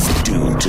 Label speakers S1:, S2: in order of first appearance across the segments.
S1: to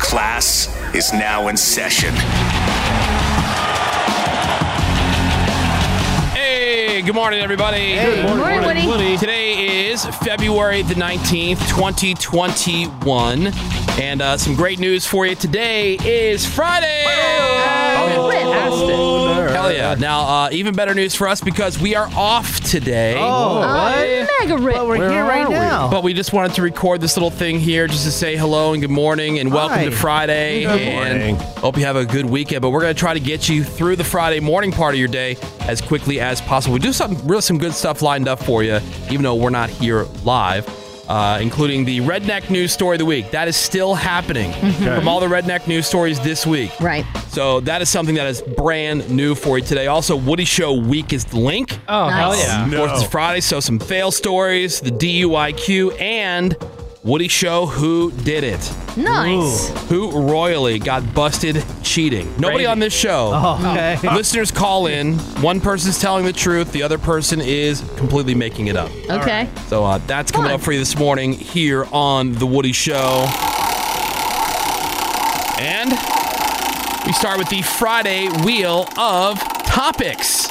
S1: Class is now in session.
S2: Hey, good morning, everybody.
S3: Hey, morning, Morning, morning. Woody. Woody.
S2: Today is February the 19th, 2021. And uh, some great news for you. Today is Friday.
S3: Oh.
S2: Hell yeah. Now, uh, even better news for us because we are off
S1: Oh,
S2: today.
S3: Oh,
S4: mega rip. Well,
S5: we're Where here right are we? now.
S2: But we just wanted to record this little thing here just to say hello and good morning and welcome
S5: Hi.
S2: to Friday.
S5: Good
S2: and hope you have a good weekend. But we're going to try to get you through the Friday morning part of your day as quickly as possible. We do some really some good stuff lined up for you, even though we're not here live. Uh, including the redneck news story of the week. That is still happening
S6: Mm-hmm.
S4: Okay.
S2: from all the redneck news stories this week.
S4: Right.
S2: So that is something that is brand new for you today. Also, Woody Show Week is the link.
S6: Oh, hell Nice. yeah.
S2: Of course, it's Friday, so some fail stories, the DUIQ, and Woody Show Who Did It.
S4: Nice.
S2: Who royally got busted cheating. Nobody
S6: Brady.
S2: on this show.
S6: Oh, okay.
S2: Listeners call in. One person's telling the truth, the other person is completely making it up.
S4: Okay.
S2: So uh, that's coming up for you this morning here on The Woody Show. And we start with the Friday Wheel of Topics.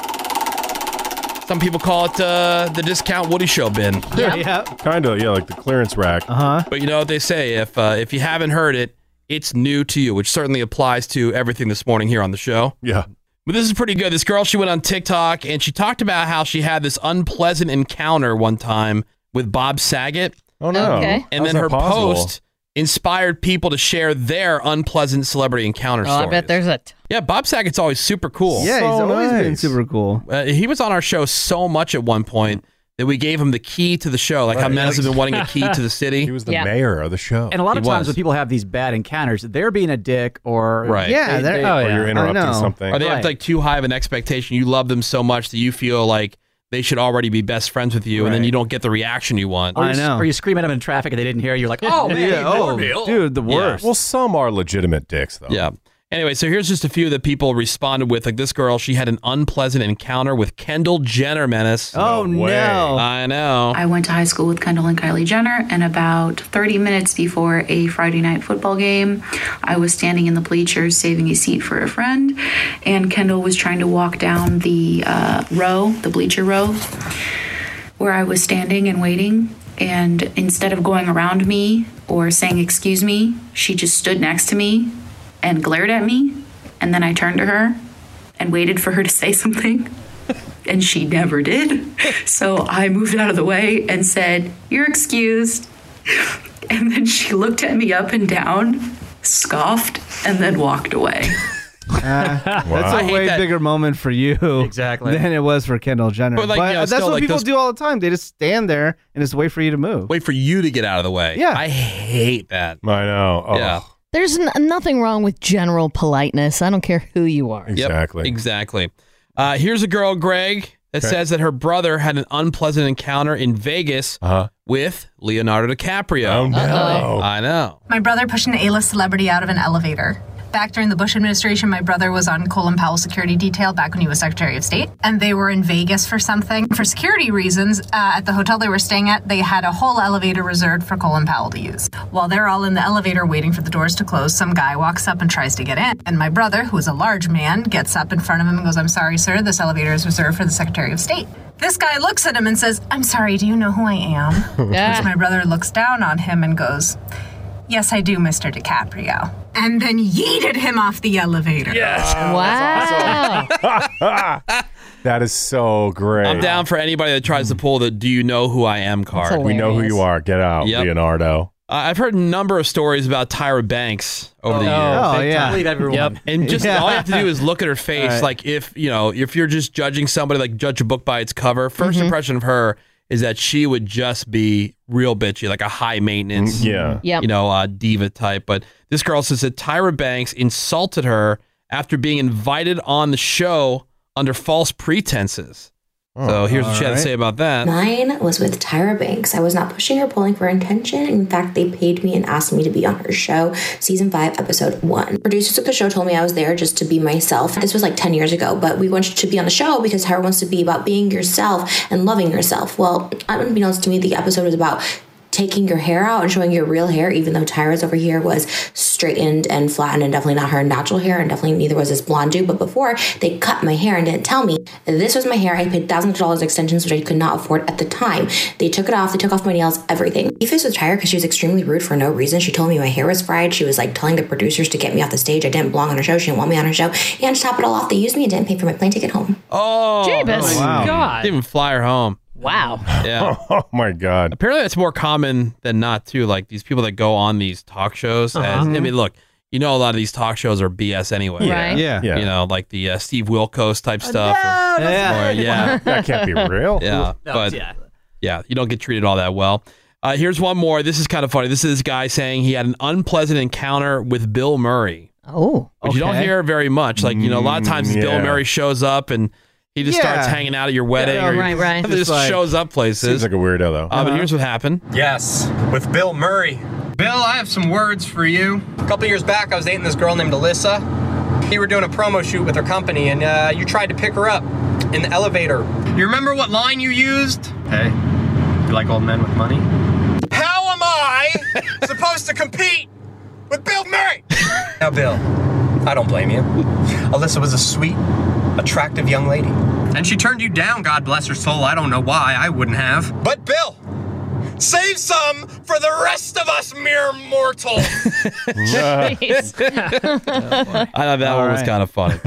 S2: Some people call it uh, the Discount Woody Show bin.
S7: Kind of, yeah, like the clearance rack. Uh
S4: Uh-huh.
S7: huh.
S2: But you know what they say if uh, if you haven't heard it, it's new to you, which certainly applies to everything this morning here on the show.
S7: Yeah.
S2: But this is pretty good. This girl, she went on TikTok and she talked about how she had this unpleasant encounter one time with Bob Saget.
S7: Oh no. Okay.
S2: And then
S7: How's that
S2: her
S7: possible?
S2: post inspired people to share their unpleasant celebrity encounter
S8: Oh, I
S2: stories.
S8: bet there's a t-
S2: Yeah, Bob Saget's always super cool.
S5: Yeah, he's always been super cool.
S2: Uh, he was on our show so much at one point that we gave him the key to the show. Like how
S5: Right.
S2: men has been wanting a key to the city. He
S7: was the Yeah. mayor of the show.
S5: And a lot of
S2: Oh, He
S5: times
S2: was.
S5: when people have these bad encounters, they're being a dick or
S2: Right.
S5: Yeah, they're, oh, yeah. I know.
S2: Or they have
S5: Right.
S2: like too high of an expectation. You love them so much that you feel like they should already be best friends with you, and then
S5: Right.
S2: you don't get the reaction you want.
S5: Or you, Or you scream at them in traffic and they didn't hear you. You're like, oh man,
S2: Yeah, oh,
S5: dude, the worst.
S7: Well, some are legitimate dicks though.
S2: Yeah. Anyway, so here's just a few that people responded with. Like this girl, she had an unpleasant encounter with Kendall Jenner menace.
S5: Oh, No way. no.
S2: I know.
S9: I went to high school with Kendall and Kylie Jenner, and about 30 minutes before a Friday night football game, I was standing in the bleachers saving a seat for a friend, and Kendall was trying to walk down the uh, row, the bleacher row, where I was standing and waiting. And instead of going around me or saying, Excuse me, she just stood next to me and glared at me. And then I turned to her and waited for her to say something and she never did. So I moved out of the way and said, You're excused. And then she looked at me up and down, scoffed, and then walked away.
S5: Ah,
S9: Wow. I
S5: That's a
S9: hate
S5: way
S9: that-
S5: bigger moment for you exactly than it was for Kendall Jenner.
S2: But,
S5: But, uh,
S2: like, you know,
S5: that's
S2: still,
S5: what
S2: like,
S5: people
S2: those-
S5: do all the time. They just stand there and just wait for you to move.
S2: Wait for you to get out of the way.
S5: Yeah.
S2: I hate that.
S7: I know. Oh.
S2: Yeah.
S4: There's n- nothing wrong with general politeness. I don't care who you are.
S2: Yep, exactly. Uh, here's a girl, Greg, that says that her brother had an unpleasant encounter in Vegas
S7: Uh-huh.
S2: with Leonardo DiCaprio. Oh, no. I know.
S10: My brother pushed an A-list celebrity out of an elevator. Back during the Bush administration, my brother was on Colin Powell's security detail back when he was Secretary of State, and they were in Vegas for something. For security reasons, uh, at the hotel they were staying at, they had a whole elevator reserved for Colin Powell to use. While they're all in the elevator waiting for the doors to close, some guy walks up and tries to get in, and my brother, who is a large man, gets up in front of him and goes, I'm sorry, sir, this elevator is reserved for the Secretary of State. This guy looks at him and says, I'm sorry, do you know who I am?
S4: Yeah.
S10: Which my brother looks down on him and goes, Yes, I do, Mr. DiCaprio. And then yeeted him off the elevator.
S7: Yes.
S4: Wow.
S7: That is so great.
S2: I'm down for anybody that tries to pull the "Do you know who I am?" card.
S7: Hmm. We know who you are. Get out,
S2: Yep.
S7: Leonardo.
S2: Uh, I've heard a number of stories about Tyra Banks over the
S5: Oh,
S2: years.
S5: oh, Big yeah. time. Believe everyone.
S2: Yep. And just
S5: Yeah.
S2: all you have to do is look at her face.
S5: All right.
S2: Like if you know, if you're just judging somebody, like judge a book by its cover. 1st impression of her is that she would just be real bitchy, like a high maintenance,
S7: Mm, yeah.
S4: Yep.
S2: you know, uh, diva type. But this girl says that Tyra Banks insulted her after being invited on the show under false pretenses. so here's what she had to
S11: alright.
S2: say about that.
S11: Mine was with Tyra Banks. I was not pushing or pulling for attention. In fact, they paid me and asked me to be on her show, season five, episode one. Producers of the show told me I was there just to be myself. This was like 10 years ago, but we want you to be on the show because Tyra wants to be about being yourself and loving yourself. Well, unbeknownst to me, the episode was about taking your hair out and showing your real hair, even though Tyra's over here was straightened and flattened and definitely not her natural hair, and definitely neither was this blonde dude. But before they cut my hair and didn't tell me this was my hair, I paid thousands of dollars extensions, which I could not afford at the time. They took it off, they took off my nails, everything. Beef is with Tyra because she was extremely rude for no reason. She told me my hair was fried. She was like telling the producers to get me off the stage. I didn't belong on her show. She didn't want me on her show. And to top it all off, they used me and didn't pay for my plane ticket home.
S2: Oh,
S4: Jeebus.
S2: wow.
S4: God.
S2: Didn't even fly her home.
S4: Wow.
S2: Yeah.
S7: Oh my god.
S2: Apparently, that's more common than not too. Like these people that go on these talk shows. As, I
S5: Uh-huh.
S2: mean, look, you know, a lot of these talk shows are BS anyway.
S5: Yeah. Right. Yeah.
S2: You know, like the uh, Steve Wilkos type stuff. or-
S5: Yeah.
S2: or- yeah.
S7: That can't be real.
S2: Yeah, but yeah. you don't get treated all that well. Uh, here's one more. This is kind of funny. This is this guy saying he had an unpleasant encounter with Bill Murray,
S4: Oh.
S2: which you don't
S5: Okay.
S2: hear very much. Like you know, a lot of times
S7: Mm,
S2: Bill
S7: yeah.
S2: Murray shows up and he just
S5: Yeah.
S2: starts hanging out at your wedding,
S5: Yeah,
S2: or
S4: right, right.
S2: Just,
S5: Just like-
S2: shows up places.
S7: Seems like a weirdo though.
S2: Uh, But here's what happened.
S12: Yes, with Bill Murray. Bill, I have some words for you. A couple years back, I was dating this girl named Alyssa. You were doing a promo shoot with her company, and uh, you tried to pick her up in the elevator. You remember what line you used? Hey, you like old men with money? How am I supposed to compete with Bill Murray? Now, Bill, I don't blame you. Alyssa was a sweet, attractive young lady. And she turned you down, God bless her soul. I don't know why. I wouldn't have. But, Bill, Save some for the rest of us mere mortals.
S2: I thought that
S5: All
S2: one was
S5: right.
S2: kind of funny.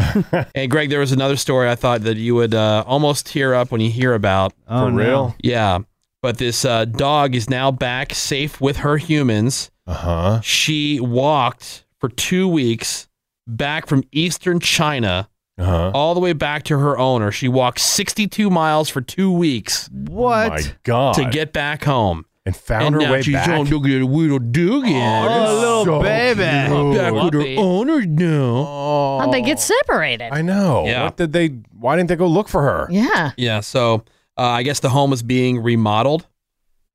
S2: and Greg, there was another story I thought that you would uh, almost tear up when you hear about.
S5: Oh,
S7: For
S5: no.
S7: real?
S2: Yeah, but this uh, dog is now back safe with her humans.
S7: Uh huh.
S2: She walked for two weeks back from eastern China
S7: Uh huh.
S2: all the way back to her owner. She walked 62 miles for two weeks
S5: What?
S7: My god.
S2: to get back home.
S7: and found her
S2: now
S7: way
S2: she's
S7: back.
S2: on Doogie Doodle Doogie.
S5: Oh, little
S7: so
S5: baby.
S2: Back with her owner now.
S7: Oh.
S4: How'd they get separated?
S7: I know.
S2: Yeah.
S7: What did they? Why didn't they go look for her?
S4: yeah.
S2: Yeah, so uh, I guess the home was being remodeled,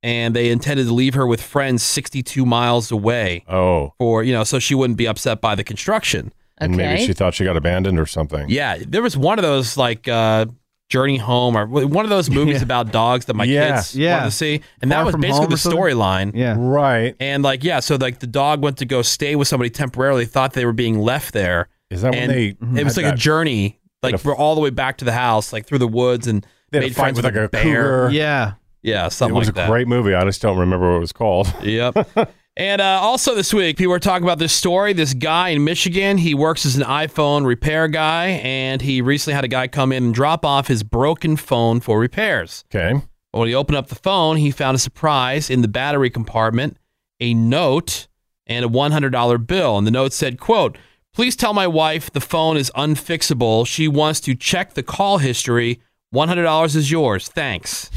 S2: and they intended to leave her with friends 62 miles away
S7: Oh.
S2: for you know, so she wouldn't be upset by the construction.
S7: And maybe
S4: Okay.
S7: she thought she got abandoned or something.
S2: Yeah, there was one of those like uh, Journey Home or one of those movies about dogs that my
S7: Yeah.
S2: kids
S5: Yeah.
S2: wanted to see, and
S5: Far
S2: that was
S5: From Home
S2: basically
S5: or
S2: the
S5: something?
S2: storyline.
S5: Yeah.
S7: Right.
S2: And like yeah, so like the dog went to go stay with somebody temporarily, thought they were being left there,
S7: Is that when
S2: and
S7: they? hmm,
S2: it was
S7: had
S2: like a
S7: that-
S2: journey, like
S7: Had a-
S2: for all the way back to the house, like through the woods, and
S7: They had a
S2: made
S7: fight
S2: friends
S7: with
S2: with
S7: like a
S2: bear.
S7: cougar.
S5: Yeah.
S2: Yeah, something
S7: it was
S2: like
S7: a
S2: that.
S7: great movie. I just don't remember what it was called.
S2: Yep. and uh, also this week, people were talking about this story. This guy in Michigan, he works as an iPhone repair guy, and he recently had a guy come in and drop off his broken phone for repairs.
S7: Okay.
S2: When he opened up the phone, he found a surprise in the battery compartment, a note and a $100 bill. And the note said, quote, please tell my wife the phone is unfixable. She wants to check the call history. $100 is yours. Thanks.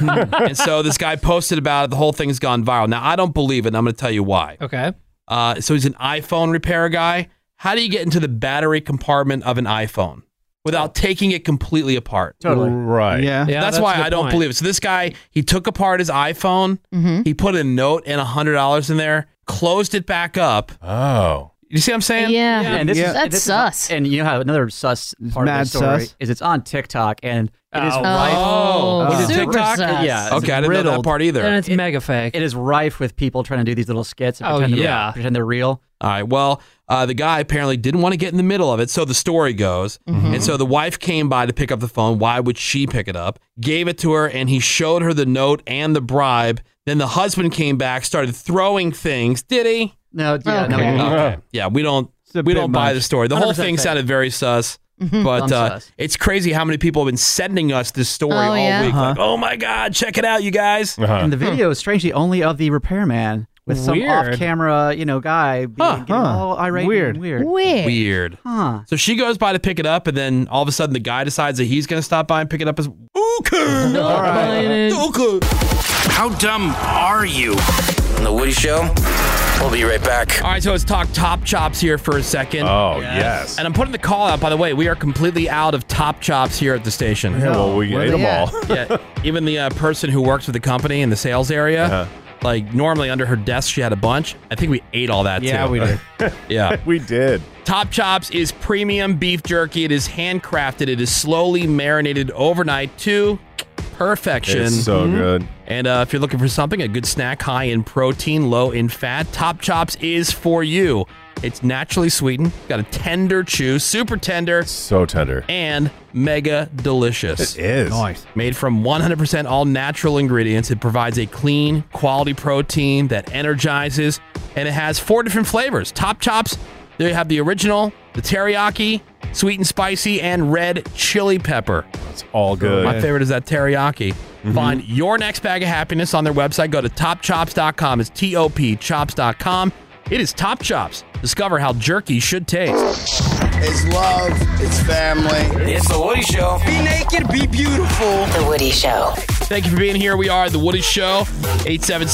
S2: and so this guy posted about it. The whole thing's gone viral. Now, I don't believe it, and I'm going to tell you why.
S13: Okay.
S2: Uh, so he's an iPhone repair guy. How do you get into the battery compartment of an iPhone without taking it completely apart?
S7: Right.
S5: Yeah.
S13: Yeah,
S2: that's,
S13: that's a
S2: why
S13: good
S2: I don't
S13: point. Mm-hmm.
S2: believe it. So this guy, he took apart his iPhone,
S4: Mhm.
S2: he put a note and hundred dollars in there, closed it back up.
S7: Oh.
S2: You see what I'm saying?
S4: Yeah.
S13: and this
S5: Yeah.
S13: is
S4: That's
S13: this is-
S4: sus.
S13: and you know how another sus part of
S5: mad
S13: the story
S5: sus.
S13: is it's on TikTok and it is
S4: Oh,
S13: rife.
S2: Oh,
S5: was it
S4: super
S2: TikTok?
S4: sus.
S13: Yeah. it's
S2: Okay, I didn't know that
S13: riddled.
S2: part
S1: And
S2: either.
S1: it's mega fake.
S13: It is rife with people trying to do these little skits and
S1: Oh,
S13: pretend,
S1: yeah.
S13: they're, pretend they're real.
S2: All right. Well, uh, the guy apparently didn't want to get in the middle of it, so the story goes. And so the wife came by to pick up the phone. Why would she pick it up? Gave it to her, and he showed her the note and the bribe. Then the husband came back, started throwing things. Did he?
S13: No, yeah, no,
S4: Okay.
S13: yeah.
S2: Okay. Yeah, we don't
S5: It's a
S2: we
S5: bit
S2: don't buy
S5: much.
S2: the story. The whole
S13: 100%
S2: thing
S13: fake.
S2: sounded very sus, but
S13: Dumb
S2: uh,
S13: Mm-hmm. sus.
S2: it's crazy how many people have been sending us this story
S4: Oh,
S2: all
S4: yeah.
S2: week. Like, oh my god, check it out, you guys!
S7: Uh-huh.
S13: Uh-huh. And the video is strangely only of the repairman with some
S1: Weird.
S13: off-camera, you know, guy being
S2: Huh.
S13: getting
S5: Huh.
S13: all irate. and
S5: Weird.
S13: weird.
S4: Weird.
S2: Weird.
S13: Huh.
S2: So she goes by to pick it up, and then all of a sudden the guy decides that he's going to stop by and pick it up. As okay,
S4: Not
S5: right.
S4: buying it.
S1: How dumb are you? On the Woody Show. We'll be right back.
S2: All right, so let's talk Top Chops here for a second.
S7: Oh, Yes. yes.
S2: And I'm putting the call out, by the way. We are completely out of Top Chops here at the station.
S7: Yeah, well, we Where ate they 'em at? all.
S2: yeah, even the uh, person who works with the company in the sales area,
S7: Uh-huh.
S2: like normally under her desk, she had a bunch. I think we ate all that
S7: Yeah,
S2: too.
S7: we did.
S2: yeah.
S7: we did.
S2: Top Chops is premium beef jerky. It is handcrafted. It is slowly marinated overnight to perfection.
S7: It's so Mhm. good.
S2: And uh, if you're looking for something, a good snack high in protein, low in fat, Top Chops is for you. It's naturally sweetened, got a tender chew, super tender,
S7: So tender.
S2: and mega delicious.
S7: It is. Nice.
S2: Made from 100% all natural ingredients, it provides a clean, quality protein that energizes, and it has four different flavors. Top Chops, they have the original, the teriyaki, sweet and spicy, and red chili pepper. That's
S7: all good.
S2: My favorite is that teriyaki. Find your next bag of happiness on their website. Go to topchops.com. It's T O P chops.com. It is Top Chops. Discover how jerky should taste.
S1: It's love. It's family. It's the Woody Show. Be naked. Be beautiful. The Woody Show.
S2: Thank you for being here. We are The Woody Show,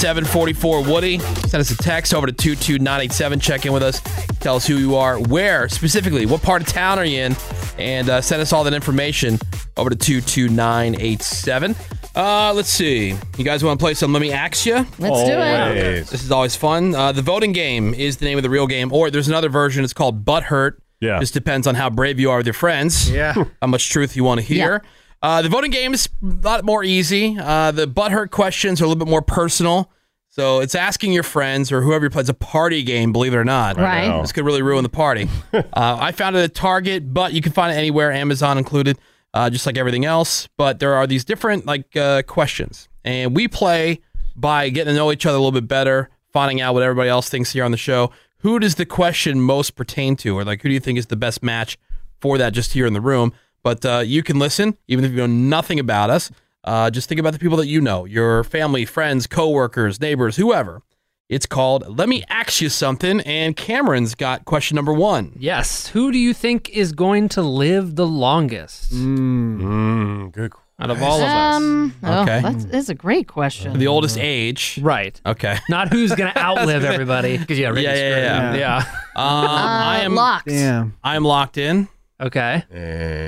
S2: 877-44-WOODY. Send us a text over to 22987. Check in with us. Tell us who you are, where specifically, what part of town are you in, and uh, send us all that information over to 22987. Uh, let's see. You guys want to play some Let Me Axe You?
S4: Let's do it. Always.
S2: This is always fun. Uh, the voting game is the name of the real game, or there's another version. It's called Butt Hurt. Yeah. Just depends on how brave you are with your friends. Yeah. how much truth you want to hear. Uh, the voting game is a lot more easy. Uh, the butthurt questions are a little bit more personal. So it's asking your friends or whoever you play. It's a party game, believe it or not.
S4: Right. Wow.
S2: This could really ruin the party. uh, I found it at Target, but you can find it anywhere, Amazon included, uh, just like everything else. But there are these different like uh, questions, and we play by getting to know each other a little bit better, finding out what everybody else thinks here on the show. Who does the question most pertain to, or like who do you think is the best match for that just here in the room? But uh, you can listen, even if you know nothing about us. Uh, just think about the people that you know, your family, friends, coworkers, neighbors, whoever. It's called "Let Me Ask You Something," and Cameron's got question number one.
S6: Yes. Who do you think is going to live the longest?
S7: good
S6: Out of all of
S4: Mm.
S6: us.
S4: um, oh,
S6: Okay.
S4: that's, that's a great question.
S2: The oldest age,
S6: right?
S2: Okay,
S6: not who's gonna outlive everybody. 'Cause, yeah,
S2: yeah,
S6: Ricky's
S2: yeah,
S6: screwed.
S2: yeah,
S6: Yeah.
S2: Um,
S4: Uh,
S2: I am
S4: locked.
S2: I am locked in.
S6: Okay.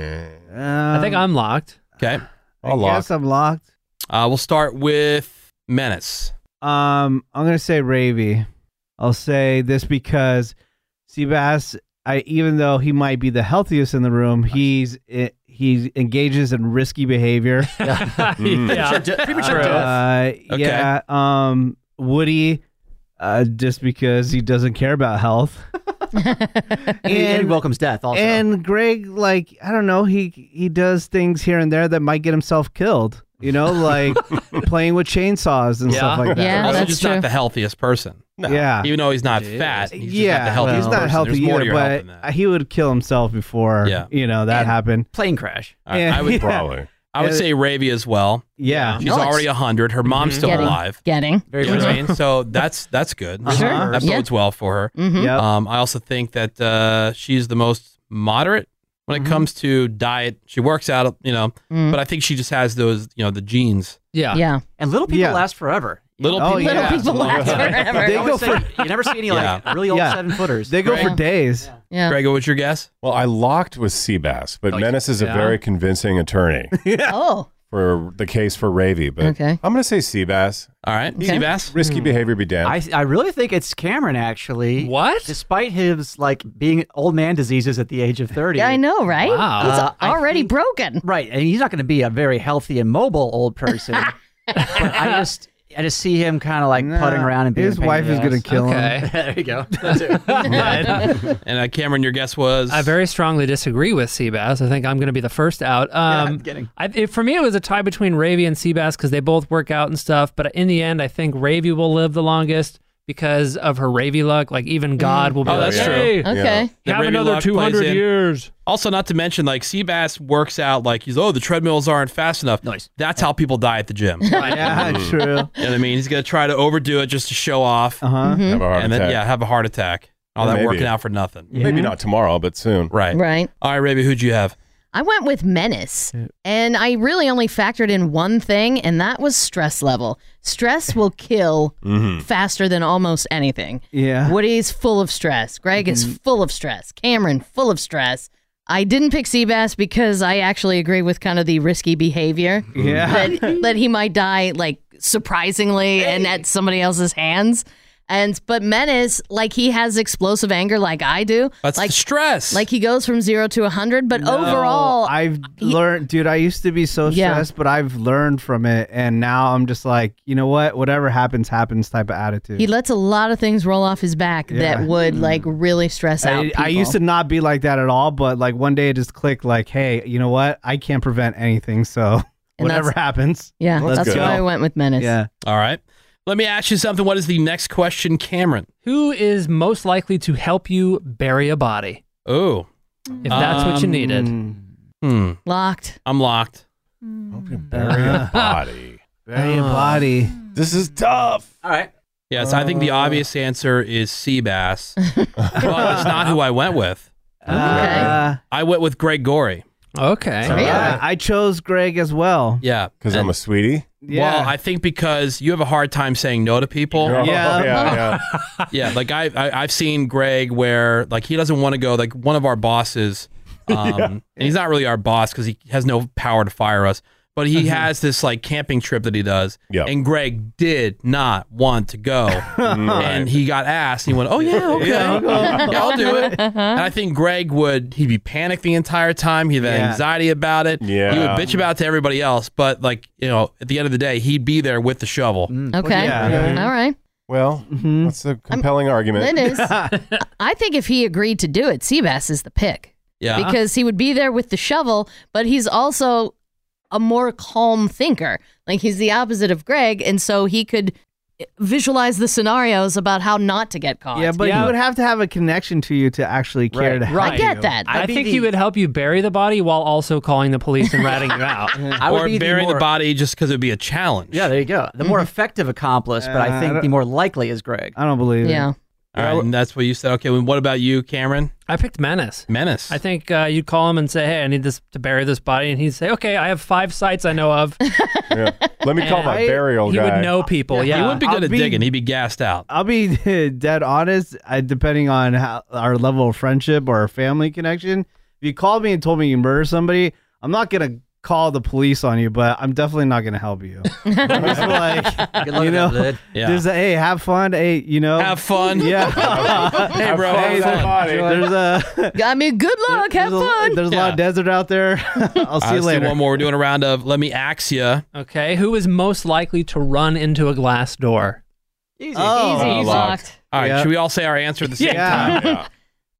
S2: I
S6: think I'm locked.
S2: Okay, I'll
S5: Yes, I'm locked.
S2: Uh, we'll start with Menace.
S5: Um, I'm gonna say Ravy. I'll say this because Seabass, I even though he might be the healthiest in the room, he's eh, he engages in risky behavior.
S2: Mm.
S6: Yeah. Premature
S5: Uh,
S6: death. Okay.
S5: Yeah. Um, Woody, uh, just because he doesn't care about health.
S13: And, and he welcomes death also.
S5: And Greg, like, I don't know, he he does things here and there that might get himself killed. You know, like playing with chainsaws and stuff like that.
S2: also just not the healthiest person.
S5: Yeah.
S2: even though he's not fat, he's
S5: yeah,
S2: just not the healthiest
S5: he's not
S2: person.
S5: healthy
S2: There's more
S5: either,
S2: to your health
S5: but he would kill himself before
S2: Yeah.
S5: you know that happened. Uh,
S13: Plane crash.
S2: I, I would probably. I would say Ravy as well.
S5: Yeah.
S2: she's
S5: Nice.
S2: already hundred. Her mom's still
S4: Mm-hmm. Getting-
S2: alive.
S4: Getting.
S2: you know what I mean? So that's that's good. Uh-huh.
S4: Sure.
S2: That
S4: Yeah.
S2: bodes well for her.
S4: Mhm. Yep.
S2: Um, I also think that uh, she's the most moderate when
S5: Mm-hmm.
S2: it comes to diet. She works out, you know,
S4: Mm.
S2: but I think she just has those, you know, the genes.
S6: Yeah.
S4: Yeah.
S13: And little people last forever.
S2: Little Oh, people yeah. last Little people a long last time. forever.
S13: They
S2: I
S13: go
S2: would
S13: for,
S2: say
S13: you never see any like
S2: Yeah.
S13: really old
S2: Yeah.
S13: seven footers.
S2: They go for Right.
S5: days.
S4: Yeah.
S2: Greg, what's your guess? Oh,
S7: Well, I locked with Seabass, but Menace is
S2: yeah.
S7: a very convincing attorney
S4: Oh.
S7: for the case for Ravy. But
S4: Okay. Hmm.
S7: I'm going to say Seabass.
S2: All right. Seabass.
S7: Risky behavior be damned.
S13: I, I really think it's Cameron actually.
S6: What?
S13: Despite his like being old man diseases at the age of thirty.
S4: Yeah, I know, right?
S13: Wow.
S4: It's
S13: Uh, I
S4: already broken.
S13: Right, and he's not going to be a very healthy and mobile old person. but I just I just see him kind of like putting around and being
S5: his wife is
S13: going
S5: gonna
S13: to
S5: kill him.
S13: there you go.
S2: and uh, Cameron, your guess was
S6: I very strongly disagree with Seabass. I think I'm going to be the first out. Um,
S13: I'm kidding.
S6: I, it, for me, it was a tie between Ravy and Seabass because they both work out and stuff. But in the end, I think Ravy will live the longest because of her Ravy luck. Like even
S4: Mm.
S6: God will be
S2: Oh,
S6: like,
S2: that's true.
S6: "Hey,
S2: The
S6: have
S2: Ravy
S6: another
S2: Lock plays
S6: 200
S2: in.
S6: years.
S2: Also, not to mention, like Seabass works out like he's oh the treadmills aren't fast enough. Nice. That's how people die at the gym.
S5: Yeah,
S2: Mhm.
S5: true.
S2: You know what I mean? He's gonna try to overdo it just to show off. Uh
S5: huh.
S7: Have a heart
S2: and then
S7: attack.
S2: yeah, have a heart attack. All
S7: Or
S2: that
S7: maybe-
S2: working out for nothing.
S7: Maybe not tomorrow, but soon.
S2: Right.
S4: Right.
S2: All right, Raby, who'd you have?
S4: I went with menace, and I really only factored in one thing, and that was stress level. Stress will kill
S2: Mm-hmm.
S5: Mhm.
S4: faster than almost anything.
S5: Yeah. Mm-hmm.
S4: Woody's full of stress. Greg is full of stress. Cameron, full of stress. I didn't pick Seabass because I actually agree with kind of the risky behavior.
S5: Mm-hmm. Yeah.
S4: That, that he might die like surprisingly and at somebody else's hands. And but Menace, like he has explosive anger like I do.
S2: That's
S4: like
S2: stress.
S4: Like he goes from zero to a hundred, but overall
S5: I've learned, dude. I used to be so
S4: Yeah.
S5: stressed, but I've learned from it, and now I'm just like, you know what? Whatever happens, happens. Type of attitude.
S4: he lets a lot of things roll off his back
S5: Yeah.
S4: that would
S2: Mm.
S4: like really stress out.
S5: I, I used to
S4: people.
S5: not be like that at all, but like one day it just clicked. Like, hey, you know what? I can't prevent anything, so whatever
S2: that's-
S5: happens.
S4: Yeah,
S5: let's
S4: that's
S5: go.
S4: why I went with Menace.
S5: Yeah.
S2: All right. Let me ask you something. What is the next question, Cameron?
S6: Who is most likely to help you bury a body?
S2: Oh.
S6: If that's what you
S2: Um,
S6: needed.
S2: Hmm.
S4: Locked.
S2: I'm locked.
S5: Bury a
S7: body.
S5: Bury
S2: Uh,
S5: a body.
S7: This is tough. Uh.
S13: All right.
S2: Yes, I think the obvious answer is Seabass. but it's not who I went with.
S5: Uh,
S2: I went with Greg Gorey.
S6: Okay.
S5: Yeah, I chose Greg as well.
S2: Yeah.
S7: Because I'm a sweetie.
S5: Yeah.
S2: Well, I think because you have a hard time saying no to people.
S7: Yeah. Yeah,
S2: yeah. like I, I, I've seen Greg where like he doesn't want to go. Like one of our bosses, um,
S7: Yeah.
S2: and he's not really our boss because he has no power to fire us. But he has this like camping trip that he does, and Greg did not want to go, and he got asked. And he went, "Oh yeah, okay,
S1: Yeah, I'll go.
S2: Yeah, I'll do it." And I think Greg would he'd be panicked the entire time. He'd have
S1: Yeah.
S2: anxiety about it.
S1: Yeah.
S2: he would bitch about it to everybody else, but like you know, at the end of the day, he'd be there with the shovel.
S4: Okay.
S13: Mm-hmm.
S7: Yeah.
S4: All right.
S7: Well,
S5: Mm-hmm.
S7: that's a compelling argument.
S4: Menace. I think if he agreed to do it, Seabass is the pick.
S7: Yeah.
S4: Because he would be there with the shovel, but he's also a more calm thinker. Like he's the opposite of Greg, and so he could visualize the scenarios about how not to get caught.
S5: Yeah, but you would have to have a connection to you to actually care to help
S4: Right. I get
S5: you.
S4: that.
S6: I
S4: I'd be
S6: think
S4: the-
S6: he would help you bury the body while also calling the police and ratting you out.
S2: or burying the body just because it'd be a challenge.
S13: Yeah, there you go. The
S6: Mm-hmm.
S13: more effective accomplice, but
S2: Uh,
S13: I
S2: I
S13: think
S2: don't-
S13: the more likely is Greg.
S5: I don't believe
S13: it. Yeah.
S2: All right, and that's what you said. Okay, well, what about you, Cameron?
S6: I picked Menace.
S2: Menace.
S6: I think uh, you'd call him and say, "Hey, I need this to bury this body," and he'd say, "Okay, I have five sites I know of."
S7: Let me call
S6: And
S7: my burial
S6: he
S7: guy.
S6: would know people. Yeah,
S2: He wouldn't be good
S5: I'll
S2: at
S5: be-
S2: digging. He'd be gassed out.
S5: I'll be dead honest. I, depending on how our level of friendship or our family connection, if you called me and told me you murdered somebody, I'm not gonna call the police on you, but I'm definitely not gonna help you. you know,
S2: Yeah.
S5: there's a, hey, have fun. Hey, you know,
S2: Have fun.
S5: Yeah.
S2: Hey, bro, have
S5: Hey,
S2: fun.
S5: body. There's a.
S4: I mean, good luck. have
S5: there's a-
S4: fun.
S5: there's a lot of desert out there. I'll see
S2: Uh,
S5: you
S2: let's do
S5: later.
S2: One more. We're doing a round of let me ax you.
S6: Okay, who is most likely to run into a glass door?
S13: Easy.
S5: Oh,
S2: Uh, All right, should we all say our answer at the same
S6: Yeah.
S2: time?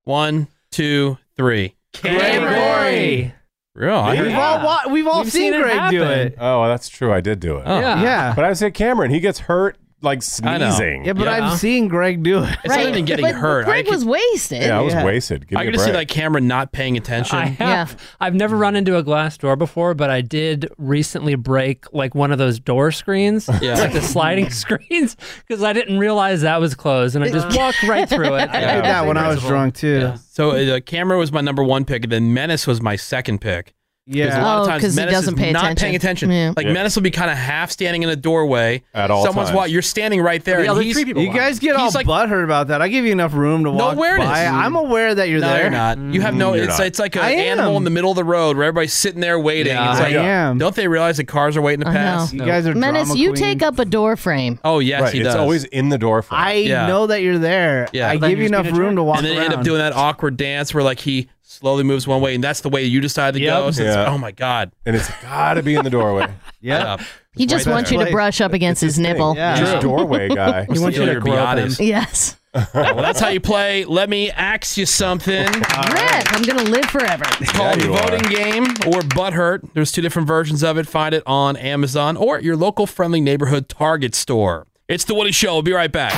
S2: One, two, three.
S5: Category.
S2: Real. Oh, I
S7: Yeah.
S2: heard-
S5: We've all wa- we've all
S7: We've
S5: seen,
S7: seen it
S5: Greg do it.
S7: Oh, well, that's true. I did do it.
S2: Oh. Yeah.
S5: Yeah.
S7: But I said Cameron. He gets hurt like
S2: I know.
S7: sneezing.
S5: Yeah, but I've seen Greg do it.
S2: It's not even getting
S4: but
S2: hurt.
S4: Greg
S2: I can,
S4: was wasted.
S7: Yeah, I was wasted. Give
S2: I
S7: me a
S2: can just see
S7: break.
S2: like Cameron not paying attention.
S6: I have. I've never run into a glass door before, but I did recently break like one of those door screens,
S2: Yeah.
S6: like the sliding screens, because I didn't realize that was closed, and I just walked right through it.
S5: I did that when I was drunk too.
S2: So uh, Cameron was my number one pick, and then Menace was my second pick.
S5: Yeah.
S2: a lot
S4: Oh,
S2: of times
S4: 'cause he
S2: Menace
S4: doesn't
S2: is
S4: pay
S2: not
S4: attention.
S2: paying attention.
S4: Yeah.
S2: Like
S4: Yeah.
S2: Menace will be kind of half standing in a doorway at
S7: all
S2: Someone's
S7: times.
S2: wa- You're standing right there, and he's
S5: you guys get all butthurt about that. I give you enough room to walk
S2: awareness.
S5: by. I'm aware that you're
S2: no,
S5: there.
S2: you're not. You have
S7: Mm,
S2: no.
S5: You're
S2: It's
S5: not.
S2: it's like an
S5: I am.
S2: animal in the middle of the road where everybody's sitting there waiting.
S5: Yeah.
S2: It's like,
S5: I am.
S2: Don't they realize the cars are waiting to
S4: I
S2: pass?
S4: know. Menace, you take up a door frame.
S2: Oh yes,
S7: Right,
S2: he
S7: it's
S2: does.
S7: always in the door frame.
S5: I
S2: Yeah.
S5: know that you're there.
S2: Yeah.
S5: I give you enough room to walk
S2: And then
S5: around.
S2: end up doing that awkward dance where like he slowly moves one way, and that's the way you decide to go. So it's,
S7: Yeah.
S2: oh my god.
S7: and it's got to be in the doorway.
S5: yeah.
S4: He just
S2: right
S4: wants
S2: there.
S4: you to brush up against his nipple.
S7: Just doorway guy.
S2: He wants you to Steal your grow up Biattis. him.
S4: Yes.
S2: well, that's how you play. Let me ax you something.
S4: Rip, I'm going to live forever.
S2: It's called
S7: Yeah,
S2: the
S7: you
S2: voting
S7: are.
S2: game or butthurt. There's two different versions of it. Find it on Amazon or at your local friendly neighborhood Target store. It's the Woody Show. We'll be right back.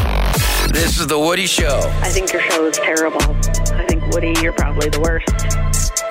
S1: This is The Woody Show.
S14: I think your show is terrible. I think Woody, you're probably the worst.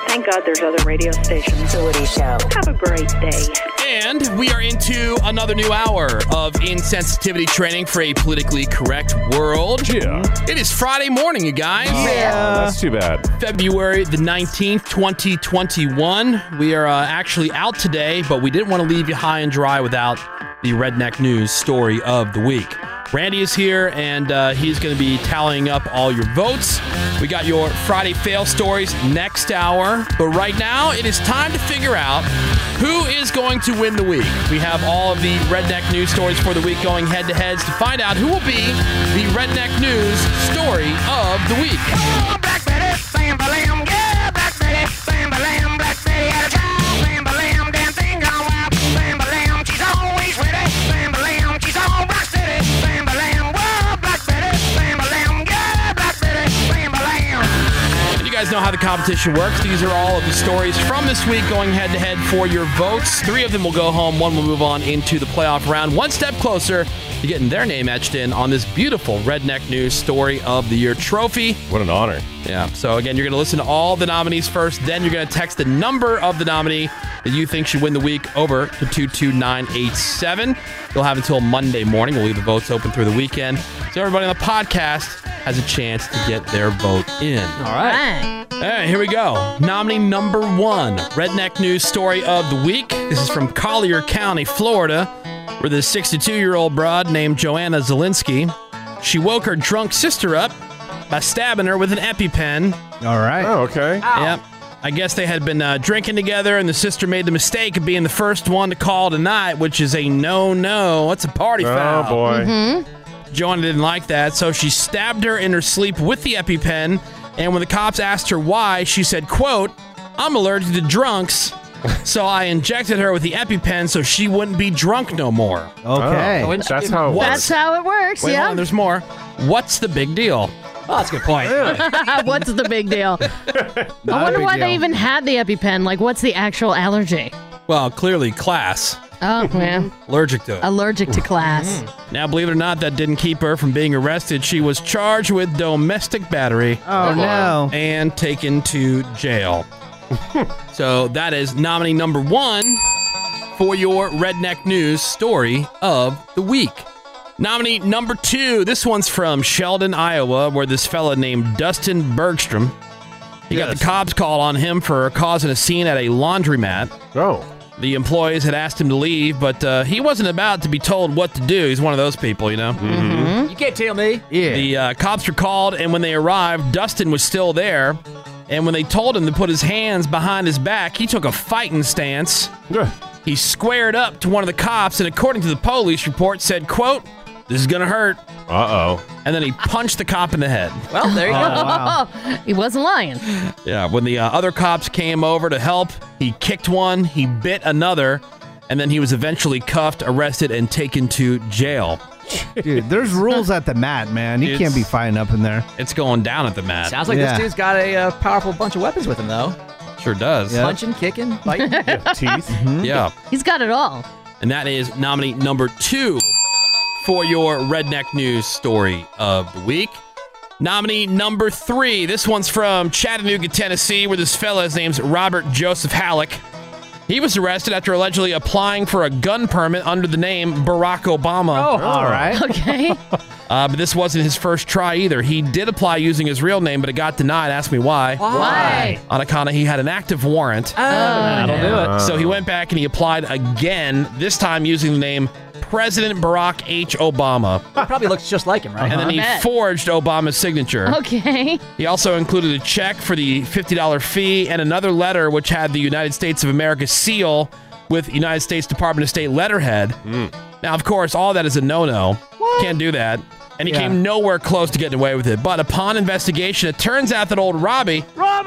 S14: Thank God there's other radio stations. The Woody Show. Have a great day.
S2: And we are into another new hour of insensitivity training for a politically correct world. Yeah. It is Friday morning, you guys.
S7: Yeah. That's too bad.
S2: February the 19th, 2021. We are uh, actually out today, but we didn't want to leave you high and dry without the Redneck News story of the week. Randy is here, and uh, he's going to be tallying up all your votes. We got your Friday fail stories next hour, but right now it is time to figure out who is going to win the week. We have all of the Redneck News stories for the week going head to heads to find out who will be the Redneck News story of the week.
S1: Black Betty, bam, bam, yeah. Black Betty, bam, bam, Black Betty had a child. Bam, bam, damn thing gone wild. Bam, bam, she's always with it. Bam, bam, she's on rock city. Bam, bam, whoa, Black Betty, bam, bam, yeah. Black Betty, bam, bam.
S2: And you guys know how the competition works. These are all of the stories from this week going head to head for your votes. Three of them will go home, one will move on into the playoff round. One step closer to getting their name etched in on this beautiful Redneck News Story of the Year trophy.
S7: What an honor.
S2: Yeah. So, again, you're going to listen to all the nominees first, then you're going to text the number of the nominee that you think should win the week over to 22987. You'll have until Monday morning. We'll leave the votes open through the weekend. So, everybody on the podcast has a chance to get their vote in. All
S4: right.
S2: All right, here we go. Nominee number one Redneck News Story of the Week. This is from Collier County, Florida, where the 62 year old broad named Joanna Zelinsky. She woke her drunk sister up by stabbing her with an EpiPen.
S5: All right.
S7: Oh, okay.
S2: Yep. I guess they had been uh, drinking together, and the sister made the mistake of being the first one to call tonight, which is a no no. That's a party
S7: Oh,
S2: foul.
S7: boy.
S2: Hmm? Joanna didn't like that, so she stabbed her in her sleep with the EpiPen. And when the cops asked her why, she said, quote, I'm allergic to drunks, so I injected her with the EpiPen so she wouldn't be drunk no more.
S7: Okay. Oh, that's how it
S4: That's how it works.
S2: Wait,
S4: yeah.
S2: hold on, there's more. What's the big deal? Oh, that's a good point.
S4: what's the big deal? I wonder why they even had the EpiPen. Like, what's the actual allergy?
S2: Well, clearly class.
S4: Oh, man.
S2: Allergic to it.
S4: Allergic to class.
S2: Mm. Now, believe it or not, that didn't keep her from being arrested. She was charged with domestic battery.
S5: Oh, no.
S2: And taken to jail. so that is nominee number one for your Redneck News story of the week. Nominee number two. This one's from Sheldon, Iowa, where this fella named Dustin Bergstrom. He got the cops call on him for causing a scene at a laundromat.
S7: Oh.
S2: The employees had asked him to leave, but uh, he wasn't about to be told what to do. He's one of those people, you know.
S13: You can't tell me.
S2: Yeah. The uh, cops were called, and when they arrived, Dustin was still there. And when they told him to put his hands behind his back, he took a fighting stance. He squared up to one of the cops, and according to the police report, said, "quote This is gonna hurt."
S7: Uh oh.
S2: And then he punched the cop in the head.
S4: Well, there you go. Oh, he wasn't lying.
S2: Yeah, when the uh, other cops came over to help, he kicked one, he bit another, and then he was eventually cuffed, arrested, and taken to jail.
S5: Dude, there's rules at the mat, man. You can't be fighting up in there.
S2: It's going down at the mat.
S13: Sounds like
S5: Yeah.
S13: this dude's got a uh, powerful bunch of weapons with him, though.
S2: Sure does.
S13: Punching, kicking, biting.
S2: Yeah.
S4: He's got it all.
S2: And that is nominee number two for your Redneck News story of the week. Nominee number three. This one's from Chattanooga, Tennessee, where this fella, his name's Robert Joseph Halleck. He was arrested after allegedly applying for a gun permit under the name Barack Obama.
S13: Oh, all right.
S4: Okay.
S2: Uh, but this wasn't his first try either. He did apply using his real name, but it got denied. Ask me why.
S4: Why?
S2: On account of he had an active warrant.
S6: That'll do it.
S2: So he went back and he applied again, this time using the name President Barack H. Obama.
S13: It probably looks just like him, right? Oh.
S2: And then he
S4: Bet.
S2: forged Obama's signature.
S4: Okay.
S2: He also included a check for the $50 fee and another letter which had the United States of America seal with United States Department of State letterhead. Now, of course, all that is a no no. Can't do that. And he came nowhere close to getting away with it. But upon investigation, it turns out that old Robbie
S1: Robbie!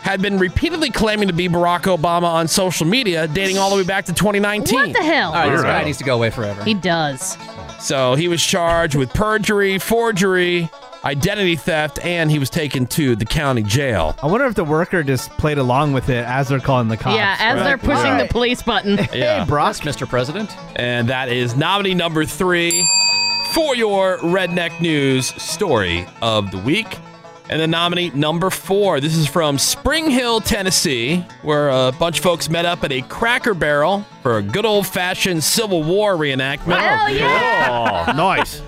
S2: had been repeatedly claiming to be Barack Obama on social media, dating all the way back to 2019.
S4: What the hell?
S13: All right, Oh, this guy needs to go away forever.
S4: He does.
S2: So he was charged with perjury, forgery, identity theft, and he was taken to the county jail.
S5: I wonder if the worker just played along with it as they're calling the cops.
S4: yeah, as they're pushing the police button.
S2: Yeah.
S13: Brock, Mr. President.
S2: And that is nominee number three for your Redneck News story of the week. And the nominee number four. This is from Spring Hill, Tennessee, where a bunch of folks met up at a Cracker Barrel for a good old fashioned Civil War reenactment.
S1: Hell yeah!
S2: nice.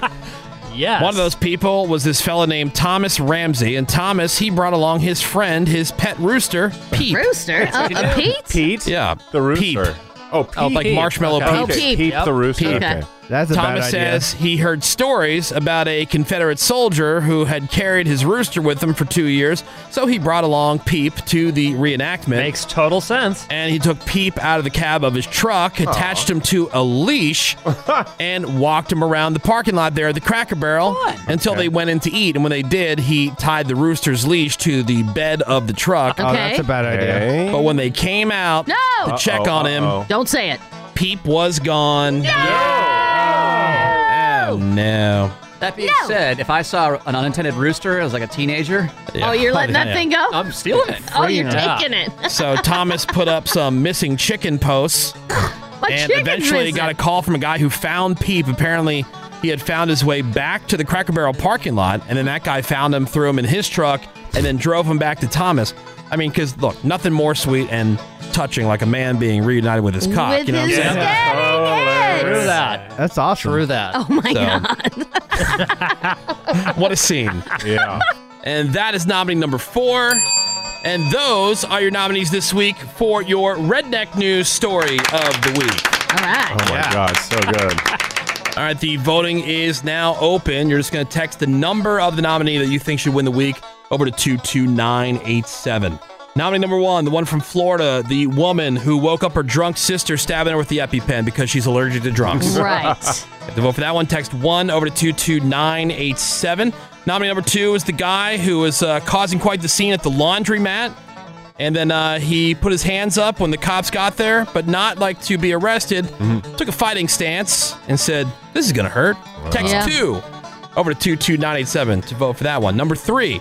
S6: Yes.
S2: One of those people was this fella named Thomas Ramsey, and Thomas he brought along his friend, his pet rooster, Pete.
S4: Rooster? Oh, a Pete?
S2: Pete? Yeah, the rooster. Oh, Pete. like
S7: Pete.
S2: marshmallow
S7: Okay.
S2: Pete.
S7: Oh, Pete. Pete Yep. the rooster. Okay. That's a bad
S2: Thomas
S7: idea.
S2: says he heard stories about a Confederate soldier who had carried his rooster with him for two years, so he brought along Peep to the reenactment. Makes
S6: total sense.
S2: And he took Peep out of the cab of his truck, attached him to a leash, and walked him around the parking lot there at the Cracker Barrel until they went in to eat. And when they did, he tied the rooster's leash to the bed of the truck.
S4: Oh, that's a bad
S5: idea. Okay.
S2: But when they came out
S4: No!
S2: to check on him,
S4: Don't say it.
S2: Peep was gone. Oh no.
S13: That being said, if I saw an unintended rooster as like a teenager,
S4: oh, you're letting that thing go?
S13: I'm stealing it.
S4: Oh, you're
S2: Yeah.
S4: taking it.
S2: So Thomas put up some missing chicken posts, and
S4: chicken's
S2: eventually
S4: missing.
S2: got a call from a guy who found Peep. Apparently, he had found his way back to the Cracker Barrel parking lot, and then that guy found him, threw him in his truck, and then drove him back to Thomas. I mean, because look, nothing more sweet and touching like a man being reunited with his cock.
S4: With
S2: you know
S4: his
S2: what I'm saying?
S4: True
S6: that.
S5: That's awesome.
S6: True that.
S4: Oh my
S2: So-
S4: god.
S2: what a scene. Yeah. And that is nominee number four. And those are your nominees this week for your redneck news story of the week.
S4: All right.
S7: Oh my God, so
S2: good. All right, the voting is now open. You're just going to text the number of the nominee that you think should win the week over to 22987. Nominee number one, the one from Florida, the woman who woke up her drunk sister stabbing her with the EpiPen because she's allergic to drunks.
S1: Right.
S2: To vote for that one, text one over to 22987. Nominee number two is the guy who was uh, causing quite the scene at the laundromat. And then uh, he put his hands up when the cops got there, but not like to be arrested. Took a fighting stance and said, This is going to hurt. Text
S1: Yeah.
S2: two over to 22987 to vote for that one. Number three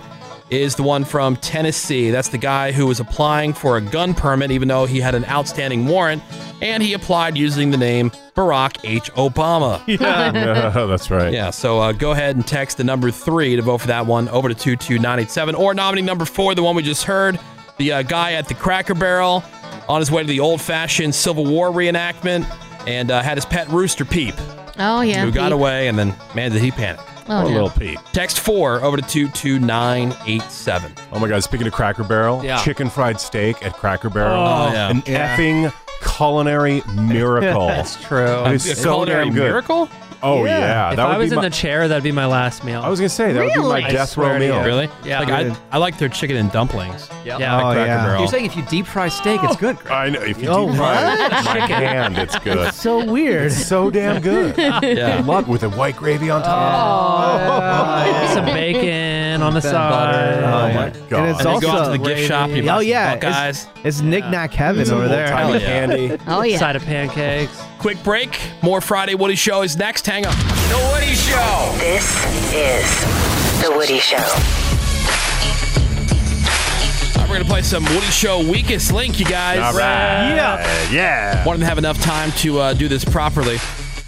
S2: is the one from Tennessee. That's the guy who was applying for a gun permit, even though he had an outstanding warrant, and he applied using the name Barack H. Obama.
S7: Yeah. Yeah,
S2: that's right. Yeah, so uh, go ahead and text the number three to vote for that one over to 22987, or nominee number four, the one we just heard, the uh, guy at the Cracker Barrel on his way to the old fashioned Civil War reenactment and uh, had his pet rooster peep
S4: Oh yeah.
S2: who got
S4: Pete.
S2: away, and then man, did he panic!
S4: Oh, Poor no. little
S2: Pete. Text four over to two two nine eight seven.
S7: Oh my God! Speaking of Cracker Barrel,
S2: Yeah.
S7: chicken fried steak at Cracker Barrel,
S2: Oh, yeah.
S7: an
S2: Yeah.
S7: effing culinary miracle.
S6: That's true.
S7: It is
S6: A
S7: Oh, so
S6: culinary
S7: damn good.
S6: miracle?
S7: Oh yeah,
S6: If
S7: that
S6: I
S7: would
S6: was
S7: be
S6: in
S7: my-
S6: the chair, that'd be my last meal. I
S7: was gonna say that would be my Really? death row meal.
S2: Really?
S6: Yeah.
S2: Like, I, I like their chicken and dumplings.
S6: Yeah.
S2: Like Cracker Barrel.
S13: You're saying if you deep fry steak, it's good.
S7: Oh, I know. If you
S13: Oh,
S7: deep fry it
S13: what?
S7: with my
S13: Chicken.
S7: hand, it's good.
S13: It's
S5: so weird.
S7: It's so damn good.
S13: Yeah.
S7: Love with a white gravy on
S6: Oh.
S7: top.
S6: Some bacon on the
S5: Butter.
S6: side.
S5: Oh, my God. And it's
S6: And then go out
S5: also-
S6: to the gift shop, you buy
S5: oh
S6: some
S5: yeah,
S6: Buckeyes.
S5: it's, it's knickknack heaven
S6: Some
S5: over there.
S6: old-timey
S5: Hell yeah.
S6: candy.
S4: Oh, yeah.
S6: Side of pancakes.
S2: Quick break. More Friday Woody Show is next. Hang on.
S1: The Woody Show. This is The Woody Show.
S2: All right, we're gonna play some Woody Show Weakest Link, you guys.
S1: All right. Yeah.
S7: Yeah.
S2: Wanted to have enough time to uh, do this properly.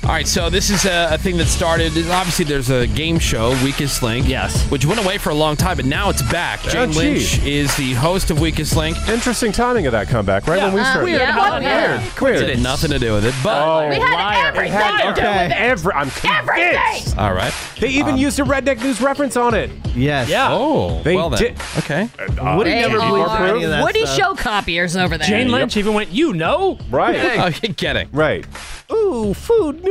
S2: All right, so this is a, a thing that started. Obviously, there's a game show, Weakest Link. Yes. Which went away for a long time, but now it's back.
S7: Oh,
S2: Jane
S7: gee.
S2: Lynch is the host of Weakest Link.
S7: Interesting timing of that comeback, right when we started.
S2: Weird. Weird. It had nothing to do with it, but
S7: Oh,
S1: We had everything to do with it.
S7: Every, I'm
S1: Everything.
S7: convinced.
S2: all right.
S7: They even
S2: Um,
S7: used a redneck news reference on it.
S5: Yes.
S7: Yeah.
S2: Oh,
S7: They
S2: well then.
S7: did.
S2: Okay.
S7: Uh,
S4: Woody
S7: Jane
S4: never
S7: Lynch.
S4: believes
S7: More proof?
S4: Oh, Woody show copiers over there.
S6: Jane Lynch even went, you know?
S7: Right.
S2: Oh, you're kidding.
S7: Right. Ooh, food news.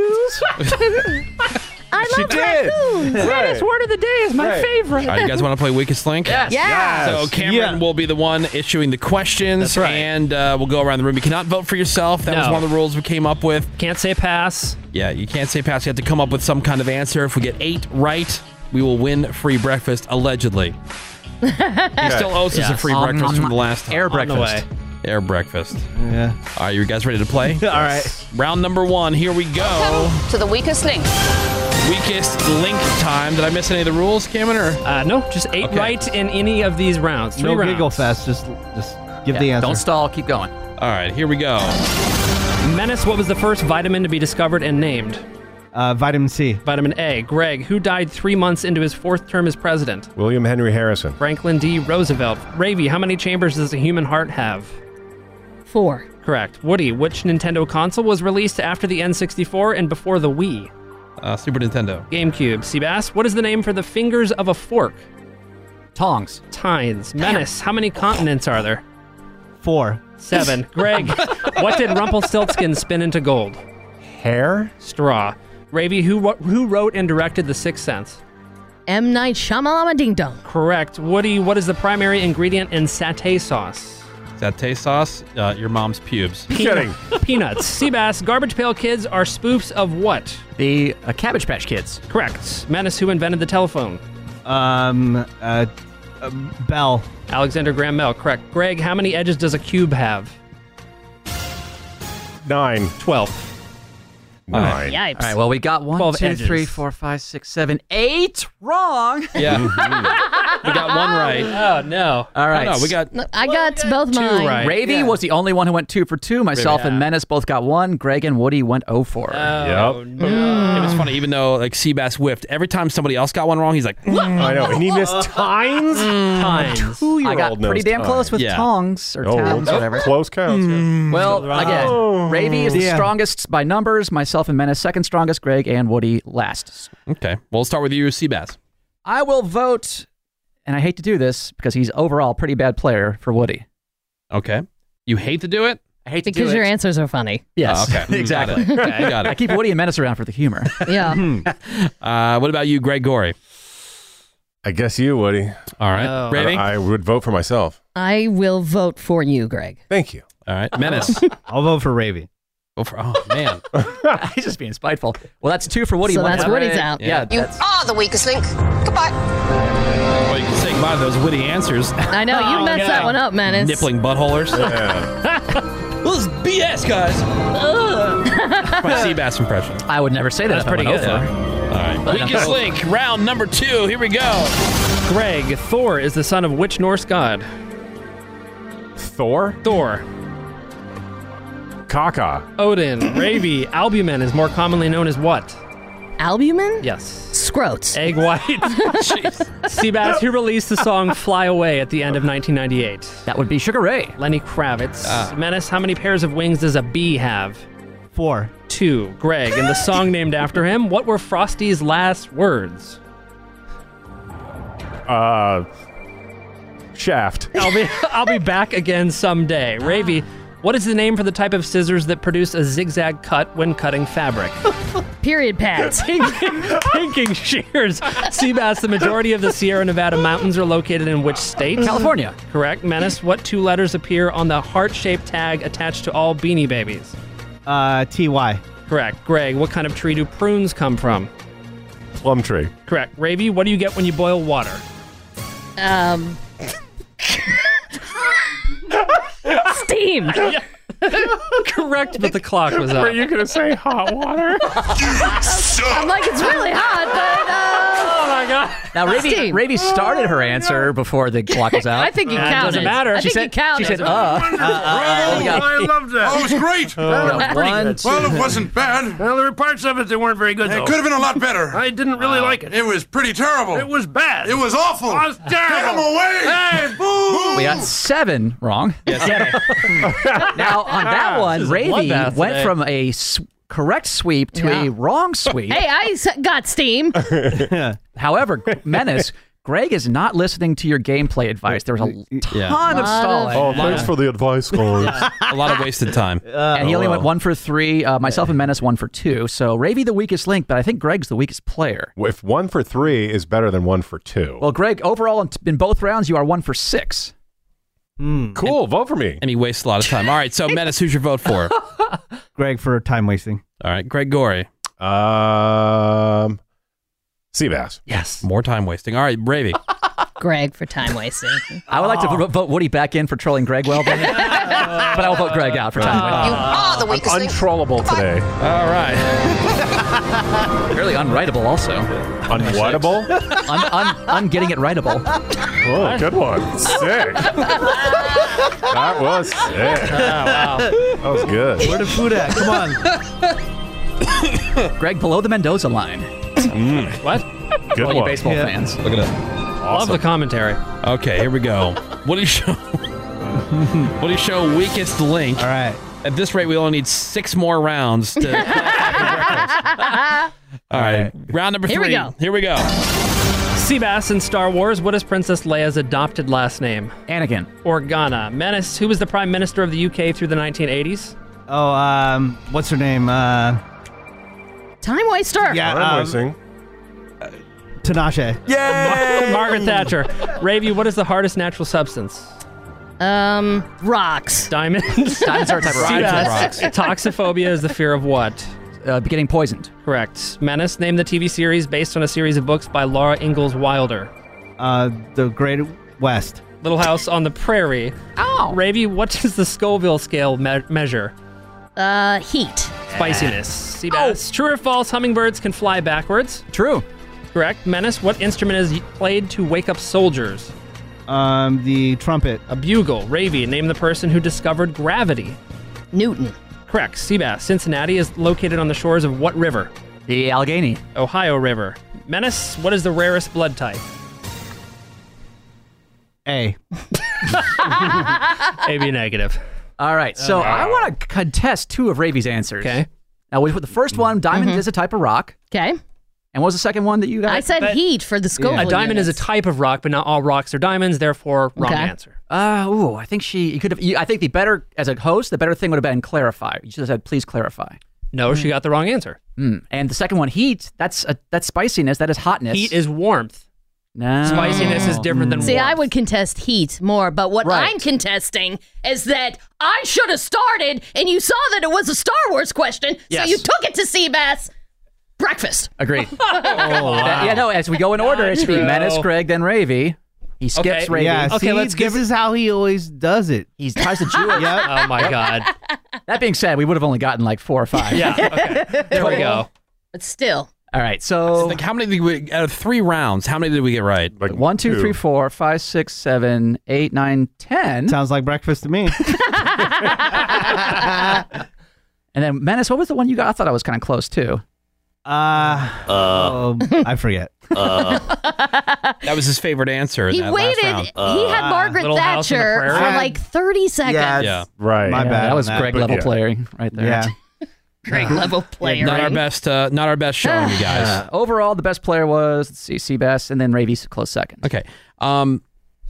S4: I
S7: She love did. raccoons. Right. Greatest word
S6: of the day is
S7: my Right. favorite.
S2: All right, Oh, you guys want to play Weakest Link?
S6: Yes.
S1: Yes.
S2: So Cameron will be the one issuing the questions, and uh, we'll go around the room. You cannot vote for yourself. That was
S6: No.
S2: one of the rules we came up with.
S6: Can't say pass.
S2: Yeah, you can't say pass. You have to come up with some kind of answer. If we get eight right, we will win free breakfast, allegedly. He still owes us a free
S1: Um,
S2: breakfast from the last time.
S13: Air
S2: On the
S13: breakfast.
S2: way. Air breakfast. Yeah. All right, you guys ready to play? All
S13: right.
S2: Round number one. Here we go.
S15: to the weakest link.
S2: Weakest link time. Did I miss any of the rules, Cameron? Or?
S6: Uh, no, just eight right in any of these rounds. Three
S2: No
S6: rounds.
S2: giggle
S5: fest. Just, just give
S6: the answer.
S13: Don't stall. Keep going.
S2: All right, here we go.
S6: Menace, what was the first vitamin to be discovered and named?
S5: Uh, vitamin C.
S6: Vitamin A. Greg, who died three months into his fourth term as president?
S7: William Henry Harrison.
S6: Franklin D. Roosevelt. Ravy, how many chambers does a human heart have?
S4: Four.
S6: Correct. Woody, which Nintendo console was released after the N64 and before the Wii?
S2: Uh, Super Nintendo.
S6: GameCube. Seabass, what is the name for the fingers of a fork?
S13: Tongs.
S6: Tines. Menace, how many continents are there?
S5: Four.
S6: Seven. Greg, what did Rumpelstiltskin spin into gold?
S7: Hair?
S6: Straw. Ravy, who, wro- who wrote and directed The Sixth Sense?
S4: M. Night Shyamalama Ding Dong.
S6: Correct. Woody, what is the primary ingredient in satay sauce?
S2: Satay sauce, uh, your mom's pubes.
S6: Peanut- Peanuts. Seabass, Garbage Pail Kids are spoofs of what?
S13: The uh, Cabbage Patch Kids.
S6: Correct. Menace, who invented the telephone?
S5: Um, uh, Bell.
S6: Alexander Graham Bell. Correct. Greg, how many edges does a cube have?
S7: Nine.
S6: Twelve.
S7: Nine.
S13: All right, well, we got one,
S6: Twelve
S13: two,
S6: edges.
S13: three, four, five, six, seven, eight. Wrong.
S2: Yeah. we got one right.
S6: Oh, no.
S13: All right.
S2: No, no, we got-
S4: No, I got both mine.
S13: Ravy was the only one who went two for two. Myself and Menace both got one. Greg and Woody went 0 for.
S2: Yep. Oh, It was funny, even though like Seabass whiffed. Every time somebody else got one wrong, he's like,
S7: Mm. I know, and he missed Tines.
S1: Mm.
S2: Tines.
S13: I got
S2: Two-year-old
S13: pretty
S2: knows
S13: damn close with
S2: time. Yeah.
S13: tongs or
S2: Oh, Hmm.
S13: towns
S2: oh,
S13: or whatever. Mm.
S7: Close counts.
S13: Well, again,
S7: Oh.
S13: Ravy is the
S7: Yeah.
S13: strongest by numbers. Myself and Menace second strongest. Greg and Woody last.
S2: Okay. Well, we'll start with you, Seabass.
S13: I will vote, and I hate to do this because he's overall a pretty bad player for Woody.
S2: Okay. You hate to do it?
S13: I hate to
S4: Because
S13: do
S4: your
S13: it.
S4: answers are funny.
S13: Yes.
S2: Oh, okay.
S13: exactly.
S2: Got it. Okay, got it.
S13: I keep Woody and Menace around for the humor.
S4: Yeah.
S2: Uh, what about you, Greg Gorey?
S7: I guess you, Woody.
S2: All right.
S7: I-
S2: Ravy?
S7: I, would vote for myself.
S4: I will vote for you, Greg.
S7: Thank you.
S2: All right. Menace.
S5: I'll vote for Ravy.
S2: Oh, for, oh man.
S13: He's just being spiteful. Well, that's two for Woody.
S4: So
S13: one
S4: that's
S13: for
S4: Woody's
S13: Greg.
S4: out.
S13: Yeah.
S14: You
S13: that's-
S14: are the weakest link. Goodbye.
S2: well, you can say goodbye to those witty answers.
S4: I know.
S13: Oh,
S4: You messed that one up, Menace.
S2: Nippling buttholers. well, this is BS, guys. My Seabass impression.
S13: I would never say that.
S2: That's
S13: if I
S2: pretty
S13: went
S2: good.
S13: over.
S2: All right.
S13: But-
S2: Weakest link, round number two. Here we go.
S6: Greg, Thor is the son of which Norse god?
S7: Thor?
S6: Thor.
S7: Kaka.
S6: Odin. Ravy. Albumin is more commonly known as what?
S4: Albumin?
S6: Yes.
S4: Scroats.
S6: Egg white. Seabass, who released the song Fly Away at the end of 1998?
S13: That would be Sugar Ray. Ah.
S6: Lenny Kravitz. Menace, how many pairs of wings does a bee have?
S5: Four.
S6: Two. Greg, and the song named after him, what were Frosty's last words?
S7: Uh, shaft.
S6: I'll be I'll be back again someday. Ravy, what is the name for the type of scissors that produce a zigzag cut when cutting fabric?
S4: Period pads.
S6: Pinking, pinking shears. Seabass, the majority of the Sierra Nevada mountains are located in which state?
S13: California.
S6: Correct. Menace, what two letters appear on the heart-shaped tag attached to all Beanie Babies?
S5: Uh, Ty.
S6: Correct. Greg, what kind of tree do prunes come from?
S7: Plum tree.
S6: Correct. Ravy, what do you get when you boil water?
S4: Um. Steam.
S6: Correct, but the clock was up.
S7: you going to say hot water?
S4: I'm like, it's really hot, uh,
S6: Oh my god. Oh,
S13: Now, Ravy,
S4: Steam.
S13: Ravy started her answer before the clock was
S4: but uh,
S13: out.
S4: I think you
S6: Uh,
S4: counted.
S6: doesn't matter.
S4: I
S6: She
S4: think you
S13: said-
S4: counted.
S13: she said, uh.
S15: Oh, I loved that. Oh, it was great.
S13: Yeah, one,
S15: well,
S13: two.
S15: it wasn't bad.
S7: well, there were parts of it that weren't very good,
S15: It could have been a lot better.
S7: I didn't really like
S15: It was pretty terrible.
S7: It was bad.
S15: It was awful.
S7: I was
S15: Get him
S7: terrible.
S15: away! Hey, boo!
S13: We got seven wrong. now, on that one,
S6: Ah, This is a bloodbath
S13: Ravy went
S6: today.
S13: from a s- correct sweep to a
S4: Yeah.
S13: wrong sweep.
S4: hey, I s- got steam.
S13: However, Menace, Greg is not listening to your gameplay advice. There was a ton of stalling.
S7: Oh, thanks for the advice, guys.
S2: A lot of wasted time.
S13: and Uh, he
S7: Oh,
S13: only
S7: well.
S13: went one for three. Uh, myself and Menace one for two. So Ravy the weakest link, but I think Greg's the weakest player.
S7: if one for three is better than one for two.
S13: Well, Greg, overall in, in both rounds, you are one for six.
S7: cool. vote for me.
S2: Hmm. And he wastes a lot of time. All right. So, Menace, who's your vote for? All
S5: Greg for time wasting.
S2: right. Greg Gorey.
S7: Um, Seabass.
S13: Yes.
S2: More time wasting. All right. Bravey.
S4: Greg for time wasting.
S13: I would like to
S14: Ah.
S13: vo- vote Woody back in for trolling Greg well, but, but I will vote Greg out for time.
S14: Ah. Are the weakest link.
S7: Untrollable today.
S2: All right.
S13: Really unwritable, also.
S7: Unwhatable?
S13: Un, un, un getting it writable.
S7: oh, good one. Sick. that was sick. That was good.
S5: Where the food at? Come on.
S13: Greg, below the Mendoza line.
S7: Mm.
S6: What?
S13: Good All you one. baseball fans.
S2: Look at it.
S6: Love the commentary.
S2: Okay, here we go. What do you show? what do you show? Weakest link. All
S5: right.
S2: At this rate, we only need six more rounds to. All right. Round number three.
S6: Here we go.
S2: Here we go.
S6: Seabass in Star Wars, what is Princess Leia's adopted last name?
S13: Anakin.
S6: Organa. Menace, who was the Prime Minister of the UK through the 1980s?
S5: Oh, um, what's her name? Uh,
S4: Time waster.
S5: yeah, um, Tinashe.
S6: Yay! Margaret Thatcher. Ravy, what is the hardest natural substance?
S4: Um, rocks.
S6: Diamonds.
S13: Diamonds are a type of rock.
S6: Seabass.
S13: Rocks.
S6: Toxophobia is the fear of what?
S13: Uh, getting poisoned.
S6: Correct. Menace, name the TV series based on a series of books by Laura Ingalls Wilder.
S5: Uh, the Great West.
S6: Little House on the Prairie.
S4: Oh.
S6: Ow! Ravy, what does the Scoville scale me- measure?
S4: Uh, heat.
S13: Eh.
S4: Oh.
S6: Spiciness. Sea
S2: Oh.
S6: bass. True or false, hummingbirds can fly backwards?
S13: True.
S6: Correct. Menace, what instrument is y- played to wake up soldiers?
S5: Um, the trumpet.
S6: A bugle. Ravy, name the person who discovered gravity.
S4: Newton.
S6: Correct. Seabass. Cincinnati is located on the shores of what river?
S13: The Allegheny.
S6: Ohio River. Menace, what is the rarest blood type?
S5: A.
S6: AB negative.
S13: All right. So
S6: Oh.
S13: I want to contest two of Ravi's answers.
S6: Okay.
S13: Now, with with the first one, diamond is a type of rock.
S4: Mm-hmm. Okay.
S13: And what was the second one that you got?
S4: I said heat for the Scoville.
S6: A diamond
S4: units.
S6: is a type of rock, but not all rocks are diamonds. Therefore, wrong
S13: Okay.
S6: answer.
S13: Uh, ooh, I think she. You could have. You, I think the better as a host, the better thing would have been clarify. You should have said, please clarify.
S6: No, she got the wrong answer.
S13: Mm. And the second one, heat. That's a, that's spiciness. That is hotness.
S6: Heat is warmth.
S13: No. Mm.
S6: Spiciness is different than
S4: See,
S6: warmth.
S4: I would contest heat more, but what
S13: Right.
S4: I'm contesting is that I should have started, and you saw that it was a Star Wars question,
S13: Yes.
S4: so you took it to Seabass. Breakfast.
S13: Agreed.
S4: Oh,
S13: Yeah. No. As we go in order, it should be
S4: Not
S13: Menace,
S4: true.
S13: Greg, then Ravy. He skips Ravy.
S5: Yeah, okay, see, let's this is how he always does it.
S13: He tries to chew it.
S5: Yep.
S6: Oh my god.
S13: That being said, we would have only gotten like four or five.
S6: Yeah. Okay. There we go.
S4: But still,
S13: All right. So
S2: Like how many did we out of three rounds? How many did we get right?
S7: Like
S13: one, two, three, four, five, six, seven, eight, nine, ten.
S5: Sounds like breakfast to me.
S13: And then Menace, what was the one you got? I thought I was kind of close too.
S5: Uh, um, I forget.
S2: that was his favorite answer. in
S4: Uh. he
S2: that last
S4: waited.
S2: round. Uh,
S4: he had Margaret
S2: Little House on the
S4: Thatcher for
S2: Prairie?
S4: like 30 seconds.
S2: Yeah.
S7: Right.
S5: My
S13: Yeah,
S5: bad.
S13: That
S5: on
S13: was Greg level
S5: But-
S13: playing right there.
S5: Yeah.
S4: Great level player.
S2: Not our best. Uh, not our best showing, you guys.
S13: Uh, overall, the best player was let's see, Seabass, and then Ravi's close second.
S2: Okay. Um,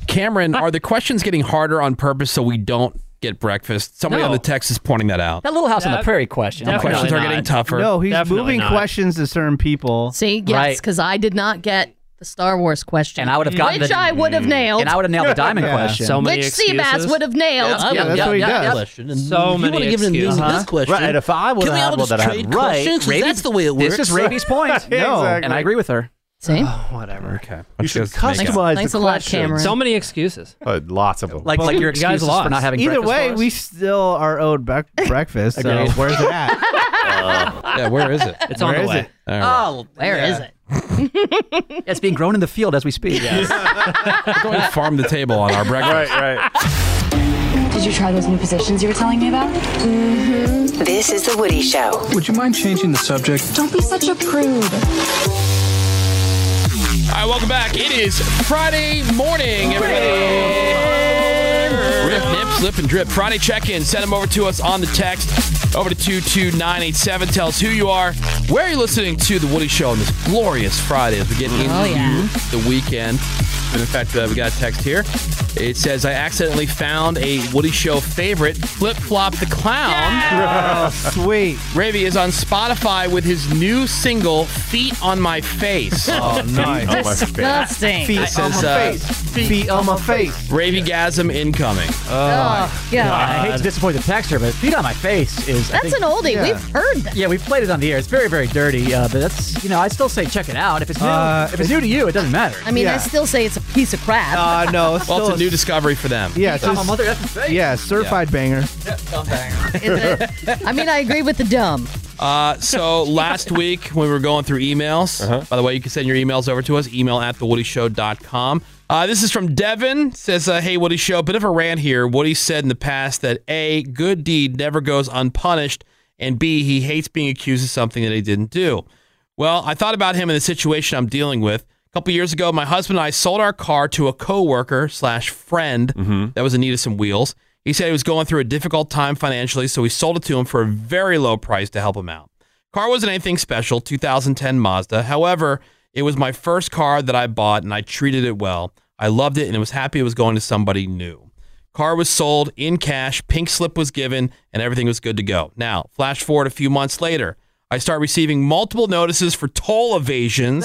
S2: Cameron, are the questions getting harder on purpose so we don't get breakfast? Somebody on
S6: No.
S2: the text is pointing that out.
S13: That Little House on the
S6: That-
S13: Prairie question.
S2: The
S6: definitely
S2: questions are
S6: not.
S2: getting tougher.
S5: No, he's
S6: Definitely
S5: moving
S6: not.
S5: questions to certain people.
S4: See, yes,
S13: Right.
S4: because I did not get the Star Wars question.
S13: And I would have gotten
S4: Which
S13: the- Mm.
S4: I would have nailed.
S13: And I would have nailed the diamond
S5: Yeah.
S13: question.
S6: So many
S4: which
S6: excuses.
S4: Seabass would have nailed.
S13: Yeah, yeah,
S5: that's
S13: yeah,
S5: what he
S13: yeah,
S5: does.
S13: yeah.
S16: question. And
S6: So
S16: if you
S6: many
S16: to give him
S6: excuses.
S16: me this question, Right, and if I would can we have all had one just that I trade had right, questions? 'Cause Ravi- that's the way it works.
S13: This is Ravi's point.
S5: No.
S13: And I agree with her.
S4: See?
S6: Oh, Whatever.
S2: Okay.
S16: You
S2: Let's
S16: should
S2: just make it.
S16: customize
S4: Thanks
S16: the
S4: a lot,
S16: question.
S4: Cameron.
S6: So many excuses.
S7: Uh, lots of them.
S13: Like, like your
S6: you guys
S13: excuses for
S6: lost.
S13: not having
S5: Either
S13: breakfast
S5: way,
S13: for us.
S5: we still are owed bre- breakfast. so
S13: Agreed. Uh,
S5: where's it at?
S2: Yeah, where is it?
S6: It's
S5: Where
S6: on the
S5: is
S6: way.
S5: it?
S2: All right.
S13: Oh,
S4: Where is it?
S13: it's being grown in the field as we speak.
S2: We're going farm the table on our breakfast.
S7: right, right.
S14: Did you try those new positions you were telling me about?
S17: Mm-hmm. This is The Woody Show.
S18: Would you mind changing the subject?
S14: Don't be such a prude.
S2: All right, welcome back. It is Friday morning, everybody. Rip, nip, slip, and drip. Friday check in. Send them over to us on the text. Over to 22987. Tell us who you are, where you're listening to The Woody Show on this glorious Friday as we get into
S4: yeah.
S2: the weekend. And in fact, uh, we got a text here. It says, I accidentally found a Woody Show favorite, Flip Flop the Clown.
S5: Oh, sweet.
S2: Ravy is on Spotify with his new single, Feet on My Face.
S5: Oh, nice.
S7: my face.
S4: Disgusting.
S5: Feet
S2: This
S5: on
S2: is,
S5: my
S2: uh,
S5: face. Feet on my face.
S2: Ravygasm incoming.
S4: Oh, God.
S13: I hate to disappoint the texture, but feet on my face is. I
S4: That's an
S13: think-
S4: oldie.
S5: yeah.
S4: We've heard that.
S13: Yeah, we've played it on the air. It's very, very dirty, uh, but that's you know I would still say check it out. If it's new,
S5: Uh,
S13: if it's new to you, it doesn't matter.
S4: I mean, I
S5: Yeah.
S4: still say it's a piece of crap.
S5: Uh, no, it's
S2: Well,
S5: still
S2: it's a new discovery for them.
S5: yeah, it's
S13: Feet on my
S5: just-
S13: mother effing face.
S5: yeah, certified banger.
S4: It's a- I mean, I agree with the dumb.
S2: Uh, so last week when we were going through emails,
S5: Uh-huh.
S2: by the way, you can send your emails over to us, email at thewoodyshow.com. Uh, this is from Devin. Says, uh, hey, Woody Show, bit of a rant here. Woody said in the past that A, good deed never goes unpunished, and B, he hates being accused of something that he didn't do. Well, I thought about him in the situation I'm dealing with. A couple years ago, my husband and I sold our car to a coworker slash friend that was in need of some wheels. He said he was going through a difficult time financially, so we sold it to him for a very low price to help him out. Car wasn't anything special, 2010 Mazda. However, it was my first car that I bought and I treated it well. I loved it and was happy it was going to somebody new. Car was sold in cash, pink slip was given, and everything was good to go. Now, flash forward a few months later, I start receiving multiple notices for toll evasions.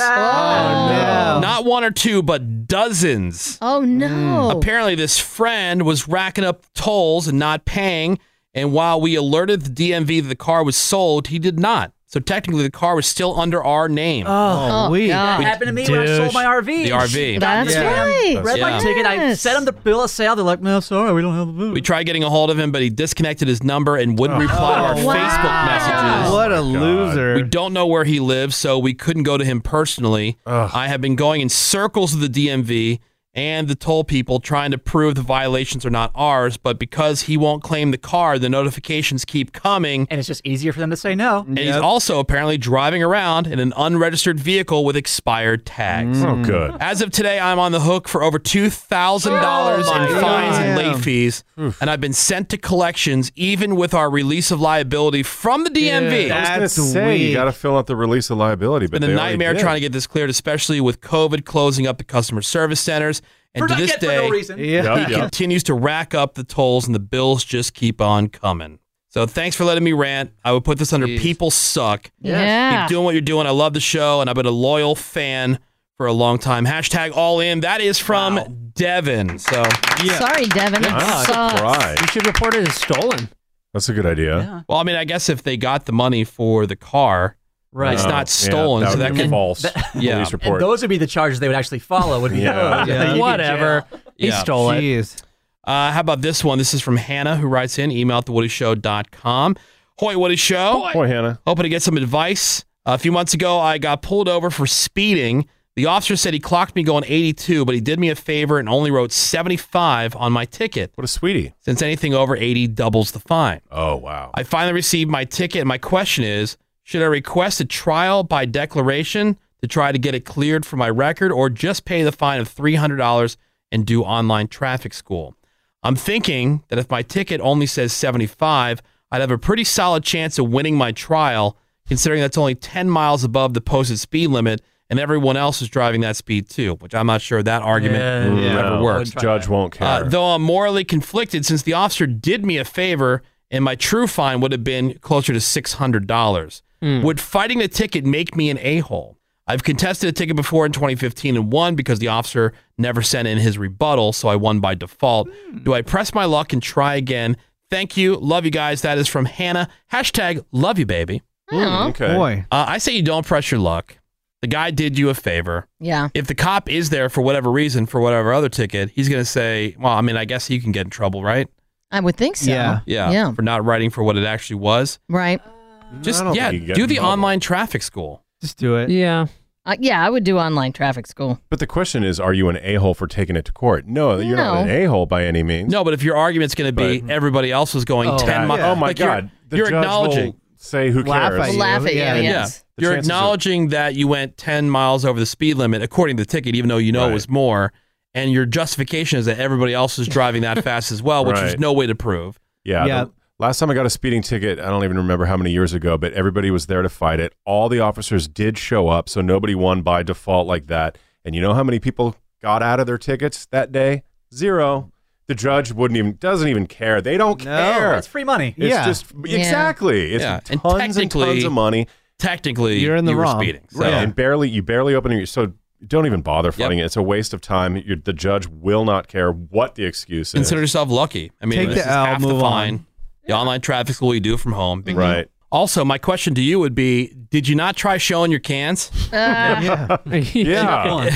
S2: Not one or two, but dozens.
S4: Oh no.
S16: Mm.
S2: Apparently, this friend was racking up tolls and not paying. And while we alerted the DMV that the car was sold, he did not. So technically, the car was still under our name.
S13: Oh, we that happened to me when I sold my RV.
S2: The RV.
S13: That's
S2: Yeah.
S13: right. Read my
S2: Yeah.
S13: ticket. I sent them the bill of sale. They're like, no, sorry, we don't have the bill.
S2: We tried getting a hold of him, but he disconnected his number and wouldn't reply to our
S13: Oh, wow.
S2: Facebook messages.
S5: What a loser.
S2: We don't know where he lives, so we couldn't go to him personally. I have been going in circles with the DMV and the toll people trying to prove the violations are not ours, but because he won't claim the car, the notifications keep coming.
S13: And it's just easier for them to say no.
S2: And he's also apparently driving around in an unregistered vehicle with expired tags.
S7: Oh, good.
S2: As of today, I'm on the hook for over two thousand dollars
S7: Oh,
S2: in
S7: my
S2: fines and
S7: God.
S2: late fees, and I've been sent to collections, even with our release of liability from the DMV.
S7: I was gonna say you got to fill out the release of liability, but
S2: been a nightmare trying to get this cleared, especially with COVID closing up the customer service centers. And
S13: For
S2: to
S13: not
S2: this
S13: yet for no
S2: day,
S13: reason.
S2: he
S13: Yeah. Yep, yep.
S2: continues to rack up the tolls, and the bills just keep on coming. So thanks for letting me rant. I would put this under people suck.
S1: Yes. Yeah.
S2: Keep doing what you're doing. I love the show, and I've been a loyal fan for a long time. Hashtag all in. That is from Devin. So
S4: Sorry, Devin.
S2: Good
S16: Ah,
S4: That sucks.
S6: You should report it as stolen.
S7: That's a good idea.
S2: Well, I mean, I guess if they got the money for the car,
S13: Right.
S2: It's
S13: Oh,
S2: not
S13: yeah,
S2: stolen,
S13: that
S2: so
S13: would
S2: that
S13: be
S2: could
S13: false
S2: Yeah.
S13: And those would be the charges they would actually follow. Would be
S2: Yeah. Yeah.
S13: You get
S2: Whatever.
S13: jail.
S2: He stole it. Uh, how about this one? This is from Hannah, who writes in email at thewoodyshow.com. Hoy Woody Show.
S7: Hoy, Hannah.
S2: Hoping to get some advice. a few months ago, I got pulled over for speeding. The officer said he clocked me going 82, but he did me a favor and only wrote 75 on my ticket.
S7: What a sweetie.
S2: Since anything over 80 doubles the fine.
S7: Oh, wow.
S2: I finally received my ticket. and My question is should I request a trial by declaration to try to get it cleared from my record or just pay the fine of $300 and do online traffic school? I'm thinking that if my ticket only says 75, I'd have a pretty solid chance of winning my trial, considering that's only 10 miles above the posted speed limit and everyone else is driving that speed too, which I'm not sure that argument
S7: Yeah,
S2: ever
S7: no,
S2: works.
S7: Judge won't care.
S2: Uh, though I'm morally conflicted since the officer did me a favor and my true fine would have been closer to $600.
S1: Hmm.
S2: Would fighting the ticket make me an a hole? I've contested a ticket before in 2015 and won because the officer never sent in his rebuttal, so I won by default. Do I press my luck and try again? Thank you. Love you guys. That is from Hannah. Hashtag love you, baby.
S4: Aw. okay. Boy.
S2: Uh, I say you don't press your luck. The guy did you a favor.
S4: Yeah.
S2: If the cop is there for whatever reason, for whatever other ticket, he's going to say, well, I mean, I guess he can get in trouble, right?
S4: I would think so.
S2: Yeah.
S4: Yeah.
S2: For not writing for what it actually was.
S4: Right.
S2: Just,
S4: don't
S2: yeah,
S4: think you
S7: get
S2: do
S7: in
S2: the
S7: trouble.
S2: online traffic school.
S7: Just do it.
S6: Yeah.
S4: Uh, yeah, I would do online traffic school.
S7: But the question is, are you an a hole for taking it to court? No, you're not an
S4: No.
S7: a hole by any means.
S2: No, but if your argument's going to be everybody else was going
S7: Oh,
S2: 10 miles.
S7: yeah. Oh, my God. The
S2: You're,
S7: judge will
S2: acknowledging.
S7: Say who Laugh cares? at you. Laugh at you,
S2: Yeah.
S7: yes. The
S2: You're
S7: chances are-
S2: acknowledging that you went 10 miles over the speed limit according to the ticket, even though you know it was more. And your justification is that everybody else is driving that fast as well, which there's
S7: Right.
S2: no way to prove.
S7: Yeah.
S2: Yeah.
S7: the last time I got a speeding ticket, I don't even remember how many years ago, but everybody was there to fight it. All the officers did show up, so nobody won by default like that. And you know how many people got out of their tickets that day? Zero. The judge wouldn't even doesn't even care. They don't care.
S13: it's free money.
S7: It's
S13: Yeah.
S7: just
S13: Yeah.
S7: exactly. It's
S13: Yeah,
S2: and
S7: tons and
S2: technically-
S7: tons of money.
S2: Technically, You're in the you were wrong. speeding, so-
S7: Right. And barely you barely open your so don't even bother fighting it. It's a waste of time. You're, the judge will not care what the excuse is.
S2: Consider yourself lucky. I mean,
S7: Take
S2: this
S7: the
S2: is
S7: L,
S2: half the
S7: move on.
S2: fine. The online traffic school you do from home. Big deal.
S7: Right.
S2: Also, my question to you would be Did you not try showing your cans?
S4: Uh,
S2: yeah. You
S4: yeah,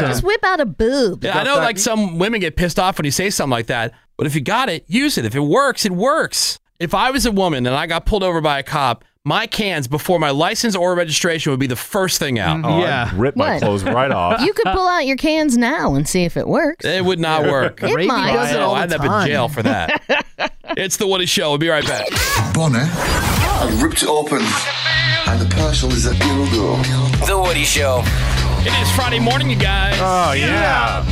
S4: Just whip out a boob.
S2: Yeah, I know like some women get pissed off when you say something like that, but if you got it, use it. If it works, it works. If I was a woman and I got pulled over by a cop, my cans before my license or registration would be the first thing out.
S7: Oh, I'd Yeah. rip my
S4: What? clothes right You could pull out your cans now and see if it works.
S2: It would not work.
S4: It might.
S2: I know, I'd end up in jail for that. It's the Woody Show. We'll be right back.
S18: Bonnet. I ripped it open, and the parcel is a dildo.
S2: The Woody Show. It is Friday morning, you guys. Oh yeah.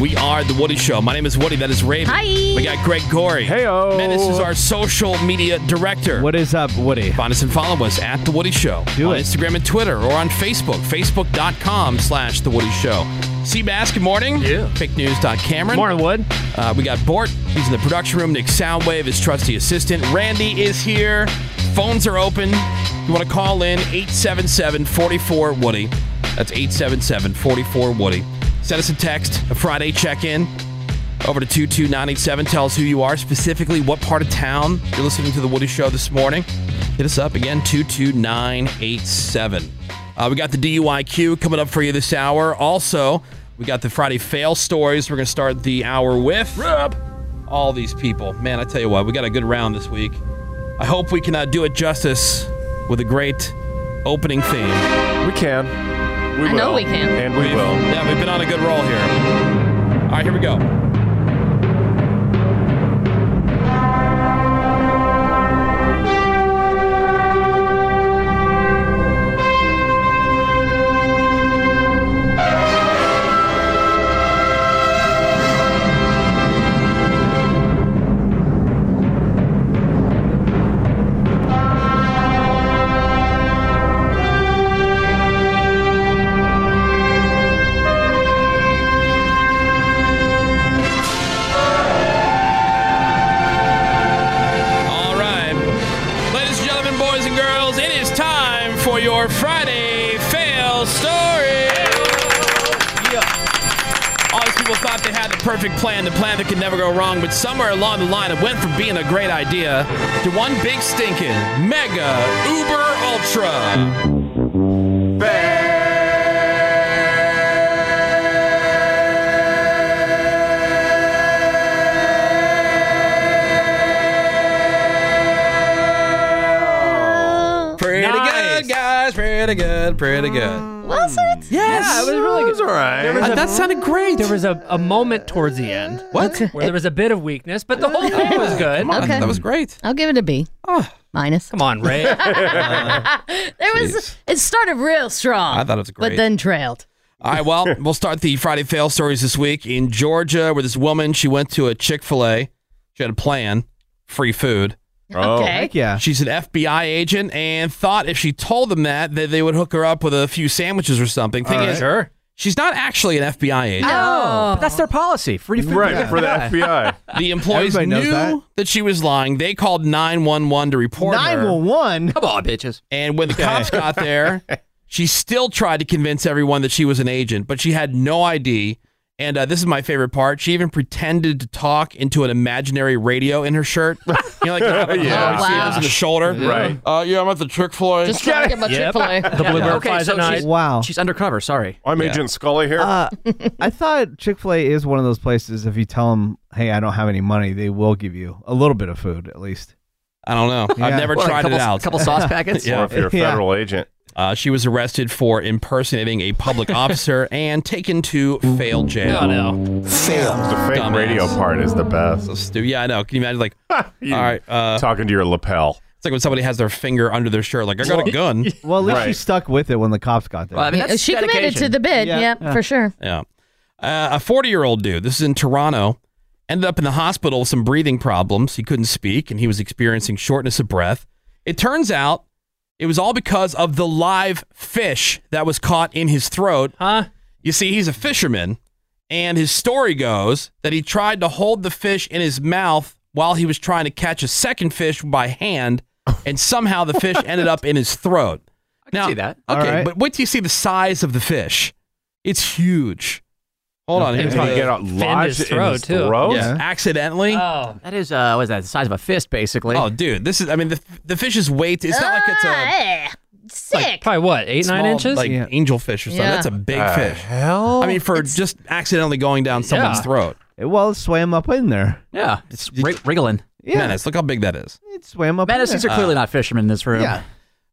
S2: We are the Woody Show. My name is Woody. That is Raven.
S4: Hi.
S2: We got Greg Gorey. Heyo. Man, this is our social media director. What
S5: is up, Woody?
S2: Find us and follow us at the Woody Show on Instagram and Twitter, or on Facebook. Facebook.com slash the Woody Show. Seabass, good morning. Yeah. Cameron. Morning, Wood. Uh, we got Bort. He's in the production room. Nick Soundwave, his trusty assistant. Randy is here. Phones are open. You want to call in 877 44 Woody. That's 877 44 Woody. Send us a text, a Friday check in over to 22987. Tell us who you are, specifically what part of town you're listening to The Woody Show this morning. Hit us up again, 22987. Uh, we got the DUIQ coming up for you this hour. Also, we got the Friday fail stories. We're going to start the hour with all these people. Man, I tell you what, we got a good round this week. I hope we can uh, do it justice with a great opening theme.
S7: We can. We
S4: I know will. we can.
S7: And we will.
S2: Yeah, we've been on a good roll here. All right, here we go. All right. Ladies and gentlemen, boys and girls, it is time for your Friday fail story. All these people thought they had the perfect plan, the plan that could never go wrong, but somewhere along the line, it went from being a great idea to one big stinking mega uber ultra. Pretty good, guys. Pretty good. Pretty good.
S4: Was it?
S6: Yes. Yeah, it was really good. It was all
S2: right.
S13: Uh,
S2: That sounded great.
S6: There was a, a moment towards the end.
S2: What?
S6: Where there was a bit of weakness, but the whole thing was good.
S4: Okay.
S2: great.
S4: I'll give it a B.
S2: Oh.
S4: Minus. Come
S6: on, Ray.
S4: there was it started real strong.
S2: I thought it was great.
S4: But then trailed.
S2: All right, well, we'll start the Friday fail stories this week in Georgia, where this woman she went to a Chick Fil A. She had a plan, free food.
S4: Oh. Okay. Heck
S2: yeah. She's an FBI agent and thought if she told them that, that they would hook her up with a few sandwiches or something. Thing
S13: All
S2: is,
S13: right. Sure.
S2: she's not actually an FBI agent.
S13: No, Oh, but that's their policy. Free food
S2: Right, for the
S7: FBI.
S2: The employees
S13: Everybody knows
S2: knew
S13: that.
S2: that. she was lying. They called 911 to report her.
S5: 911?
S13: Come on, bitches.
S2: And when the cops got there, she still tried to convince everyone that she was an agent, but she had no ID. And uh, this is my favorite part. She even pretended to talk into an imaginary radio in her shirt. You know, like you have it
S1: Yeah.
S2: on, you see it
S13: Oh,
S1: Wow.
S2: on the shoulder.
S1: Right.
S2: Uh, yeah, I'm at the Chick fil A.
S1: Just trying to get my Yep. Chick-fil-A. The
S13: Blue Bird flies at night.
S5: Wow.
S13: She's undercover. Sorry.
S7: I'm Agent Scully here.
S5: Uh, I thought Chick Fil A is one of those places. If you tell them, "Hey, I don't have any money," they will give you a little bit of food at least.
S2: I don't know. I've
S5: Yeah.
S2: never
S5: What, a
S2: tried
S5: couple-
S2: it out.
S5: couple sauce packets?
S7: Or if you're a federal agent.
S2: Uh, she was arrested for impersonating a public officer and taken to fail jail.
S7: Oh, no.
S2: Fail.
S7: The fake radio part is the best.
S2: yeah, I know. Can you imagine, like, all right, uh,
S7: talking to your lapel?
S2: It's like when somebody has their finger under their shirt, like, I got a gun.
S13: Mm-hmm.
S5: Well, at least she stuck with it when the cops got there.
S4: Yeah, she committed to the bid. Yeah, for sure.
S2: Yeah. Uh, a 40 year old dude, this is in Toronto, ended up in the hospital with some breathing problems. He couldn't speak and he was experiencing shortness of breath. It turns out it was all because of the live fish that was caught in his throat. Huh? You see, he's a fisherman, and his story goes that he tried to hold the fish in his mouth while he was trying to catch a second fish by hand, and somehow the fish ended up in his throat. I can now, see that.
S13: All
S2: Okay,
S13: right.
S2: but wait till you see the size of the fish. It's huge. Hold on.
S13: Okay.
S2: here's
S13: Did he
S2: the-
S13: get out Fin lodged his in throat, his too. throat?
S2: Yeah.
S13: Yeah.
S2: Accidentally.
S13: Oh, that is uh, what is that? The size of a fist, basically.
S2: Oh, dude, this is. I mean, the the fish's weight. It's not like it's
S1: Uh,
S2: a
S1: eh.
S4: Ah, sick.
S2: probably what eight
S6: nine inches?
S2: like
S6: Yeah.
S2: angel fish or something.
S4: Yeah.
S2: That's a big
S7: Uh,
S2: fish. Hell, I mean, for just accidentally going down someone's
S5: Yeah.
S2: throat.
S5: It well it swam up in there.
S13: Yeah, it's wrig- wriggling.
S5: Yeah.
S2: Menace, look how big that is.
S5: It swam up.
S13: Menace,
S5: in
S13: these
S5: there.
S13: are
S6: Uh,
S13: clearly not fishermen in this room.
S5: Yeah.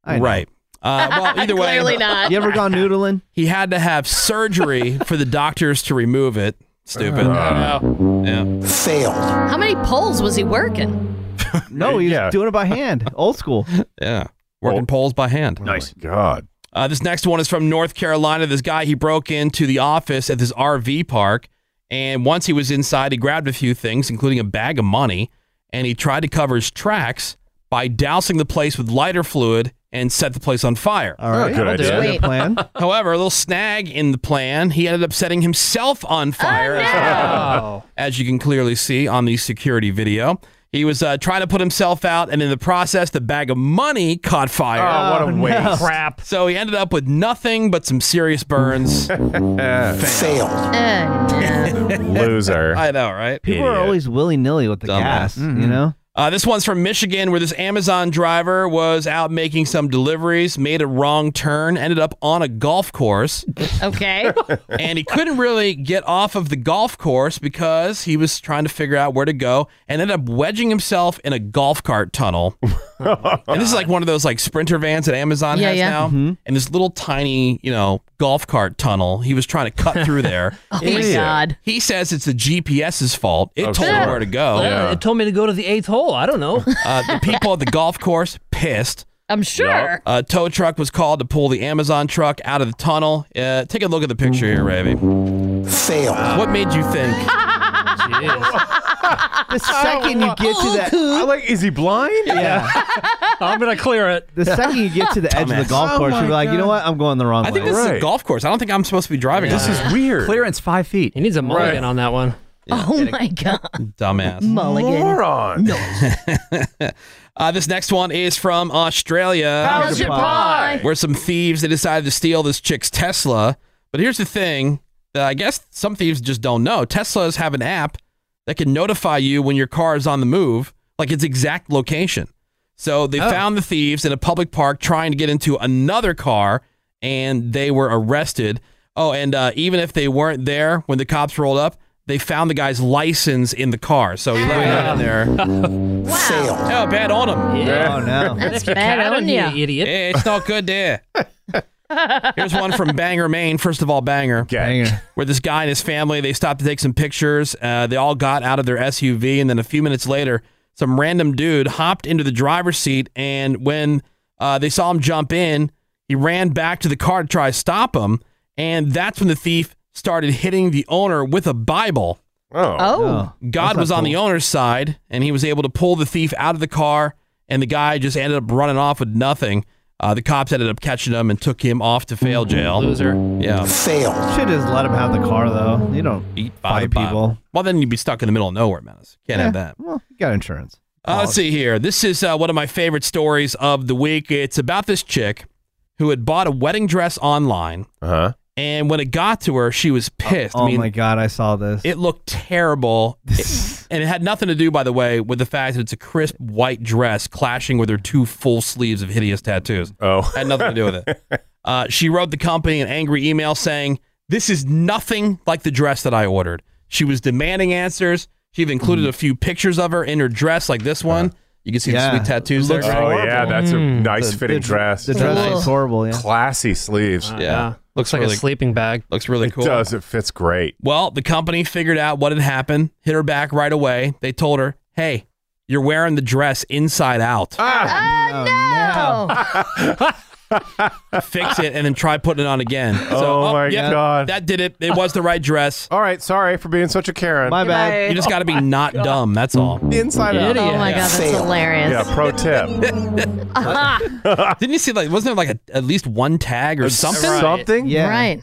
S5: I know.
S2: Right. Uh, well, either way,
S4: Clearly not.
S5: You ever gone noodling?
S2: He had to have surgery for the doctors to remove it. Stupid.
S7: Ah.
S2: yeah. Failed.
S4: How many poles was he working?
S5: No, he's doing it by hand. Old school.
S2: Yeah. Working
S5: Oh.
S2: poles by hand.
S7: Nice. God.
S2: Uh, this next one is from North Carolina. This guy, he broke into the office at this RV park. And once he was inside, he grabbed a few things, including a bag of money. And he tried to cover his tracks by dousing the place with lighter fluid and set the place on fire. All
S5: right. Oh, Good I'll do idea. it. Good plan.
S2: However, a little snag in the plan. He ended up setting himself on fire.
S1: no.
S2: as you can clearly see on the security video. He was uh, trying to put himself out, and in the process, the bag of money caught fire.
S7: Oh, what a Oh, waste. no.
S2: Crap. So he ended up with nothing but some serious burns.
S7: Uh,
S2: Failed.
S7: Loser.
S2: I know, right?
S5: People are always willy nilly with the gas, you know?
S2: Uh, this one's from Michigan, where this Amazon driver was out making some deliveries, made a wrong turn, ended up on a golf course,
S4: Okay.
S2: and he couldn't really get off of the golf course because he was trying to figure out where to go, and ended up wedging himself in a golf cart tunnel. and this is like one of those like sprinter vans that Amazon
S4: Yeah,
S2: has
S4: yeah.
S2: now,
S5: Mm-hmm.
S2: and this little tiny, you know, golf cart tunnel. He was trying to cut through there.
S4: Oh my
S2: He-
S4: God.
S2: He says it's the GPS's fault.
S5: Oh,
S2: It told him
S6: sure.
S2: where to go.
S6: Well, It told me to go to the eighth hole. I don't know.
S2: Uh, the people at the golf course pissed.
S4: I'm sure.
S2: A tow truck was called to pull the Amazon truck out of the tunnel. Uh, take a look at the picture here, Ravi. Fail. What made you think?
S5: The second you get
S1: Oh,
S5: to that, I'm
S7: like, is he blind?
S5: Yeah.
S6: I'm gonna clear it.
S5: The second you get to the edge of the
S2: Dumbass.
S5: golf
S2: Oh
S5: course,
S2: my
S5: you're like, you know
S2: God.
S5: what? I'm going the wrong
S2: I
S5: way.
S2: think this is a golf course. I don't think I'm supposed to be driving.
S5: This
S2: is weird.
S13: Clearance five feet.
S6: He needs a mulligan
S2: Right.
S6: on that one.
S4: Oh my God.
S2: Dumbass.
S4: Mulligan.
S7: Moron.
S2: No. uh, this next one is from Australia.
S1: How's How's your your pie? pie?
S2: Where some thieves they decided to steal this chick's Tesla. But here's the thing that I guess some thieves just don't know. Teslas have an app that can notify you when your car is on the move, like its exact location. So
S1: Oh.
S2: they found the thieves in a public park trying to get into another car, and they were arrested. Oh, and uh, even if they weren't there when the cops rolled up, they found the guy's license in the car. So he let it out there. wow. Oh, bad on him.
S5: Yeah. Oh, no.
S6: That's That's bad bad on on ya. ya, idiot.
S2: Yeah, it's not good there. Here's one from Bangor, Maine. First of all, Banger. Banger. Where this guy and his family, they stopped to take some pictures. Uh, they all got out of their SUV, and then a few minutes later, some random dude hopped into the driver's seat, and when uh, they saw him jump in, he ran back to the car to try to stop him, and that's when the thief started hitting the owner with a Bible.
S7: Oh.
S4: Oh.
S2: God
S4: That's
S2: was
S4: not
S2: on
S4: cool.
S2: the owner's side, and he was able to pull the thief out of the car, and the guy just ended up running off with nothing. Uh, the cops ended up catching him and took him off to fail jail.
S6: Loser.
S2: Yeah.
S5: Should just let him have the car though. You don't
S2: eat five
S5: people.
S2: Well, then you'd be stuck in the middle of nowhere, Menace. Can't have that.
S5: Well, you got insurance.
S2: Uh, let's see here. This is uh, one of my favorite stories of the week. It's about this chick who had bought a wedding dress online.
S7: Uh-huh.
S2: And when it got to her, she was pissed.
S5: Oh
S2: I mean,
S5: my god, I saw this.
S2: It looked terrible. It- and it had nothing to do, by the way, with the fact that it's a crisp white dress clashing with her two full sleeves of hideous tattoos.
S7: Oh.
S2: Had nothing to do with it. Uh, she wrote the company an angry email saying, This is nothing like the dress that I ordered. She was demanding answers. She even
S7: Mm.
S2: included a few pictures of her in her dress, like this one. You can see
S7: Yeah.
S2: the sweet tattoos
S7: It
S2: there.
S7: looks Oh, horrible. yeah, that's a Mm. nice The- fitting the- dress. the dress looks Ugh.
S5: horrible. Yeah.
S7: Classy sleeves.
S2: Yeah. Looks
S6: like a
S2: really-
S6: sleeping bag.
S2: Looks really cool.
S7: Does it fits great?
S2: Well, the company figured out what had happened, hit her back right away. They told her, hey, you're wearing the dress inside out.
S7: Ah,
S2: Fix it and then try putting it on again.
S7: Oh, my God.
S2: That did it. It was the right dress.
S7: All right, sorry for being such a Karen.
S5: My bad. Bye.
S2: You just got to
S7: Oh
S2: be not dumb. That's all.
S7: The inside out.
S4: Oh my God, that's hilarious.
S7: Yeah, pro tip.
S2: Didn't you see like wasn't there like a, at least one tag or
S7: Right.
S2: something?
S7: Uh, Something? Yeah.
S4: Right.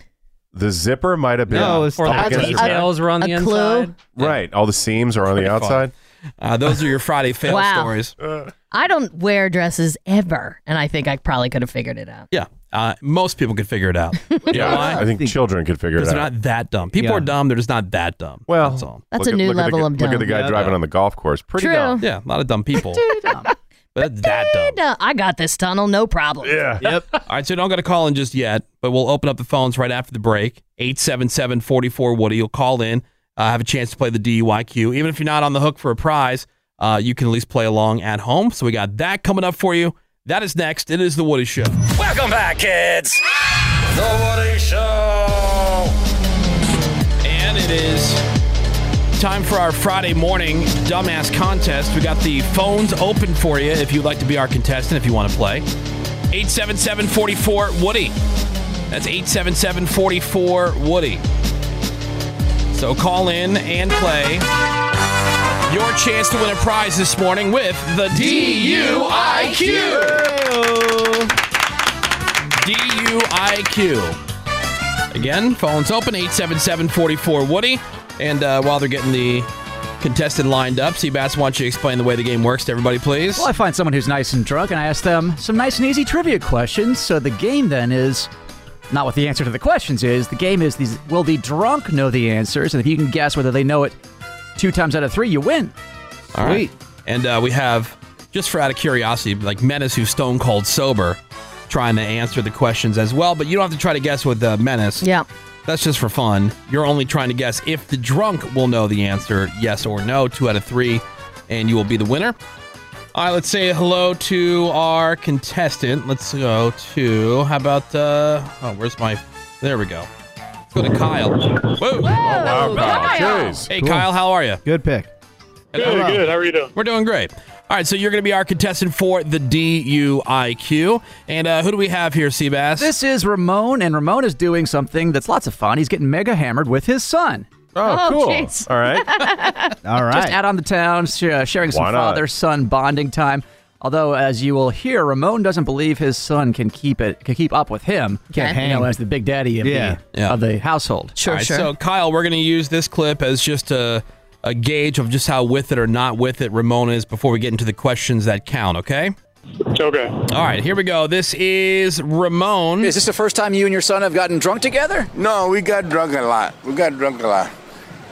S7: The zipper might have been.
S2: No, it's
S7: or
S2: the-
S7: against
S2: the
S7: the back.
S6: Details were on
S4: A
S6: the
S4: clue?
S6: inside.
S7: Right. All the seams are on the
S2: Pretty fun.
S7: outside.
S2: Uh, those are your Friday fail
S4: Wow.
S2: stories.
S6: Uh.
S4: I don't wear dresses ever, and I think I probably could have figured it out.
S2: Yeah. Uh, most people could figure it out. You know why?
S7: I think children could figure it
S2: Because
S7: out.
S2: they're not that dumb. People
S7: Yeah.
S2: are dumb. They're just not that dumb.
S7: Well,
S2: that's all.
S4: That's a new
S7: at the
S4: level
S7: gu-
S4: of
S7: Look at the
S4: dumb.
S7: guy
S4: Yeah.
S7: driving on the golf course. Pretty
S4: True.
S7: dumb.
S2: Yeah, a lot of dumb people. but that's that dumb.
S4: And, uh, I got this tunnel, no problem.
S7: Yeah.
S2: Yep. All right, so don't got to call in just yet, but we'll open up the phones right after the break. 877-44-WOODY. You'll call in, uh, have a chance to play the DUIQ. Even if you're not on the hook for a prize, uh, you can at least play along at home. So we got that coming up for you. That is next. It is The Woody Show.
S1: Welcome back, kids. The Woody Show.
S2: And again. It is time for our Friday morning dumbass contest. We got the phones open for you if you'd like to be our contestant, if you want to play. 877 44 Woody. That's 877 44 Woody. So call in and play. Your chance to win a prize this morning with the DUIQ. DUIQ. Again, phones open 877 44 Woody. And uh, while they're getting the contestant lined up, Seabass, why don't you explain the way the game works to everybody, please?
S13: Well, I find someone who's nice and drunk, and I ask them some nice and easy trivia questions. So the game then is not what the answer to the questions is. The game is these: will the drunk know the answers? And if you can guess whether they know it two times out of three, you win.
S2: All right. And uh, we have, just for out of curiosity, like Menace, who's stone cold sober, trying to answer the questions as well. But you don't have to try to guess with uh, Menace.
S4: Yeah.
S2: That's just for fun. You're only trying to guess if the drunk will know the answer, yes or no, two out of three, and you will be the winner. All right, let's say hello to our contestant. Let's go to, how about, uh, oh, where's my, there we go. Let's go to Kyle. Whoa.
S7: wow, Kyle. Kyle. Jeez.
S2: Hey,
S7: Cool.
S2: Kyle, how are you?
S5: Good pick.
S2: Good,
S19: good. How are you doing?
S2: We're doing great. All right, so you're going to be our contestant for the DUIQ. And uh, who do we have here, Seabass?
S13: This is Ramon, and Ramon is doing something that's lots of fun. He's getting mega hammered with his son.
S4: Oh, Oh, cool. jeez. All
S13: right.
S5: All
S13: right. Just out on the town, sh- uh, sharing some
S7: Why not?
S13: father son bonding time. Although, as you will hear, Ramon doesn't believe his son can keep it can keep up with him.
S2: Can't
S13: you know,
S2: hang.
S13: as the big daddy of,
S2: Yeah.
S13: The, of the household.
S2: All right, So, Kyle, we're going to use this clip as just a, a gauge of just how with it or not with it Ramon is before we get into the questions that count, okay?
S19: Okay.
S2: All right, here we go. This is Ramon. Is this the first time you and your son have gotten drunk together?
S20: No, we got drunk a lot. We got drunk a lot.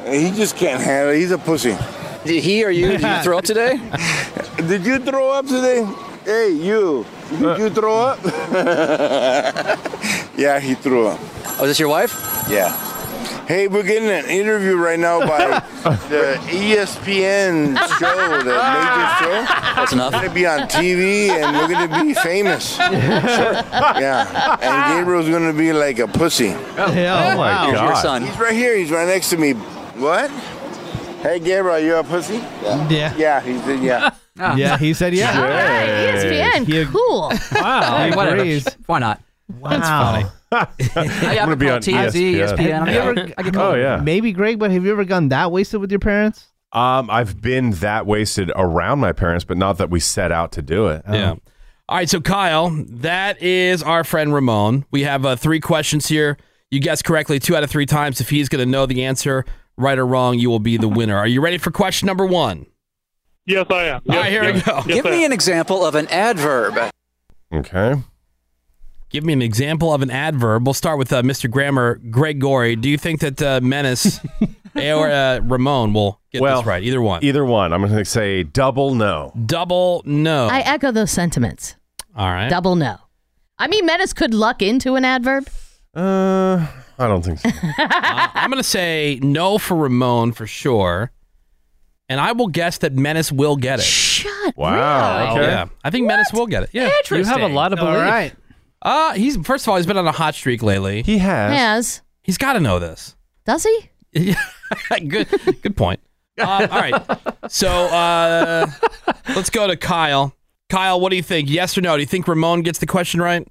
S20: He just can't handle it. He's a pussy. Did he or you, did you throw up today? did you throw up today? Hey, you. Did you throw up? yeah, he threw up. Oh, is this your wife? Yeah. Hey, we're getting an interview right now by the E ESPN show, the major show. That's enough. We're gonna be on TV and we're gonna be famous. Yeah, and Gabriel's gonna be like a pussy.
S1: Oh, yeah, oh my Wow. God.
S20: Your son. He's right here. He's right next to me. What? Hey, Gabriel, you a pussy? Yeah. Yeah. Yeah. He said, yeah.
S13: Ah.
S5: Yeah, he said yeah.
S20: All right,
S4: ESPN, cool.
S5: Wow.
S13: Hey, whatever. Why not?
S5: That's funny.
S13: I'm gonna be on TMZ,
S5: E
S13: ESPN. ESPN.
S5: Have you ever- I get
S7: Oh,
S5: called-
S7: yeah.
S5: Maybe Greg, but have you ever gone that wasted with your parents?
S7: Um, I've been that wasted around my parents, but not that we set out to do it. Um,
S2: Yeah. All right, so Kyle, that is our friend Ramon. We have uh, three questions here. You guess correctly two out of three times. If he's going to know the answer, right or wrong, you will be the winner. Are you ready for question number one?
S19: Yes, I am.
S2: All right, here we go.
S13: Give me an example of an adverb.
S7: Okay.
S2: Give me an example of an adverb. We'll start with uh, Mr. Grammar, Greg Gorey. Do you think that uh, Menace or uh, Ramon will get this right? Either one.
S7: Either one. I'm going to say double no.
S2: Double no.
S4: I echo those sentiments.
S2: All
S7: Eh?
S2: right.
S4: Double no. I mean, Menace could luck into an adverb.
S7: Uh, I don't think so.
S2: I'm going to say no for Ramon for sure. And I will guess that Menace will get it.
S4: Shut
S7: Wow, really? okay.
S2: Yeah. I think Menace will get it. Yeah.
S6: You have a lot of belief.
S2: Uh, he's first of all, he's been on a hot streak lately.
S7: He has.
S4: Has.
S2: He's got to know this.
S4: Does he?
S2: good. Good point. Uh, all right. So uh, let's go to Kyle. Kyle, what do you think? Yes or no? Do you think Ramon gets the question right?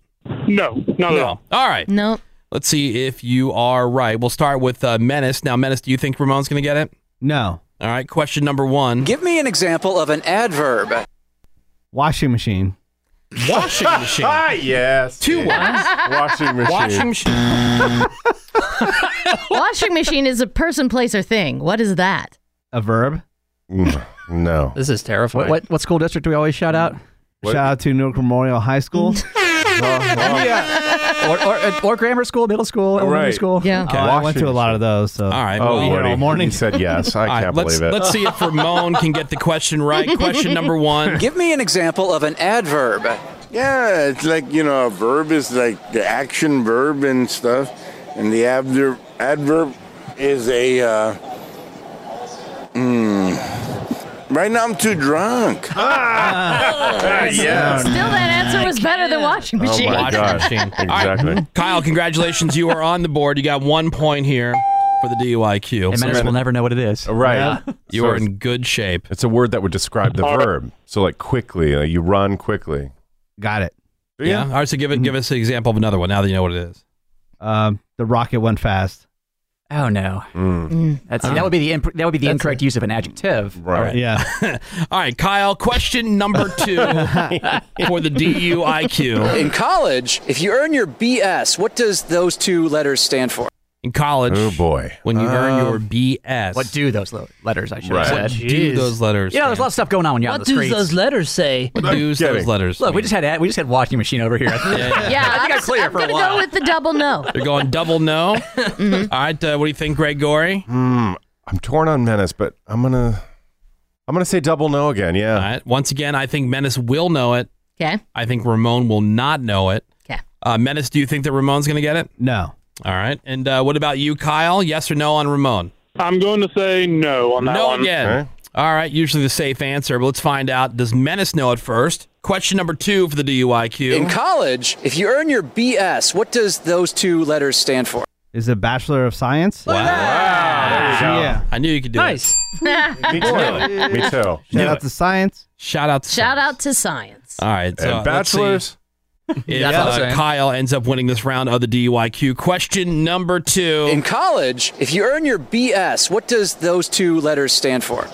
S19: No, not at all.
S2: Oh, All right.
S4: No.
S2: Let's see if you are right. We'll start with uh, Menace. Now, Menace, do you think Ramon's going to get it?
S5: No.
S2: All right. Question number one.
S13: Give me an example of an adverb.
S5: Washing machine.
S2: Washing machine.
S7: ah, yes.
S2: Two
S7: ones. Washing machine.
S2: Washing
S7: machine.
S4: Washing machine is a person, place, or thing. What is that?
S5: A verb? Mm,
S7: no.
S6: This is terrifying.
S13: What, what, what school district do we always shout out?
S5: Shout out to Newark Memorial High School. Uh-huh.
S13: Oh, or, uh, or, or grammar school, middle school, elementary
S5: Right.
S13: school.
S4: Yeah.
S5: Oh, I went to a lot of those. So.
S2: All right.
S5: Oh,
S2: well,
S5: Woody. All morning. He
S7: said yes. I
S2: All right,
S7: can't
S2: let's,
S7: believe it.
S2: Let's see if Ramon can get the question right. Question number one.
S13: Give me an example of an adverb.
S20: Yeah, it's like you know, a verb is like the action verb and stuff, and the adverb adverb is a. Uh, mm, right now, I'm too drunk.
S7: Uh,
S1: Ah,
S20: yeah.
S4: Still, that answer was better than
S7: Oh,
S4: washing machine.
S2: Washing machine. All right, Kyle, congratulations. You are on the board. You got one point here. for the DUIQ.
S13: And Menace will never know what it is.
S7: Right.
S2: You are in good shape.
S7: It's a word that would describe the verb. So like quickly, like you run quickly.
S5: Got it.
S2: Yeah. All right. So give it. Give us an example of another one now that you know what it is.
S5: Um, the rocket went fast.
S13: Oh no. Mm. That's,
S2: Uh,
S13: that would be the imp- that would be the
S2: That's
S13: incorrect use of an adjective.
S2: Right.
S5: Yeah.
S2: All right, Kyle. Question number two for the DUIQ.
S21: In college, if you earn your BS, what does those two letters stand for?
S2: In college, oh boy, when you earn
S13: Uh,
S2: your
S13: Um,
S2: BS,
S13: What do those lo- letters? I should
S2: Right.
S13: have
S2: What
S13: said.
S2: do those letters
S13: Yeah, there's a lot of stuff going on when you're on
S2: What
S13: the
S2: do
S13: streets.
S2: those
S13: letters say?
S2: What do those letters
S13: Look, we just had ad- we just had washing machine over here.
S2: Yeah.
S4: Yeah,
S13: I think I'm
S4: I'm,
S13: clear
S4: I'm
S13: for a
S4: gonna
S13: while.
S4: go with the double no.
S2: They're going double no.
S13: Mm-hmm.
S2: All right. Uh, what do you think, Greg Gorey?
S7: Hmm. I'm torn on menace, but I'm gonna I'm gonna say double no again. Yeah. All
S2: right. Once again, I think Menace will know it.
S4: Okay.
S2: I think Ramon will not know it.
S4: Okay.
S2: Uh, Menace, do you think that Ramon's going to get it?
S5: No.
S2: All right. And uh, what about you, Kyle? Yes or no on Ramon?
S19: I'm going to say no on that
S2: no
S19: one.
S2: again. All right. Usually the safe answer, but let's find out. Does Menace know it first? Question number two for the DUIQ.
S21: In college, if you earn your BS, what does those two letters stand for?
S5: Is it Bachelor of Science? Wow. Yeah.
S2: I knew you could do nice.
S4: Me
S2: it.
S7: Me too.
S5: Shout out to science.
S2: Shout out to
S4: Shout out to science.
S2: All right. So
S7: And
S2: let's see
S7: bachelors.
S2: If
S7: That's what I'm
S2: uh,
S7: saying.
S2: Kyle ends up winning this round of the DUIQ. Question number two.
S21: In college, if you earn your BS, what does those two letters stand for?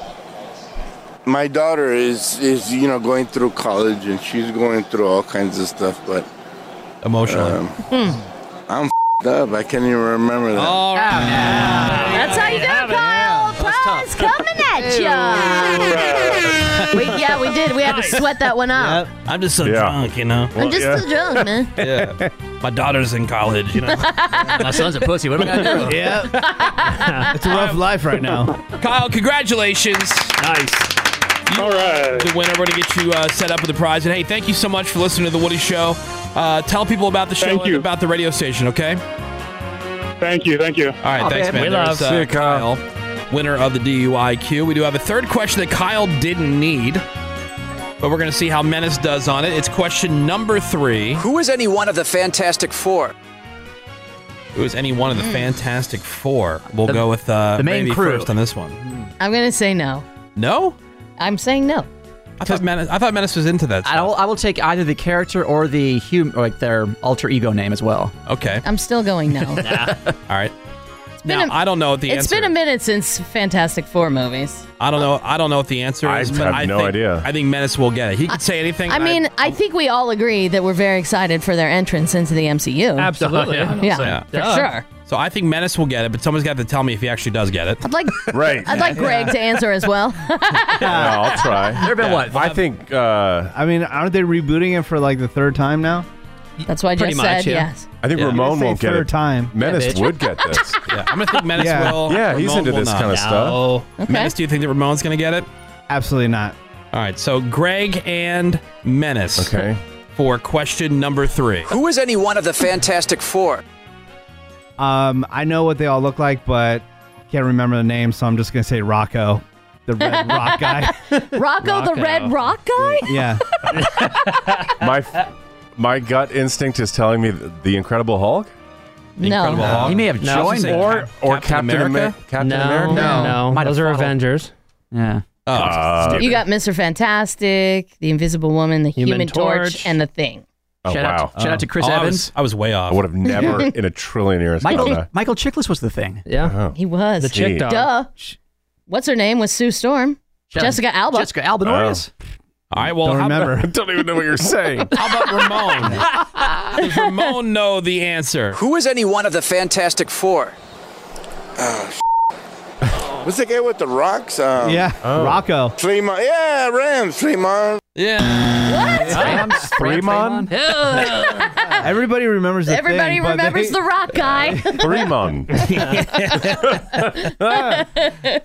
S20: My daughter is is you know going through college and she's going through all kinds of stuff, but um,
S2: emotionally,
S20: I'm fed up. I can't even remember that.
S2: All
S4: That's how you do it, Kyle. Prize coming at ya. we, yeah, we did. We had to sweat that one out.
S2: I'm just so drunk, you know.
S4: I'm just too drunk, man.
S2: yeah. My daughter's in college, you know.
S13: My son's a pussy. What am I gonna do?
S2: Yeah. it's a rough life right now. Kyle, congratulations. Nice. All right. The winner. We're going to get you uh, set up with a prize. And hey, thank you so much for listening to The Woody Show. Uh, tell people about the show and about the radio station, okay?
S19: Thank you. Thank you.
S2: All
S4: Oh,
S2: right, thanks, man. There's, uh, Kyle. winner of the DUIQ. We do have a third question that Kyle didn't need, but we're going to see how Menace does on it. It's question number three.
S21: Who is any one of the Fantastic Four?
S2: It was any one of the
S4: Mm.
S2: Fantastic Four. We'll go with uh,
S21: the main
S2: Ravi
S21: crew.
S2: first on this one.
S4: I'm gonna say no.
S2: No?
S4: I'm saying no.
S2: I thought Menace, I thought Menace was into that.
S13: I will, I will take either the character or the hum- or like their alter ego name as well. Oh,
S2: Okay.
S4: I'm still going no.
S2: All right. Now I I don't know what the
S4: It's
S2: answer.
S4: been a minute since Fantastic Four movies.
S2: I don't know. I don't know what the answer is. but
S7: have
S2: I
S7: no
S2: think,
S7: idea.
S2: I think Menace will get it. He could say anything.
S4: I
S2: and
S4: mean, I think we all agree that we're very excited for their entrance into the MCU.
S2: Absolutely.
S5: Oh,
S4: Yeah, for sure.
S2: So I think Menace will get it, but someone's got to tell me if he actually does get it.
S4: I'd like
S7: Right.
S4: I'd like Greg to answer as well.
S7: Yeah, I'll try. There
S13: have been what?
S7: I think. Uh,
S5: I mean, aren't they rebooting it for like the third time now?
S4: That's why I
S5: Pretty
S4: just
S5: much,
S4: said
S5: yeah.
S4: yes.
S7: I think
S5: Yeah.
S7: Ramon
S5: Say
S7: won't get
S5: third
S7: it.
S5: time.
S7: Menace
S5: Yeah, bitch.
S7: would get this.
S2: yeah, I'm gonna think Menace
S5: Yeah.
S2: will.
S7: Yeah, he's
S2: Ramon
S7: into
S2: will
S7: this
S2: not.
S7: kind of stuff.
S4: Okay.
S2: Menace, do you think that Ramon's gonna get it?
S5: Absolutely not.
S2: All right. So Greg and Menace.
S7: Okay.
S2: For question number three.
S21: Who is any one of the Fantastic Four?
S5: Um, I know what they all look like, but can't remember the name, so I'm just gonna say Rocco, the red rock guy.
S4: Rocco, the Red Rock guy?
S5: Yeah.
S7: My f- my gut instinct is telling me th- the Incredible Hulk.
S4: No. Incredible Hulk?
S13: He may have
S7: No, I was
S13: joined
S7: gonna
S13: or
S7: say Cap- Captain America? Captain
S13: no,
S7: America?
S13: No,
S7: No.
S13: Might have
S6: Those are
S13: followed.
S6: Avengers.
S13: Yeah.
S2: Oh,
S7: Uh,
S4: you got Mr. Fantastic, the Invisible Woman, the Human,
S6: Human
S4: Torch,
S6: Torch.
S4: and the Thing.
S7: Oh
S13: Shout out
S7: wow!
S13: to- shout out to Chris
S7: Oh, I was-
S13: Evans.
S2: I was, way off.
S7: I would have never in a trillion years.
S13: Michael
S7: gotten that.
S13: Michael Chiklis was the thing.
S6: Yeah.
S4: He was
S7: The chick dog.
S4: Duh. What's her name? Was Sue Storm? Jessica Alba.
S13: Jessica Alba
S2: Uh,
S13: Norris.
S2: Oh. All right. Well,
S13: Don't
S2: how about-
S13: remember.
S7: I don't even know what you're saying.
S2: How about Ramon? Does Ramon know the answer?
S21: Who is any one of the Fantastic Four?
S20: What's the guy with the rocks? Um,
S5: Yeah, Rocco.
S20: Fremont. Yeah, Rams. Fremont.
S2: Yeah.
S4: What?
S20: Rams.
S7: Fremont.
S5: Everybody remembers the
S4: Everybody
S5: thing, but
S4: remembers
S5: they-
S4: the rock guy.
S7: Fremont.
S2: Yeah.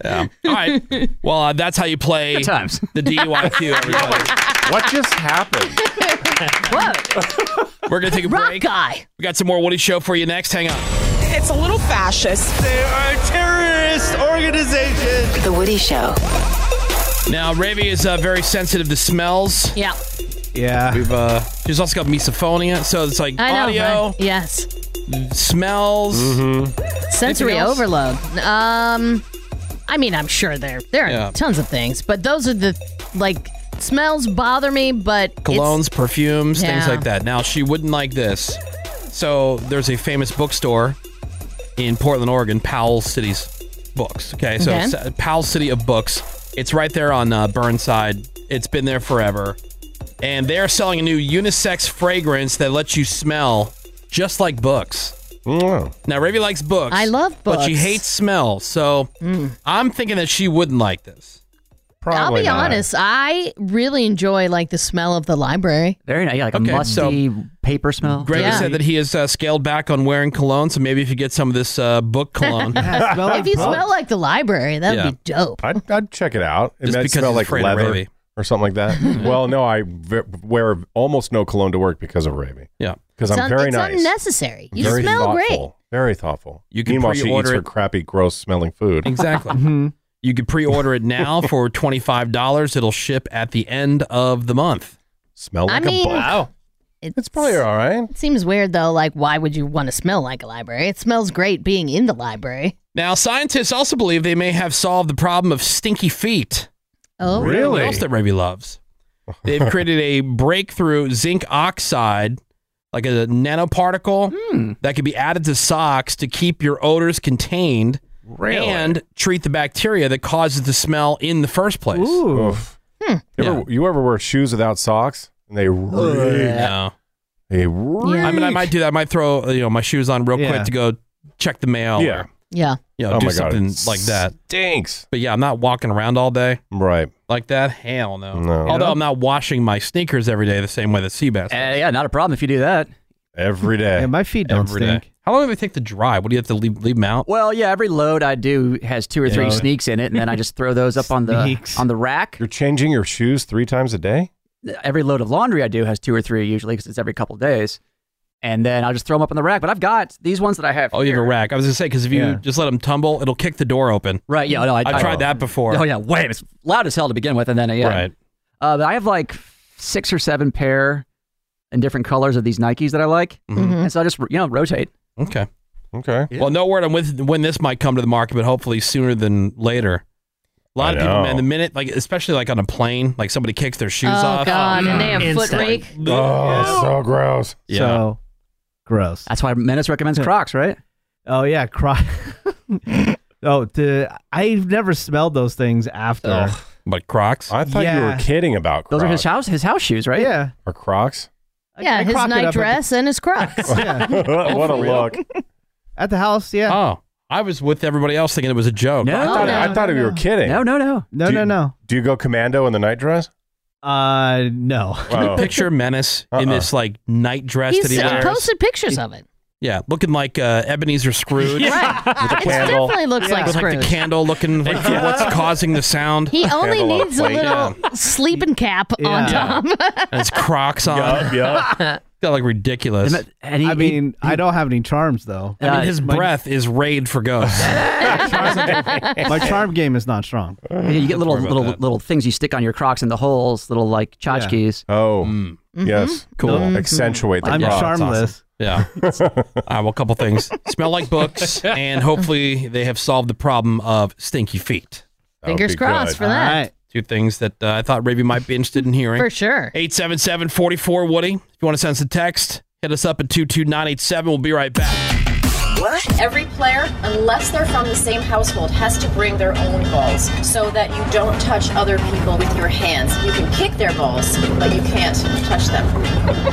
S2: All right. Well, uh, that's how you play
S13: Good times.
S2: the DUIQ, everybody.
S7: what just happened?
S2: We're going to take a
S4: Rock
S2: break.
S4: guy.
S2: We got some more Woody Show for you next. Hang on.
S1: It's a little fascist. They are a terrorist organization.
S17: The Woody Show.
S2: Now, Ravi is uh, very sensitive to smells.
S4: Yeah.
S5: Yeah.
S2: We've, uh, she's also got misophonia. So it's like
S4: I know.
S2: audio,
S4: right? Yes.
S7: Mm-hmm.
S2: smells,
S4: Sensory
S2: Anything else?
S4: overload. Um, I mean, I'm sure there there are
S2: Yeah.
S4: tons of things, but those are the like smells bother me, but it's-
S2: colognes, perfumes, things
S4: Yeah.
S2: like that. Now, she wouldn't like this. So, there's a famous bookstore in Portland, Oregon, Powell City's Books. Okay, so
S4: Okay.
S2: it's uh, Powell City of Books. It's right there on uh, Burnside. It's been there forever. And they're selling a new unisex fragrance that lets you smell just like books. Now, Ravi likes books.
S4: I love
S2: But she
S4: books. Mm.
S2: hates smell. So, I'm thinking that she wouldn't like this.
S4: I'll
S2: Probably
S4: be honest, I really enjoy like the smell of the library.
S13: Very nice, yeah, like
S2: Okay,
S13: a musty
S2: so-
S13: paper smell.
S2: Greg
S4: Yeah.
S2: said that he has uh, scaled back on wearing cologne, so maybe if you get some of this uh, book cologne,
S4: if you smell like the library, that would
S2: Yeah.
S4: be dope.
S7: I'd, I'd check it out. It
S2: Just
S7: might
S2: because
S7: smell
S2: he's
S7: like
S2: afraid of
S7: leather
S2: Ravi.
S7: or something like that. well, no, I ve- wear almost no cologne to work because of Ravi.
S2: Yeah,
S7: because
S4: It's
S7: I'm
S4: un-
S7: very
S4: it's
S7: nice.
S4: unnecessary. You
S7: Very
S4: smell
S7: thoughtful.
S4: great.
S7: Very thoughtful.
S2: You can
S7: Meanwhile, she eats
S2: pre-order
S7: her
S2: it.
S7: crappy, gross smelling food.
S2: exactly.
S4: Hmm.
S7: Mm-hmm.
S2: You could pre-order it now for twenty five dollars. It'll ship at the end of the month.
S7: Smell
S4: I mean, It's,
S7: probably all right.
S4: It seems weird though. Like, why would you want to smell like a library? It smells great being in the library.
S2: Now, scientists also believe they may have solved the problem of stinky feet.
S4: Oh,
S2: What else that Ravi loves? They've created a breakthrough zinc oxide, like a nanoparticle that can be added to socks to keep your odors contained
S7: Really?
S2: and treat the bacteria that causes the smell in the first place.
S7: Oof. You, ever, you ever wear shoes without socks? And they reek.
S2: No.
S7: They reek.
S2: I mean, I might do that. I might throw uh, you know my shoes on real
S7: Yeah.
S2: quick to go check the mail.
S7: Yeah.
S2: Or,
S4: Yeah.
S2: you know,
S7: Oh
S2: Oh, do
S7: my God, it
S2: something like that.
S7: Stinks.
S2: But yeah, I'm not walking around all day.
S7: Right.
S2: Like that? Hell no.
S7: No.
S2: Although I'm not washing my sneakers every day the same way that Seabass.
S13: Uh, yeah, not a problem if you do that.
S7: Every day.
S13: Yeah, my feet don't
S2: Every day.
S13: stink.
S2: How long do they take to dry? What do you have to leave, leave them out?
S13: Well, yeah, every load I do has two or three
S2: Yeah.
S13: sneaks in it, and then I just throw those up on the
S2: Sneaks.
S13: on the rack.
S7: You're changing your shoes three times a day.
S13: Every load of laundry I do has two or three usually because it's every couple days, and then I'll just throw them up on the rack. But I've got these ones that I have.
S2: Oh, you have a rack. I was gonna say because if you
S13: Yeah.
S2: just let them tumble, it'll kick the door open.
S13: Right. Yeah. No, I,
S2: have
S13: I-
S2: tried that before.
S13: Oh yeah, wham! It's loud as hell to begin with, and then uh, yeah.
S2: Right.
S13: Uh, but I have like six or seven pair in different colors of these Nikes that I like, and so I just you know rotate.
S2: Mm-hmm. Okay.
S7: Okay.
S2: Well, no word on with when this might come to the market, but hopefully sooner than later. A lot
S7: I
S2: of people,
S7: know.
S2: man, the minute like especially like on a plane, like somebody kicks their shoes
S4: oh
S2: off.
S4: God, and they have foot
S2: Instant.
S4: rake.
S7: Oh, so gross.
S2: Yeah.
S5: So gross.
S13: That's why Menace recommends Crocs, right?
S5: Oh yeah, Crocs. oh, the, I've never smelled those things after.
S7: Ugh.
S2: But Crocs?
S7: I thought you
S5: Yeah.
S7: were kidding about Crocs.
S13: Those are his house his house shoes, right?
S5: Yeah.
S7: Or Crocs.
S4: Yeah,
S5: I
S4: his
S5: crocked it up
S4: night
S5: at the-
S4: dress and his Crocs.
S7: what a look.
S5: At the house, yeah.
S2: Oh, I was with everybody else thinking it was a joke.
S7: I thought,
S5: no,
S7: I thought
S5: no,
S7: you were
S5: no.
S7: kidding.
S13: No, no, no.
S5: No,
S7: Do
S5: no,
S7: you-
S5: no.
S7: Do you go commando in the night dress?
S5: Uh, no.
S2: Can you
S7: Oh.
S2: picture Menace in
S7: Uh-uh.
S2: this like night dress
S4: He's
S2: that he wears?
S4: posted pictures of it.
S2: yeah, looking like uh, Ebenezer Scrooge.
S4: Right.
S2: With the
S4: It
S2: candle.
S4: definitely looks like
S2: with like
S4: Scrooge.
S2: the candle looking like for what's causing the sound.
S4: He only
S2: Candle on
S4: needs a
S2: plate.
S4: little
S2: Yeah.
S4: sleeping cap on
S2: Yeah.
S4: top.
S2: And his Crocs on.
S7: Yup, yup.
S2: Got like ridiculous.
S5: I mean, I don't have any charms though.
S2: I mean, his
S5: my,
S2: breath is raid for ghosts.
S5: My charm game is not strong.
S13: Yeah, you get little little little things you stick on your Crocs in the holes, little like tchotchkes.
S7: Oh,
S2: Mm.
S7: yes.
S2: Cool.
S7: Accentuate the
S5: I'm
S7: Crocs.
S5: charmless.
S2: Yeah. All right, well, a couple things. Smell like books, and hopefully they have solved the problem of stinky feet.
S7: That would
S4: Fingers
S7: be
S4: crossed
S7: good.
S4: for that.
S2: Two things that uh, I thought Ravi might be interested in hearing.
S4: For sure.
S2: 877 44 Woody. If you want to send us a text, hit us up at 22987. We'll be right back.
S9: Every player, unless they're from the same household, has to bring their own balls so that you don't touch other people with your hands. You can kick their balls, but you can't touch them.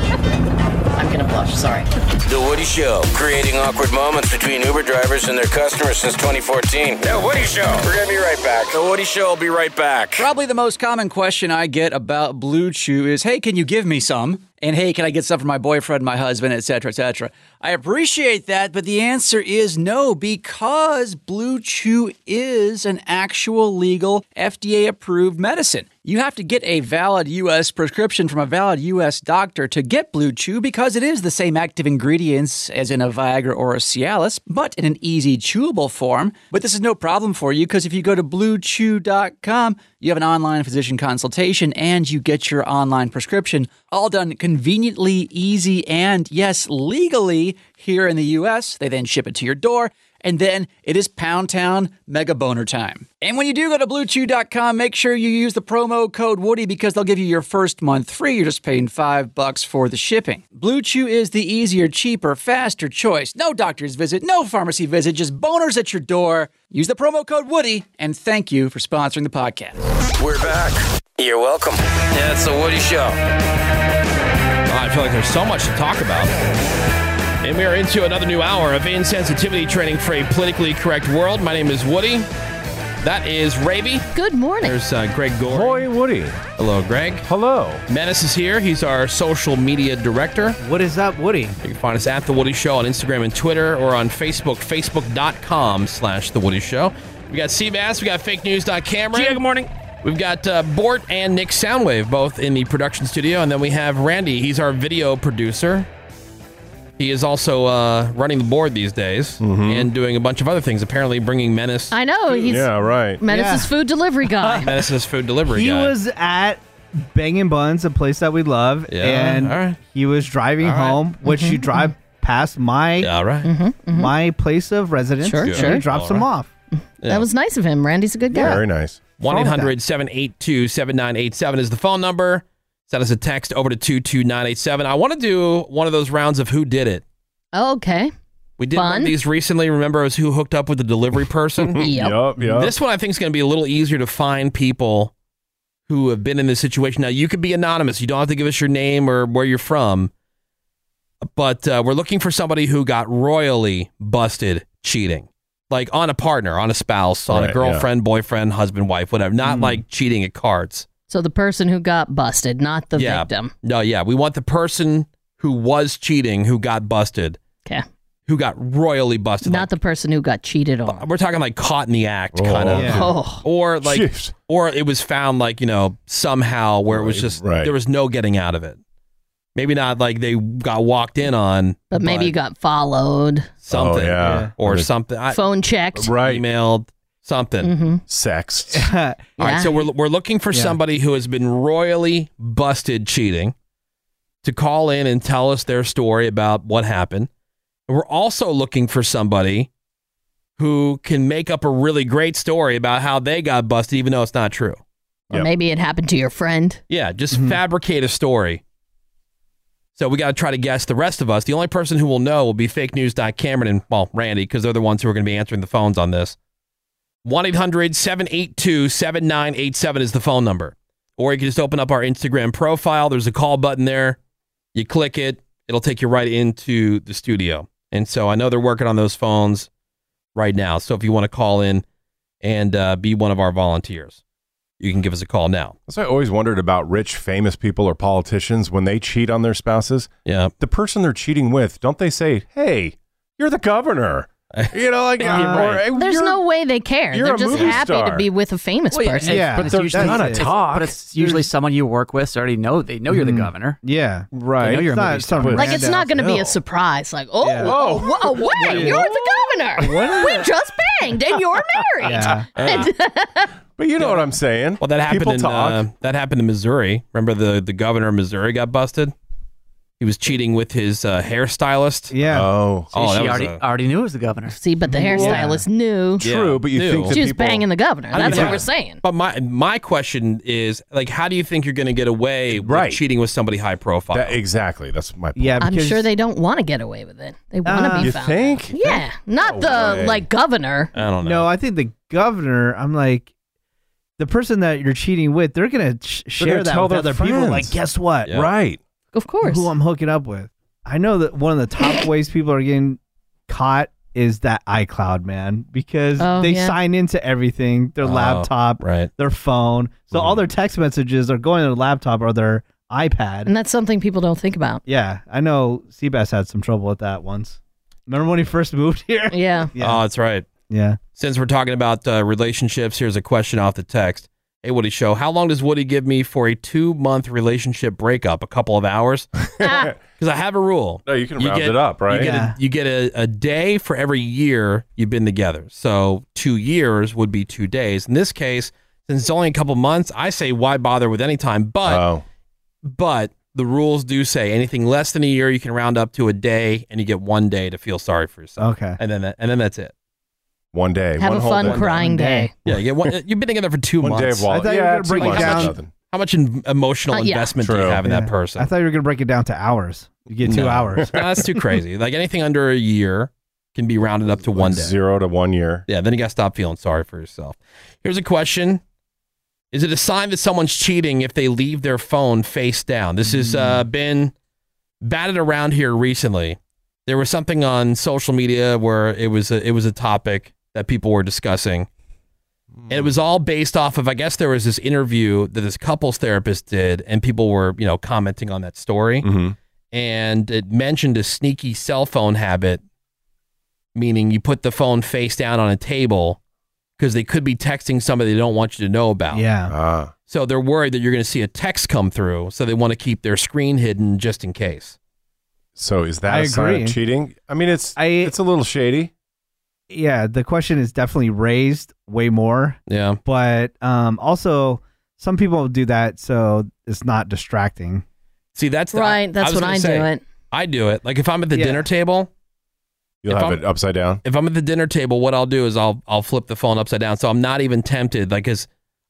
S9: I'm gonna blush, sorry.
S22: The Woody Show, creating awkward moments between Uber drivers and their customers since 2014. The Woody Show. We're going to be right back. The Woody Show will be right back.
S21: Probably the most common question I get about Blue Chew is, "Hey, can you give me some?" And "Hey, can I get some for my boyfriend, my husband, etc., etc." I appreciate that, but the answer is no because Blue Chew is an actual legal FDA-approved medicine. You have to get a valid US prescription from a valid US doctor to get Blue Chew because it is the same active ingredients as in a Viagra or a Cialis, but in an easy chewable form. But this is no problem for you because if you go to bluechew.com, you have an online physician consultation and you get your online prescription, all done conveniently, easy, and yes, legally here in the US. They then ship it to your door. and then it is Pound Town Mega Boner time. And when you do go to BlueChew.com, make sure you use the promo code Woody because they'll give you your first month free. You're just paying five bucks for the shipping. Blue Chew is the easier, cheaper, faster choice. No doctor's visit, no pharmacy visit, just boners at your door. Use the promo code Woody, and thank you for sponsoring the podcast.
S22: We're back. You're welcome. Yeah, it's the Woody Show.
S2: I feel like there's so much to talk about. And we are into another new hour of insensitivity training for a politically correct world. My name is Woody. That is Raby.
S4: Good morning.
S2: There's uh, Greg Gore. Hoi, Woody. Hello, Greg.
S7: Hello.
S2: Menace is here. He's our social media director.
S5: What is up, Woody? You
S2: can find us at The Woody Show on Instagram and Twitter or on Facebook, facebook.com slash The Woody Show. We got Seabass. We got fake news.cameron. Yeah, good morning. We've got uh, Bort and Nick Soundwave both in the production studio. And then we have Randy. He's our video producer. He is also uh, running the board these days and doing a bunch of other things, apparently bringing Menace.
S4: I know he's
S2: right.
S4: Menace's food delivery guy.
S2: Menace's food delivery
S5: He
S2: guy.
S5: was at Bangin' Buns, a place that we love,
S2: Yeah,
S5: and
S2: all right.
S5: he was driving
S2: All right.
S5: home, which you
S2: Mhm,
S5: drive past my
S2: all right.
S4: Mm-hmm,
S5: my place of residence.
S2: Sure,
S5: and
S2: sure.
S5: He drops
S2: All
S5: him
S2: right.
S5: off.
S4: That was nice of him. Randy's a good guy.
S7: nice.
S2: 1 800 782 7987 is the phone number. Send us a text over to 22987. I want to do one of those rounds of who did it.
S4: Oh, okay.
S2: We did
S4: Fun.
S2: one of these recently. Remember, it was who hooked up with the delivery person?
S4: Yep. Yup, yup.
S2: This one I think is going to be a little easier to find people who have been in this situation. Now, you could be anonymous. You don't have to give us your name or where you're from. But uh, we're looking for somebody who got royally busted cheating, like on a partner, on a spouse, on
S4: Right,
S2: a
S4: yeah. Hmm.
S2: girlfriend, boyfriend, husband, wife, whatever. Not like cheating at cards.
S4: So the person who got busted, not the
S2: yeah.
S4: victim.
S2: No, yeah. We want the person who was cheating who got busted.
S4: Okay.
S2: Who got royally busted.
S4: Not the person who got cheated on.
S2: We're talking like caught in the act, kind of,
S4: Yeah. Oh.
S2: or like,
S4: Jeez.
S2: or it was found like you know somehow where it was just there was no getting out of it. Maybe not like they got walked in on,
S4: But maybe you got followed.
S2: something, or something. I-
S4: Phone checked.
S2: right? Emailed something,
S4: Mhm.
S2: sex. All
S4: Yeah.
S2: right, so we're we're looking for
S4: Yeah.
S2: somebody who has been royally busted cheating to call in and tell us their story about what happened. And we're also looking for somebody who can make up a really great story about how they got busted, even though it's not true.
S4: Or maybe it happened to your friend.
S2: Yeah, just fabricate a story. So we got to try to guess the rest of us. The only person who will know will be fake news. Cameron and, well, Randy, because they're the ones who are going to be answering the phones on this. 1 800 782 7987 is the phone number. Or you can just open up our Instagram profile. There's a call button there. You click it, it'll take you right into the studio. And so I know they're working on those phones right now. So if you want to call in and uh, be one of our volunteers, you can give us a call now.
S7: That's why I always wondered about rich, famous people or politicians when they cheat on their spouses.
S2: Yeah.
S7: The person they're cheating with, don't they say, hey, you're the governor? You know, like, uh,
S4: Yeah,
S7: or, "Hey,
S4: There's no way they care.
S7: you're
S4: They're
S7: a
S4: just
S7: movie
S4: happy to
S7: star."
S4: be with a famous
S13: Well,
S4: person.
S13: it's- but it's usually- it's- But it's usually someone you work with, so they already know they know you're the
S5: Mhm.
S13: governor.
S5: Yeah,
S13: They know
S5: right. It's
S13: you're a
S5: not
S13: movie star.
S5: some
S4: like it's not going to be
S5: No.
S4: a surprise. Like, oh,
S5: Yeah.
S4: oh,
S5: Whoa.
S4: whoa, wait, you're the governor.
S7: What?
S4: we just banged, and you're married.
S2: Uh,
S7: But you know what I'm saying.
S2: Well, that happened
S7: People
S2: in
S7: talk.
S2: uh, that happened in Missouri. Remember the the governor of Missouri got busted. He was cheating with his uh, hairstylist.
S5: Yeah.
S7: Oh,
S13: See, she already already knew it was the governor.
S4: See, but the hairstylist knew.
S2: Yeah. True, but you Knew. think that
S4: she was
S2: people-
S4: banging the governor.
S2: How do you
S4: That's what
S2: think-
S4: we're saying.
S2: But my my question is like, how do you think you're going to get away with cheating with somebody high profile? exactly. That's my point.
S5: yeah.
S4: I'm sure they don't want to get away with it. They want to
S5: Uh,
S4: be
S5: You
S4: found.
S5: think?
S4: Yeah, not
S5: No
S4: the
S5: way.
S4: like governor.
S2: I don't
S5: No, I think the governor. I'm like. The person that you're cheating with, they're gonna sh- share
S7: gonna
S5: that
S7: tell
S5: with
S7: their
S5: other people. Like,
S7: friends.
S5: guess what?
S7: Yeah. Right.
S4: Of course.
S5: Who I'm hooking up with. I know that one of the top ways people are getting caught is that iCloud man because
S4: Oh,
S5: they
S4: yeah.
S5: sign into everything, their
S2: Oh,
S5: laptop,
S2: right.
S5: their phone. So all their text messages are going to their laptop or their iPad.
S4: And that's something people don't think about.
S5: Yeah, I know Seabass had some trouble with that once. Remember when he first moved here?
S4: Yeah.
S2: Oh, that's right.
S5: Yeah.
S2: Since we're talking about uh, relationships, here's a question off the text. Hey, Woody Show, how long does Woody give me for a two month relationship breakup? A couple of hours? Because I have a rule.
S7: No, you can round it up,
S2: uh,
S7: right?
S2: You get,
S7: Yeah.
S2: a, you get a, a day for every year you've been together. So two years would be two days. In this case, since it's only a couple months, I say why bother with any time? But,
S7: Oh.
S2: but the rules do say anything less than a year, you can round up to a day and you get one day to feel sorry for yourself.
S5: Okay.
S2: And then, that, and then that's it.
S7: One day.
S4: Have
S7: one
S4: a
S7: whole
S4: fun crying One day. day.
S2: Yeah, you get one, uh, you've been together for two
S7: One
S2: months.
S7: day of wallet. I thought you were Yeah, gonna two break it months is down- nothing.
S2: How much in emotional
S5: Uh, yeah.
S2: investment do you have in that person?
S5: I thought you were going to break it down to hours. You get two
S2: No.
S5: hours.
S2: No, that's too crazy. Like anything under a year can be rounded up to one day.
S7: Zero to one year.
S2: Yeah, then you got to stop feeling sorry for yourself. Here's a question Is it a sign that someone's cheating if they leave their phone face down? This has uh,
S7: Mm.
S2: been batted around here recently. There was something on social media where it was a, it was a topic that people were discussing. And it was all based off of, I guess there was this interview that this couples therapist did, and people were, you know, commenting on that story.
S7: Mm-hmm.
S2: And it mentioned a sneaky cell phone habit, meaning you put the phone face down on a table because they could be texting somebody they don't want you to know about.
S5: Yeah.
S7: Ah.
S2: So they're worried that you're going to see a text come through, so they want to keep their screen hidden just in case.
S7: So is that a sign of cheating? I mean, it's it's a little shady.
S5: Yeah, the question is definitely raised way more.
S2: Yeah.
S5: But um, also, some people do that, so it's not distracting.
S2: See, that's the,
S4: Right, that's when
S2: was gonna
S4: I do
S2: say,
S4: it.
S2: I do it. Like if I'm at the dinner table,
S7: You'll
S2: if
S7: have
S2: I'm-
S7: it upside down.
S2: If I'm at the dinner table, what I'll do is I'll I'll flip the phone upside down, so I'm not even tempted. Like, cause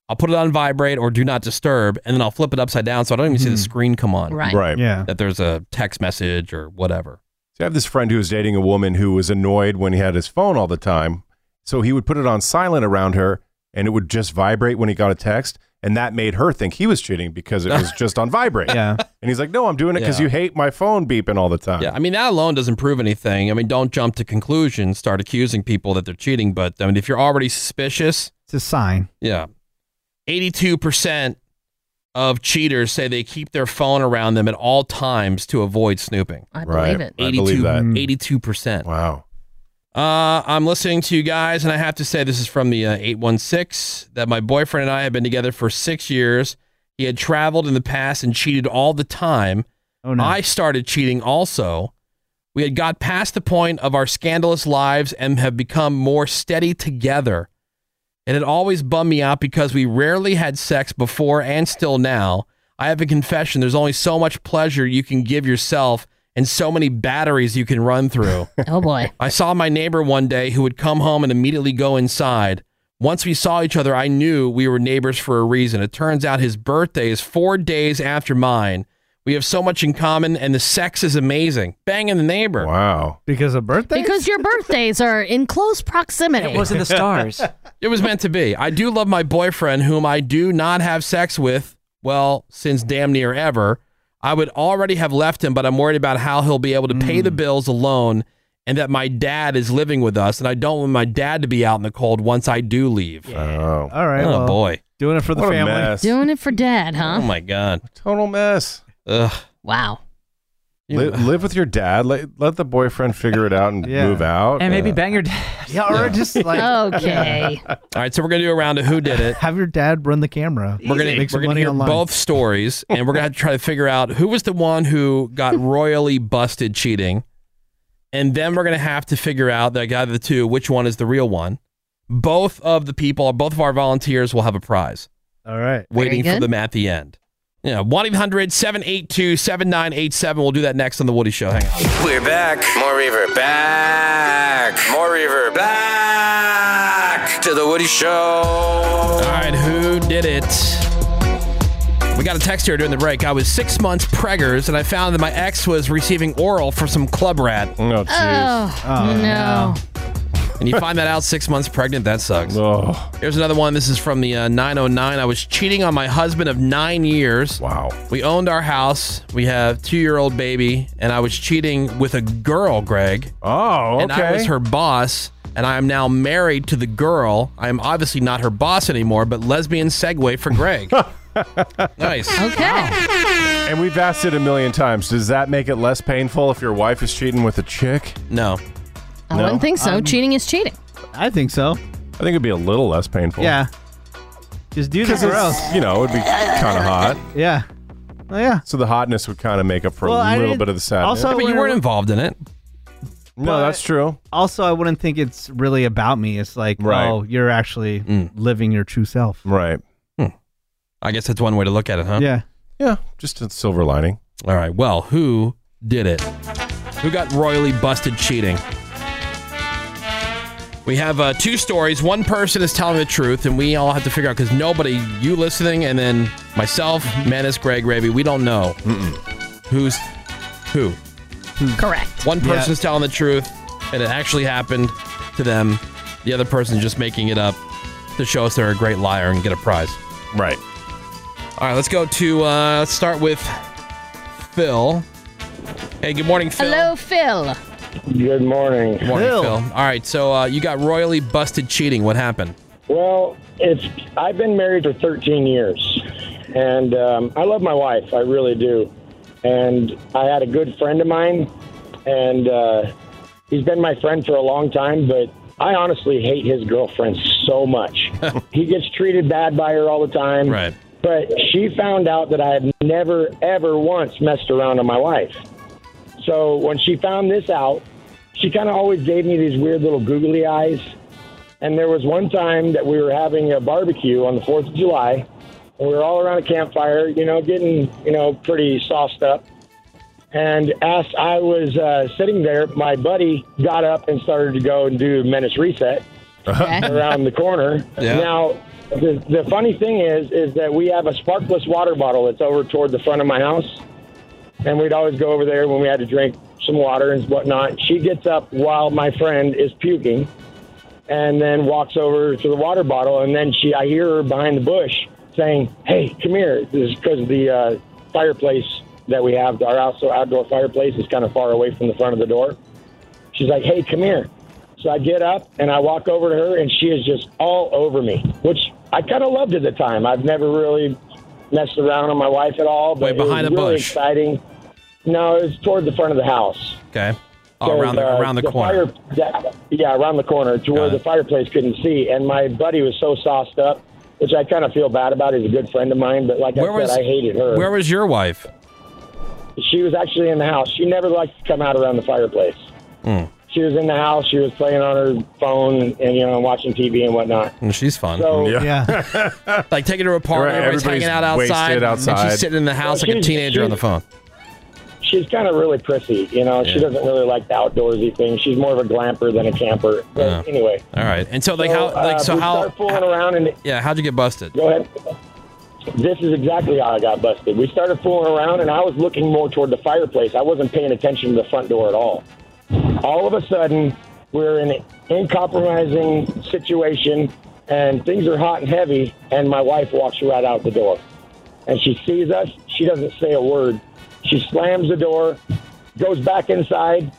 S2: I'll put it on vibrate or do not disturb, and then I'll flip it upside down, so I don't even see the
S4: Mm-hmm.
S7: Mhm.
S2: screen come on.
S7: Right. Right. Yeah.
S2: That there's a text message or whatever.
S7: So I have this friend who was dating a woman who was annoyed when he had his phone all the time. So he would put it on silent around her and it would just vibrate when he got a text. And that made her think he was cheating because it was just on vibrate.
S5: Yeah.
S7: And he's like, no, I'm doing it because
S2: Yeah.
S7: you hate my phone beeping all the time.
S2: Yeah, I mean that alone doesn't prove anything. I mean, don't jump to conclusions, start accusing people that they're cheating. But I mean, if you're already suspicious,
S5: It's a sign.
S2: yeah, eighty-two percent of cheaters say they keep their phone around them at all times to avoid snooping.
S4: I
S7: believe Right. it. I believe that.
S2: Eighty-two percent.
S7: Wow.
S2: Uh, I'm listening to you guys, and I have to say this is from the uh, 816 that my boyfriend and I have been together for six years. He had traveled in the past and cheated all the time.
S5: Oh, no.
S2: I started cheating also. We had got past the point of our scandalous lives and have become more steady together. It had always bummed me out because we rarely had sex before and still now. I have a confession there's only so much pleasure you can give yourself and so many batteries you can run through.
S4: Oh boy.
S2: I saw my neighbor one day who would come home and immediately go inside. Once we saw each other, I knew we were neighbors for a reason. It turns out his birthday is four days after mine. We have so much in common, and the sex is amazing. Banging the neighbor.
S7: Wow.
S5: Because of birthday?
S4: Because your birthdays are in close proximity.
S2: it was meant to be. I do love my boyfriend, whom I do not have sex with, well, since damn near ever. I would already have left him, but I'm worried about how he'll be able to pay
S4: Hmm.
S2: the bills alone and that my dad is living with us. And I don't want my dad to be out in the cold once I do leave.
S7: Oh.
S5: All right.
S2: Oh,
S5: well,
S2: boy.
S5: Doing it for the
S2: What a
S5: family.
S2: mess.
S4: Doing it for dad, huh?
S2: Oh, my God.
S7: Total mess.
S2: Ugh.
S4: Wow.
S7: Li- live with your dad. Let, let the boyfriend figure it out and move out.
S13: And maybe
S7: Yeah.
S13: bang your dad.
S5: Yeah, or just like.
S4: Okay.
S2: All right, so we're gonna do a round of who did it.
S5: Have your dad run the camera.
S2: We're gonna,
S5: make some
S2: we're gonna
S5: money
S2: hear
S5: online.
S2: both stories, and we're gonna have to try to figure out who was the one who got royally busted cheating, and then we're gonna have to figure out that out of the two, which one is the real one. Both of the people, both of our volunteers, will have a prize
S5: All right.
S2: waiting for
S5: good.
S2: them at the end. Yeah, 1 800 782 7987. We'll do that next on The Woody Show. Hang on.
S22: We're back. More reverb. Back. More reverb. Back to the Woody Show.
S2: All right, who did it? We got a text here during the break. I was six months preggers, and I found that my ex was receiving oral for some club rat.
S7: Oh,
S4: Oh, no.
S2: And you find that out six months pregnant? That sucks.
S7: Oh.
S2: Here's another one. This is from the uh, 909. I was cheating on my husband of nine years.
S7: Wow.
S2: We owned our house. We have two year old baby, and I was cheating with a girl, Greg.
S7: Oh,
S2: And I
S7: okay.
S2: was her boss, and I am now married to the girl. I am obviously not her boss anymore, but lesbian segue for Greg. nice.
S7: And we've asked it a million times. Does that make it less painful if your wife is cheating with a chick?
S2: No.
S4: I wouldn't think so. cheating is cheating.
S5: I think so.
S7: I think it'd be a little less painful.
S5: Yeah. Just do the
S7: Because
S5: gross.
S7: it's, you know, it'd be kind of hot.
S5: Yeah. Oh, yeah.
S7: So the hotness would kind of make up for
S5: Well,
S7: a
S5: I
S7: little
S5: didn't-
S7: bit of the sadness.
S5: also, Yeah, but you when- weren't
S2: involved in it.
S7: No, that's true.
S5: Also, I wouldn't think it's really about me. It's like,
S7: Right.
S5: oh, you're actually
S2: Mm.
S5: living your true self.
S7: Right.
S2: Hmm. I guess that's one way to look at it, huh?
S5: Yeah.
S7: Yeah. Just a silver lining.
S2: All right. Well, who did it? Who got royally busted cheating? We have uh, two stories. One person is telling the truth, and we all have to figure out because nobody, you listening, and then myself, Menace, Greg, Raby, we don't know who's who.
S4: Correct.
S2: One
S4: Yeah.
S2: person's telling the truth, and it actually happened to them. The other person's just making it up to show us they're a great liar and get a prize.
S7: Right.
S2: All right, let's go to, uh, let's start with Phil. Hey, good morning, Phil.
S4: Hello, Phil.
S23: Good morning.
S2: Morning,
S23: Phil.
S2: Phil. All right, so uh, you got royally busted cheating. What happened?
S23: Well, it's I've been married for 13 years, and um, I love my wife. I really do. And I had a good friend of mine, and uh, he's been my friend for a long time. But I honestly hate his girlfriend so much. he gets treated bad by her all the time. Right. But she found out that I had never, ever once messed around on my wife. So when she found this out, she kind of always gave me these weird little googly eyes. And there was one time that we were having a barbecue on the 4th of July, and we were all around a campfire, you know, getting, you know, pretty sauced up. And as I was uh, sitting there, my buddy got up and started to go and do menace reset around the corner.
S24: Yeah.
S23: Now, the, the funny thing is, is that we have a sparkless water bottle that's over toward the front of my house and we'd always go over there when we had to drink some water and whatnot. She gets up while my friend is puking, and then walks over to the water bottle, and then she, I hear her behind the bush saying, "Hey, come here!" This is because the uh, fireplace that we have, our out- outdoor fireplace, is kind of far away from the front of the door. She's like, "Hey, come here." So I get up and I walk over to her, and she is just all over me, which I kind of loved at the time. I've never really messed around on my wife at all, but
S2: Way behind
S23: it was
S2: the
S23: really
S2: bush.
S23: exciting. No, it was toward the front of the house.
S2: Okay. Oh,
S23: So,
S2: around the,
S23: uh,
S2: around the, corner.
S23: Fire, yeah, yeah, around the corner to where the fireplace couldn't see. And my buddy was so sauced up, which I kind of feel bad about. He's a good friend of mine, but like I
S2: Where
S23: said,
S2: was-
S23: I hated her.
S2: Where was your wife?
S23: she was actually in the house. She never liked to come out around the fireplace.
S2: Mm.
S23: She was in the house. She was playing on her phone and, you know watching TV and whatnot.
S2: Mm, She's fun.
S23: So-
S2: like taking her to a party,
S23: Right,
S2: everybody's hanging out
S23: everybody's
S2: outside,
S23: wasted
S2: and
S23: outside.
S2: she's sitting in the house
S23: Well,
S2: like a
S23: she's-
S2: teenager on the phone.
S23: she's kind of really prissy. You know, she doesn't really like the outdoorsy thing. She's more of a glamper than a camper. But
S2: Yeah.
S23: anyway,
S2: All right. And so, like, how, like,
S23: uh,
S2: so
S23: we
S2: how,
S23: start fooling around and
S2: yeah, how'd you get busted?
S23: Go ahead. This is exactly how I got busted. We started fooling around, and I was looking more toward the fireplace. I wasn't paying attention to the front door at all. All of a sudden, we're in an uncompromising situation, and things are hot and heavy, and my wife walks right out the door. And she sees us. She doesn't say a word. She slams the door, goes back inside,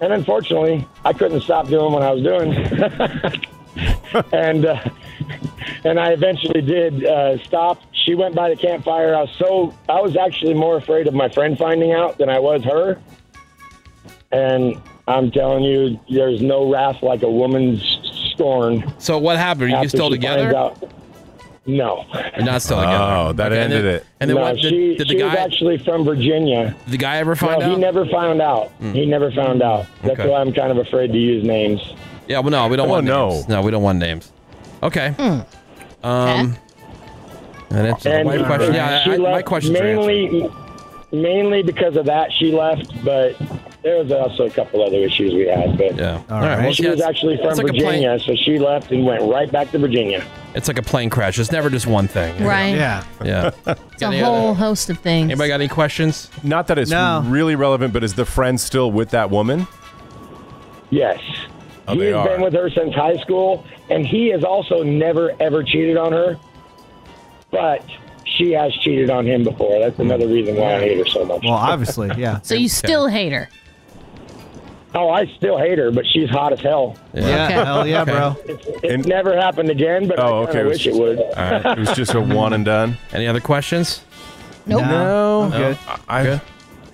S23: and unfortunately, I couldn't stop doing what I was doing. and uh, and I eventually did uh, stop. She went by the campfire. I was so I was actually more afraid of my friend finding out than I was her. And I'm telling you, there's no wrath like a woman's scorn.
S2: So what happened? Are you still together?
S23: No.
S2: You're not still together.
S23: Oh,
S7: that
S2: and
S7: ended
S2: then,
S7: it.
S2: And then
S23: No,
S2: what? Did,
S23: she,
S2: did the
S23: she
S2: guy?
S23: was actually from Virginia.
S2: The guy ever find
S23: no,
S2: out? Hmm.
S23: He never found out. He never found out. That's
S2: Okay.
S23: why I'm kind of afraid to use names.
S2: yeah. Well, no, we don't
S23: Oh,
S2: want
S23: no.
S2: names. No, we don't want names. Okay.
S4: Hmm.
S2: Um. And that's
S23: And
S2: my question. Yeah,
S23: she
S2: I, I, my
S23: left
S2: question's are answered.
S23: mainly, mainly because of that she left, but there was also a couple other issues we had. But
S2: yeah,
S23: all
S2: right. Well,
S23: she
S2: yeah,
S23: was
S2: it's-
S23: actually from
S2: it's like a plane-
S23: Virginia, so she left and went right back to Virginia.
S2: It's like a plane crash. It's never just one thing.
S4: Right.
S23: Yeah.
S2: Yeah.
S4: It's a whole host of things.
S2: Anybody got any questions?
S7: Not that it's
S4: No.
S7: really relevant, but is the friend still with that woman?
S23: Yes.
S7: Oh,
S23: he
S7: they
S23: has
S7: are.
S23: been with her since high school, and he has also never ever cheated on her. But she has cheated on him before. That's another reason why I hate her so much.
S5: Well, obviously, yeah.
S4: So you still hate her.
S23: Oh, I still hate her, but she's hot as hell.
S5: Yeah, Okay. hell yeah, bro.
S23: It, it never happened again,
S7: Oh,
S23: but I kinda wish it would.
S7: All right. It was just a one and done.
S2: Any other questions?
S23: Nope. No, I'm good.
S7: I, I-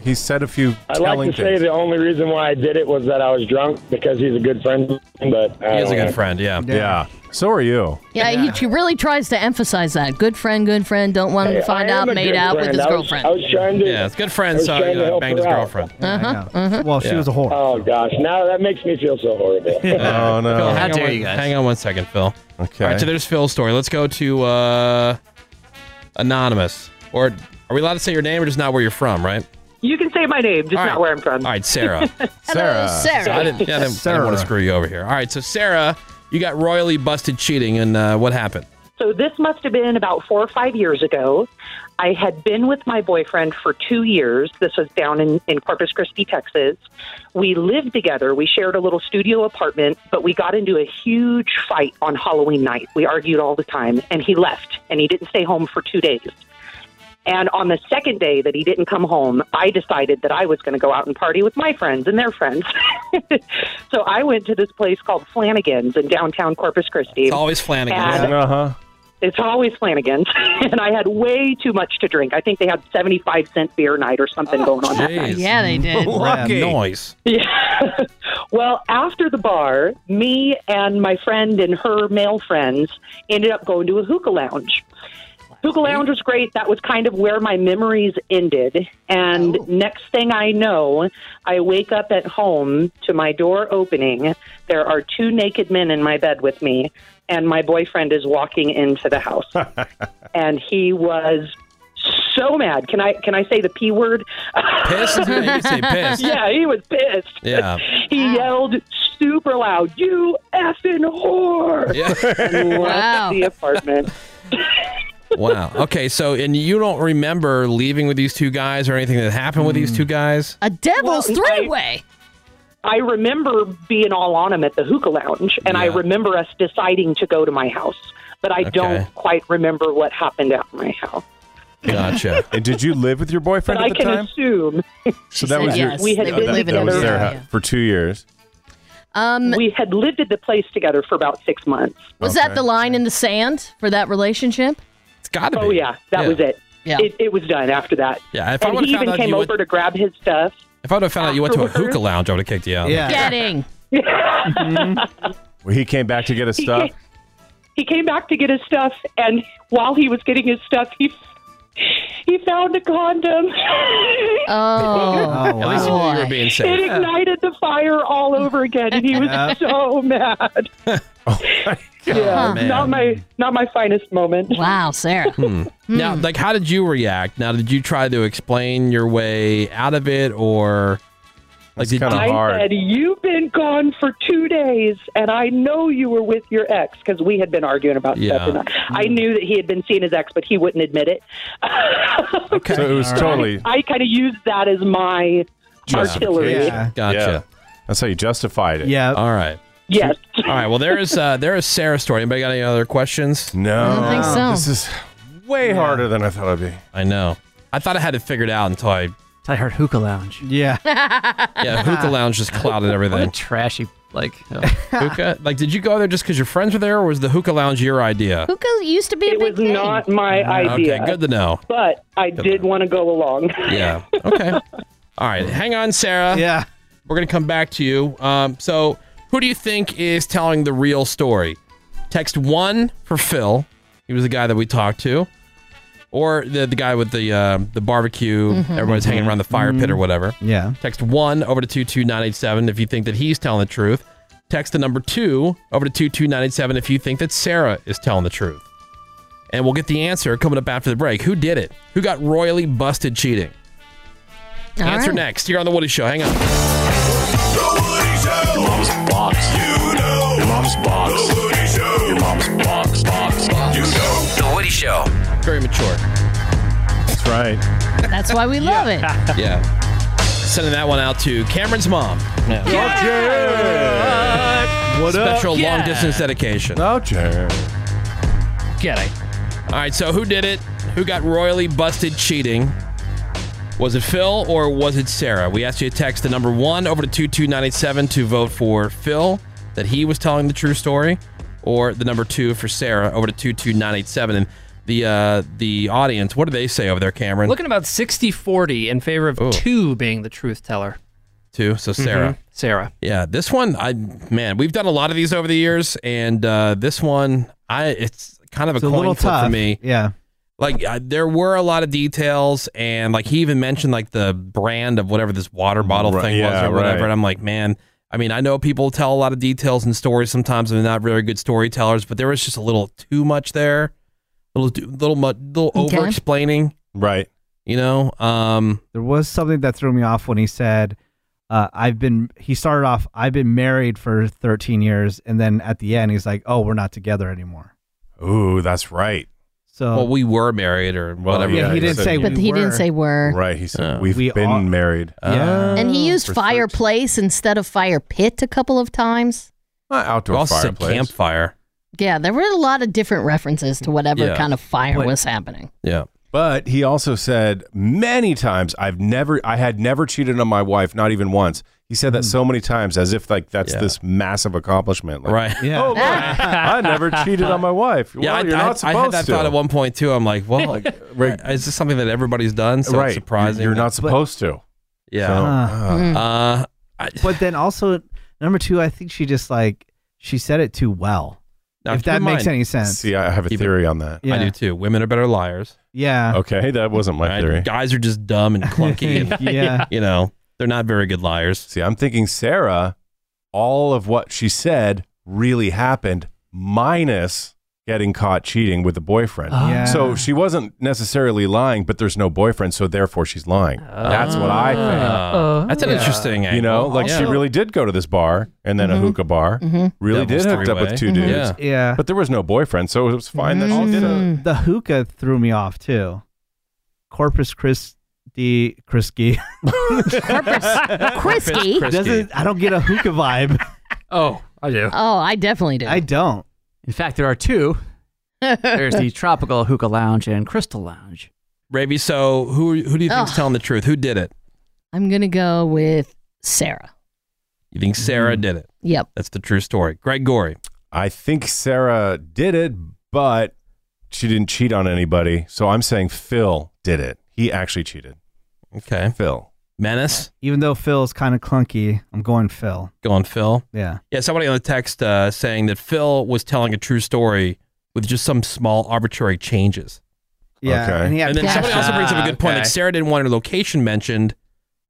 S7: He said a few
S23: I'd like
S7: telling
S23: to say
S7: things.
S23: the only reason why I did it was that I was drunk because he's a good friend, but uh,
S7: He is a good
S2: friend. Yeah.
S7: yeah. So are you.
S4: Yeah, He, he really tries to emphasize that. Good friend, good friend. Don't want him to find out made out with his girlfriend.
S23: trying to.
S2: Yeah, it's good friend.
S23: I was
S2: So
S23: trying to
S2: uh,
S23: help
S2: banged
S23: her
S2: his
S23: out.
S2: girlfriend.
S4: Uh-huh, uh-huh.
S5: Well, she
S2: Yeah.
S5: was a whore.
S23: Oh gosh, now that makes me feel so horrible.
S2: Oh no!
S23: How
S2: hang on
S23: dare
S2: one-
S23: you guys.
S2: Hang on one second, Phil.
S7: Okay.
S2: All right, so there's Phil's story. Let's go to uh, anonymous. Or are we allowed to say your name or just not where you're from? Right?
S24: You can say my name, just
S2: All right.
S24: not where I'm from.
S2: All right, Sarah.
S24: Sarah. Sarah.
S2: So I didn't, yeah, I didn't, I didn't want
S24: Sarah.
S2: to screw you over here. All right, so Sarah, you got royally busted cheating, and uh, what happened?
S24: So this must have been about four or five years ago. I had been with my boyfriend for two years. This was down in, in Corpus Christi, Texas. We lived together. We shared a little studio apartment, but we got into a huge fight on Halloween night. We argued all the time, and he left, and he didn't stay home for two days. And on the second day that he didn't come home, I decided that I was going to go out and party with my friends and their friends. so I went to this place called Flanagan's in downtown Corpus Christi.
S2: It's always Flanagan.
S24: And-
S7: Uh huh.
S24: it's always Flanagan's, and I had way too much to drink. I think they had seventy-five cent beer night or something going on that night.
S4: Yeah, they did.
S2: Lucky. Noise.
S24: Yeah. well, after the bar, me and my friend and her male friends ended up going to a hookah lounge. Hookah lounge was great. That was kind of where my memories ended. And next thing I know, I wake up at home to my door opening. There are two naked men in my bed with me, and my boyfriend is walking into the house. and he was so mad. Can I can I say the p word?
S2: Pissed? Yeah, you can say pissed.
S24: yeah, he was pissed.
S2: Yeah.
S24: He yelled super loud, "You effing whore!"
S2: Yeah.
S24: And left
S1: Wow.
S24: the apartment.
S2: Wow. Okay, so, and you don't remember leaving with these two guys or anything that happened with these two guys?
S24: A devil's three-way. I remember being all on him at the hookah lounge, and I
S2: Yeah.
S24: remember us deciding to go to my house, but I
S7: Okay.
S24: don't quite remember what happened at my house.
S2: Gotcha.
S7: and did you live with your
S24: But
S7: boyfriend
S24: I
S7: at the
S24: can
S7: time?
S24: assume.
S7: So that was your.
S24: we had
S7: that,
S24: been
S7: that
S24: together.
S7: was their hou- for two years.
S24: Um, we had lived at the place together for about six months.
S4: Was that the line in the sand for that relationship?
S2: It's got to
S24: Oh yeah, that
S4: Yeah.
S24: was it.
S4: Yeah.
S24: It, it was done after that.
S2: Yeah, if I
S24: and
S2: would've
S24: he
S2: found
S24: even
S2: out
S24: came
S2: you went-
S24: over to grab his stuff.
S2: If I'd have found out you went to a
S24: Afterwards?
S2: hookah lounge, I would have kicked you out.
S24: Getting.
S7: Well, he came back to get his
S24: He
S7: stuff.
S24: came- He came back to get his stuff, and while he was getting his stuff, he he found a condom.
S4: Oh.
S2: At least you knew you were being
S24: It
S2: safe.
S24: ignited the fire all over again, and he
S2: Yeah.
S24: was so mad. yeah,
S2: Oh man.
S24: not my not my finest moment.
S4: Wow, Sarah.
S2: Hmm. Now, like, how did you react? Now, did you try to explain your way out of it, or like, did
S24: I said, You've been gone for two days, and I know you were with your ex because we had been arguing about
S2: Yeah.
S24: stuff. And I, I knew that he had been seeing his ex, but he wouldn't admit it.
S7: Okay. So it was totally.
S24: I, kind of used that as my artillery.
S2: Gotcha.
S7: That's how you justified it.
S2: Yeah. All right.
S24: Yes.
S2: All right. Well, there is uh, there is Sarah's story. Anybody got any other questions?
S7: No.
S24: I don't think so.
S7: This is way harder than I thought it'd be.
S2: I know. I thought I had it figured out until I.
S13: I heard hookah lounge.
S5: Yeah.
S2: Yeah, hookah lounge just clouded everything.
S13: What a trashy, like. uh,
S2: hookah. Like, did you go there just because your friends were there, or was the hookah lounge your idea?
S4: Hookah used to be a big thing.
S24: Not my idea.
S2: Okay, good to know.
S24: But I did want to go along.
S2: Yeah. Okay. All right. Hang on, Sarah.
S5: Yeah.
S2: We're gonna come back to you. Um, so, who do you think is telling the real story? Text one for Phil. He was the guy that we talked to, or the the guy with the uh, the barbecue.
S5: Mhm.
S2: Everybody's
S7: Mm-hmm.
S2: hanging around the fire
S5: Mm-hmm.
S2: pit or whatever.
S5: Yeah.
S2: Text one over to two two nine eight seven if you think that he's telling the truth. Text the number two over to two two nine eight seven if you think that Sarah is telling the truth. And we'll get the answer coming up after the break. Who did it? Who got royally busted cheating?
S1: All
S2: Answer
S1: right.
S2: next. You're on the Woody Show. Hang on.
S1: Your mom's box. You know. Your mom's box. The Woody Show. Your mom's box. Box. box. You
S7: Oh,
S1: know.
S22: The Woody Show.
S2: Very mature.
S7: That's right.
S4: That's why we love it.
S2: yeah. Sending that one out to Cameron's mom. Yeah.
S7: What up?
S2: Special
S7: Yeah.
S2: long distance dedication.
S7: Oh, Jared.
S2: Get it. All right, so who did it? Who got royally busted cheating? Was it Phil or was it Sarah? We asked you to text the number one over to 22987 to vote for Phil, that he was telling the true story, or the number two for Sarah over to 22987. And the uh, the audience, what do they say over there, Cameron?
S6: Looking about 60-40 in favor of two being the truth teller.
S2: Two, so
S5: Mm-hmm.
S2: Sarah.
S6: Mhm. Sarah.
S2: Yeah, this one, I man, we've done a lot of these over the years, and uh, this one, I it's kind of a
S5: It's a
S2: coin
S5: little
S2: flip for
S5: tough.
S2: me.
S5: Yeah.
S2: Like uh, there were a lot of details, and like he even mentioned like the brand of whatever this water bottle
S7: Right,
S2: thing
S7: yeah,
S2: was or whatever,
S7: right.
S2: and I'm like, man. I mean, I know people tell a lot of details and stories sometimes, and they're not very good storytellers. But there was just a little too much there, little too- little mu- little
S7: Okay.
S2: over explaining.
S7: Right.
S2: You know, um,
S5: there was something that threw me off when he said, uh, "I've been." He started off, "I've been married for 13 years," and then at the end, he's like, "Oh, we're not together anymore."
S7: Ooh, that's right.
S5: So
S2: well, we were married or whatever. Oh.
S5: yeah, he didn't say
S4: But he didn't say were.
S7: Right, he said we've been married.
S2: Yeah.
S4: And he used fireplace instead of fire pit a couple of times.
S7: outdoor
S2: also said
S7: fireplace.
S2: campfire.
S4: Yeah, there were a lot of different references to whatever
S7: Yeah.
S4: kind of fire
S7: What-
S4: was happening.
S2: Yeah.
S7: But he also said many times, I've never, I had never cheated on my wife, not even once. He
S5: Hmm.
S7: said that so many times as if like that's this massive accomplishment. Like,
S2: Right.
S7: Yeah. Oh, look, I never cheated on my wife.
S2: Yeah,
S7: well,
S2: I,
S7: you're
S2: I-
S7: not
S2: I
S7: supposed
S2: had that
S7: to.
S2: thought at one point too. I'm like, well, like, is this something that everybody's done? So
S7: Right.
S2: it's surprising.
S7: You're not supposed to.
S2: Yeah.
S7: So,
S5: Ah.
S2: uh,
S5: Mm.
S2: uh,
S5: but then also number two, I think she just like she said it too well.
S2: Now,
S5: if
S2: keep in
S5: that makes
S2: mind-
S5: any sense.
S7: See, I have a theory on that.
S5: Yeah.
S2: I do too. Women are better liars.
S5: Yeah.
S7: Okay, that wasn't my
S2: Right?
S7: theory.
S2: Guys are just dumb and clunky. and,
S5: Yeah.
S2: You know, they're not very good liars.
S7: See, I'm thinking Sarah, all of what she said really happened, minus getting caught cheating with the boyfriend.
S5: Oh. Yeah.
S7: So she wasn't necessarily lying, but there's no boyfriend, so therefore she's lying. That's what I think.
S5: Uh-huh.
S2: Oh. That's an Yeah. interesting
S7: You know,
S2: angle.
S7: like she
S2: Also-
S7: really did go to this bar and then
S2: Mhm.
S7: a hookah bar.
S2: Mhm.
S7: Really
S2: Devil's
S7: did hooked up with two
S2: three-way.
S7: dudes.
S2: Mhm. Yeah.
S5: Mm-hmm. Yeah. Mm-hmm.
S7: But there was no boyfriend, so it was fine that she did it.
S5: Also, the hookah threw me off too. Corpus Christi, Christi.
S4: Corpus Christi?
S7: Oh,
S5: Doesn't I don't get a hookah vibe.
S13: Oh, I do.
S4: Oh, I definitely do.
S5: I don't.
S13: In fact, there are two. There's the Tropical Hookah Lounge and Crystal Lounge.
S2: Ravi, so who who do you think's
S4: Ugh.
S2: telling the truth? Who did it?
S4: I'm gonna go with Sarah.
S2: You think
S5: Mm-hmm.
S2: Sarah did it?
S4: Yep.
S2: That's the true story. Greg Gorey.
S7: I think Sarah did it, but she didn't cheat on anybody. So I'm saying Phil did it. He actually cheated.
S2: Okay.
S7: Phil.
S2: Menace.
S5: Even though Phil's kind of clunky, I'm going Phil.
S2: Going Phil.
S5: Yeah.
S2: Yeah, somebody on the text uh, saying that Phil was telling a true story with just some small arbitrary changes.
S5: Yeah, Okay. and he had
S2: then
S5: passion.
S2: somebody also brings up a good point.
S5: Ah,
S2: Like
S5: okay.
S2: Sarah didn't want her location mentioned,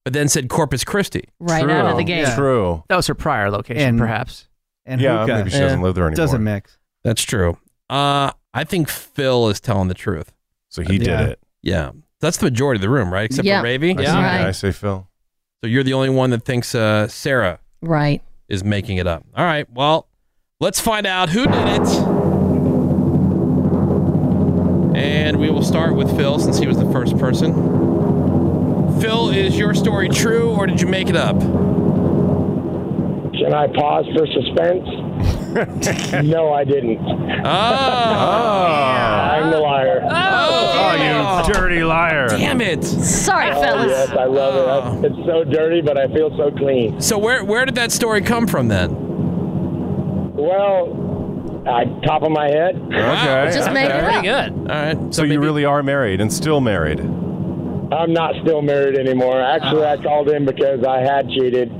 S2: but then said Corpus Christi.
S4: Right out of the gate.
S7: True.
S13: That was her prior location,
S2: And-
S13: perhaps.
S5: And
S2: Yeah, hookah. Uh, maybe she doesn't live there anymore.
S5: Doesn't mix.
S2: That's true. Uh, I think Phil is telling the truth.
S7: So he did Yeah. it.
S2: Yeah. That's the majority of the room, right? Except
S4: Yeah.
S2: for Ravi.
S4: I Yeah. say- Right. I
S7: say Phil.
S2: So you're the only one that thinks uh, Sarah
S4: Right.
S2: is making it up. All right. Well, let's find out who did it. And we will start with Phil since he was the first person. Phil, is your story true or did you make it up?
S23: Can I pause for suspense? no, I didn't.
S2: Oh. I'm
S23: the liar.
S7: Oh, you dirty liar.
S2: Damn it.
S4: Sorry,
S23: Oh,
S4: fellas.
S23: Yes, I love it. It's so dirty, but I feel so clean.
S2: Ah. So where where did that story come from then?
S23: Well, I, Uh, top of my head.
S7: Okay. Just
S23: made
S7: made it okay.
S23: Pretty
S2: good. All right. So,
S7: you really are married and still married.
S23: I'm not still married anymore. Actually, I called in because I had cheated,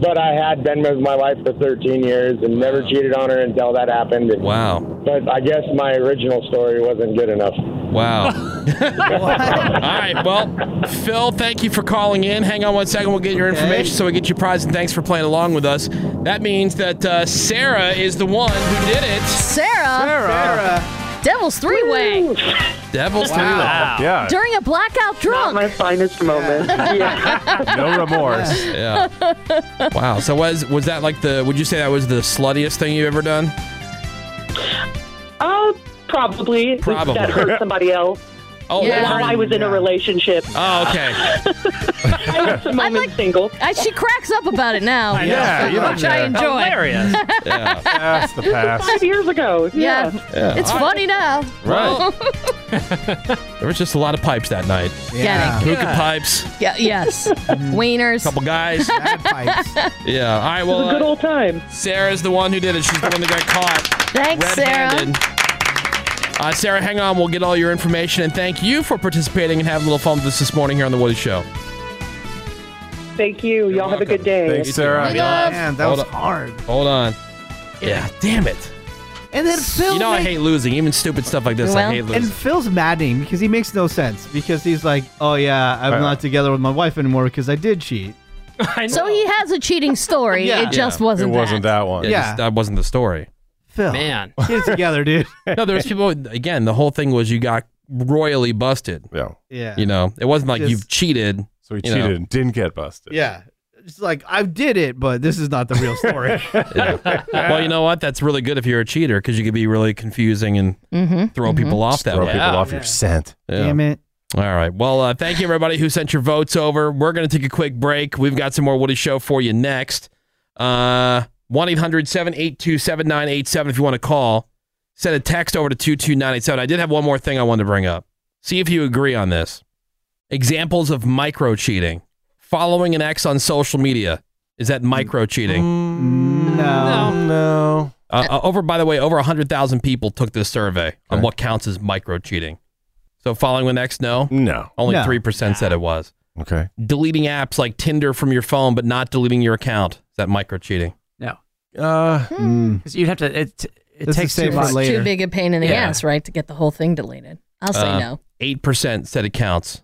S23: but I had been with my wife for 13 years and never cheated on her until that happened.
S2: Wow.
S23: But I guess my original story wasn't good enough.
S2: Wow. All right. Well, Phil, thank you for calling in. Hang on one second. We'll get your information so we get your prize and thanks for playing along with us. That means that uh, Sarah is the one who did it.
S4: Sarah.
S2: Sarah.
S4: Devil's three way.
S2: Devil's
S4: Wow.
S2: Three-Way.
S4: During a blackout drunk. my
S23: finest moment.
S7: No remorse.
S2: Yeah. Wow. So was was that like the? Would you say that was the sluttiest thing you've ever done?
S24: Uh, probably.
S2: Probably.
S24: That hurt somebody else.
S2: Oh,
S24: yeah.
S2: that
S24: While
S2: hurt-
S24: I was in a relationship.
S2: Oh, okay.
S24: I had some moments single.
S4: I, she cracks up about it now.
S24: I know. Yeah, you don't
S4: which I
S24: care.
S4: enjoy.
S24: Hilarious.
S2: Yeah.
S7: That's the past.
S24: Five years ago.
S4: Yeah.
S2: Yeah.
S4: It's
S2: All
S4: funny now.
S2: Right. There was just a lot of pipes that night.
S4: Yeah.
S2: Hookah
S4: Yeah.
S2: pipes.
S4: yeah, yes. Wieners.
S2: Couple guys. Yeah. All right.
S4: was
S2: Well,
S4: a good
S2: old
S24: time.
S2: Sarah's the one who did it. She's the one that got caught.
S4: Thanks,
S2: red-handed. Uh, Sarah, hang on. We'll get all your information and thank you for participating and having a little fun with us this morning here on the Woody Show.
S24: Thank you. Y'all have a good day.
S2: Thanks, Sarah. We love-
S5: Man, that
S2: Hold
S5: was
S2: on.
S5: hard.
S2: Hold on. Yeah. Damn it.
S5: And then Phil.
S2: you know I
S5: made-
S2: hate losing. Even stupid stuff like this, I hate losing.
S5: and Phil's maddening because he makes no sense because he's like, oh yeah, I'm
S2: Uh,
S5: not together with my wife anymore because I did cheat.
S4: So he has a cheating story. It just wasn't.
S7: that, one.
S2: Yeah,
S5: Yeah.
S2: just- that wasn't the story.
S5: Phil,
S2: Man,
S5: get it together, dude.
S2: no, there was people. Again, the whole thing was you got royally busted.
S7: Yeah.
S5: Yeah.
S2: You know, it wasn't like
S5: Just-
S2: you've cheated.
S7: So he
S2: you know.
S7: cheated and didn't get busted.
S5: Yeah. It's like I did it, but this is not the real story.
S2: well, you know what? That's really good if you're a cheater because you could be really confusing and
S5: Mhm.
S2: throw people off that
S7: Mm-hmm. Throw
S2: way.
S7: people off your scent.
S5: Damn it.
S2: All right. Well, uh, thank you everybody who sent your votes over. We're going to take a quick break. We've got some more Woody Show for you next. Uh, 1-800-782-7987 if you want to call. Send a text over to 22987. I did have one more thing I wanted to bring up. See if you agree on this. Examples of micro cheating. Following an ex on social media. Is that micro cheating?
S7: Mm,
S5: No.
S7: No.
S2: Uh, uh, over, by the way, over 100,000 people took this survey on what counts as micro cheating. So following the next, no?
S7: No.
S2: Only
S7: No.
S2: 3% said it was.
S7: Okay.
S2: Deleting apps like Tinder from your phone, but not deleting your account. Is that micro cheating?
S13: No.
S7: Uh,
S13: Because you'd have to. It, it
S2: This is
S13: takes too
S2: safe for
S13: much.
S2: later.
S4: Hmm. Too big a pain in the
S2: Yeah.
S4: ass, right, to get the whole thing deleted. I'll say
S2: Uh,
S4: no.
S2: 8% said it counts.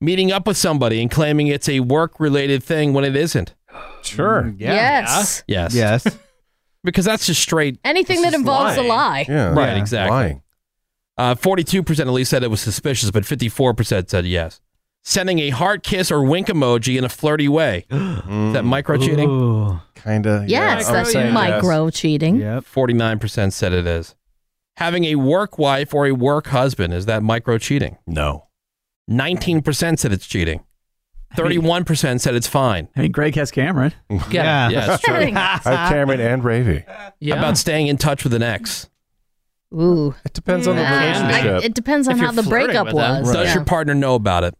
S2: Meeting up with somebody and claiming it's a work related thing when it isn't.
S7: Sure.
S4: yeah. Yes.
S2: Yes. Yes. because that's just straight
S4: Anything that involves a lie.
S2: Right, exactly. Uh, 42% at least said it was suspicious, but 54% said yes. Sending a heart kiss or wink emoji in a flirty way. Is that micro cheating?
S7: Kind of.
S4: Yes, that's micro cheating.
S2: Yep. 49% said it is. Having a work wife or a work husband, is that micro cheating?
S7: No.
S2: 19% said it's cheating. 31% said it's fine.
S13: I mean, Greg has Cameron.
S2: Yeah. Yeah, it's true.
S7: I have Cameron and Ravy.
S2: How about staying in touch with an ex?
S4: Ooh.
S7: It depends on the relationship.
S4: Mm. it depends on
S2: If
S4: how
S2: you're
S4: the
S2: flirting
S4: breakup
S2: with them.
S4: was.
S2: Does
S4: yeah.
S2: your partner know about it?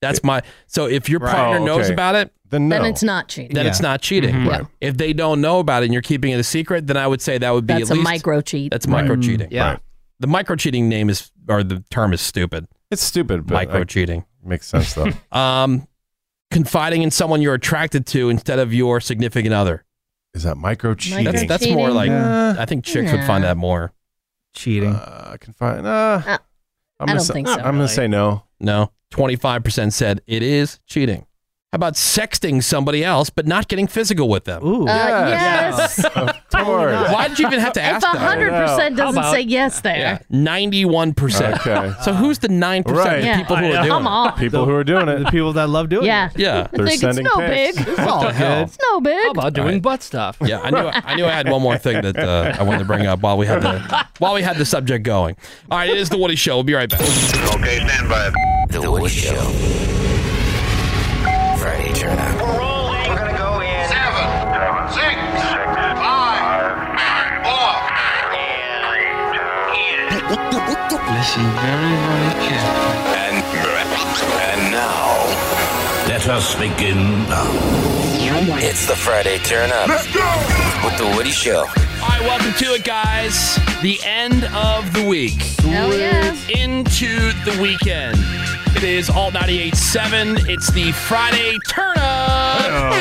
S2: That's my. So if your partner
S7: Oh,
S2: knows
S7: okay. Mm-hmm.
S2: about it,
S7: Then
S4: Then no. it's not cheating.
S2: Then it's
S4: Yeah.
S2: not cheating.
S4: Mhm. Right.
S2: If they don't know about it and you're keeping it a secret, then I would say that would be
S4: That's a
S2: at least
S4: micro cheat.
S2: That's
S7: Mm.
S2: micro cheating.
S4: Yeah.
S2: The micro cheating name is or the term is stupid.
S7: It's stupid. but
S2: Micro
S7: I-
S2: cheating
S7: makes sense though.
S2: Um, confiding in someone you're attracted to instead of your significant other.
S7: Is that micro cheating?
S2: That's, that's more like
S7: Yeah.
S2: I think chicks would find
S7: Nah.
S2: that more
S5: cheating.
S7: Uh, confine. Uh, I'm
S2: I
S7: gonna
S2: don't
S7: say-
S2: think so,
S7: I'm gonna
S2: really.
S7: say no.
S2: No, 25% said it is cheating. How about sexting somebody else but not getting physical with them?
S5: Ooh.
S4: Uh, yes.
S2: Why did you even have to ask
S4: If
S2: that? I don't know.
S4: 100%
S2: How
S4: doesn't
S2: about-
S4: say yes there.
S2: Ninety-one percent.
S7: Okay.
S2: So who's the nine percent?
S4: Right.
S2: The people who
S4: Yeah.
S2: are doing
S4: Come on.
S7: People who are doing it. The
S5: people that love
S4: Yeah.
S5: doing
S4: yeah.
S2: it. Yeah.
S4: I
S2: Uh, They're
S4: think it's
S2: sending
S4: no
S2: pics.
S4: big. It's
S2: What
S4: all
S2: the
S4: good.
S2: hell?
S4: It's no big.
S6: How about doing
S2: Alright.
S6: butt stuff?
S2: Yeah, I knew I knew I had one more thing that uh, I wanted to bring up while we had the while we had the subject going. All right, it is the Woody Show. We'll be right back.
S22: Okay, stand by. The Woody Show. Friday turn up. We're rolling. We're gonna go in. Seven. Six. Five. Four.
S1: Listen very, very carefully.
S22: And, and now, let us begin. It's the Friday turn up. Let's go! With the Woody Show.
S2: All right, welcome to it, guys. The end of the week. Hell yeah. Into the weekend. It is Alt 98.7. It's the Friday turn up.
S22: Oh,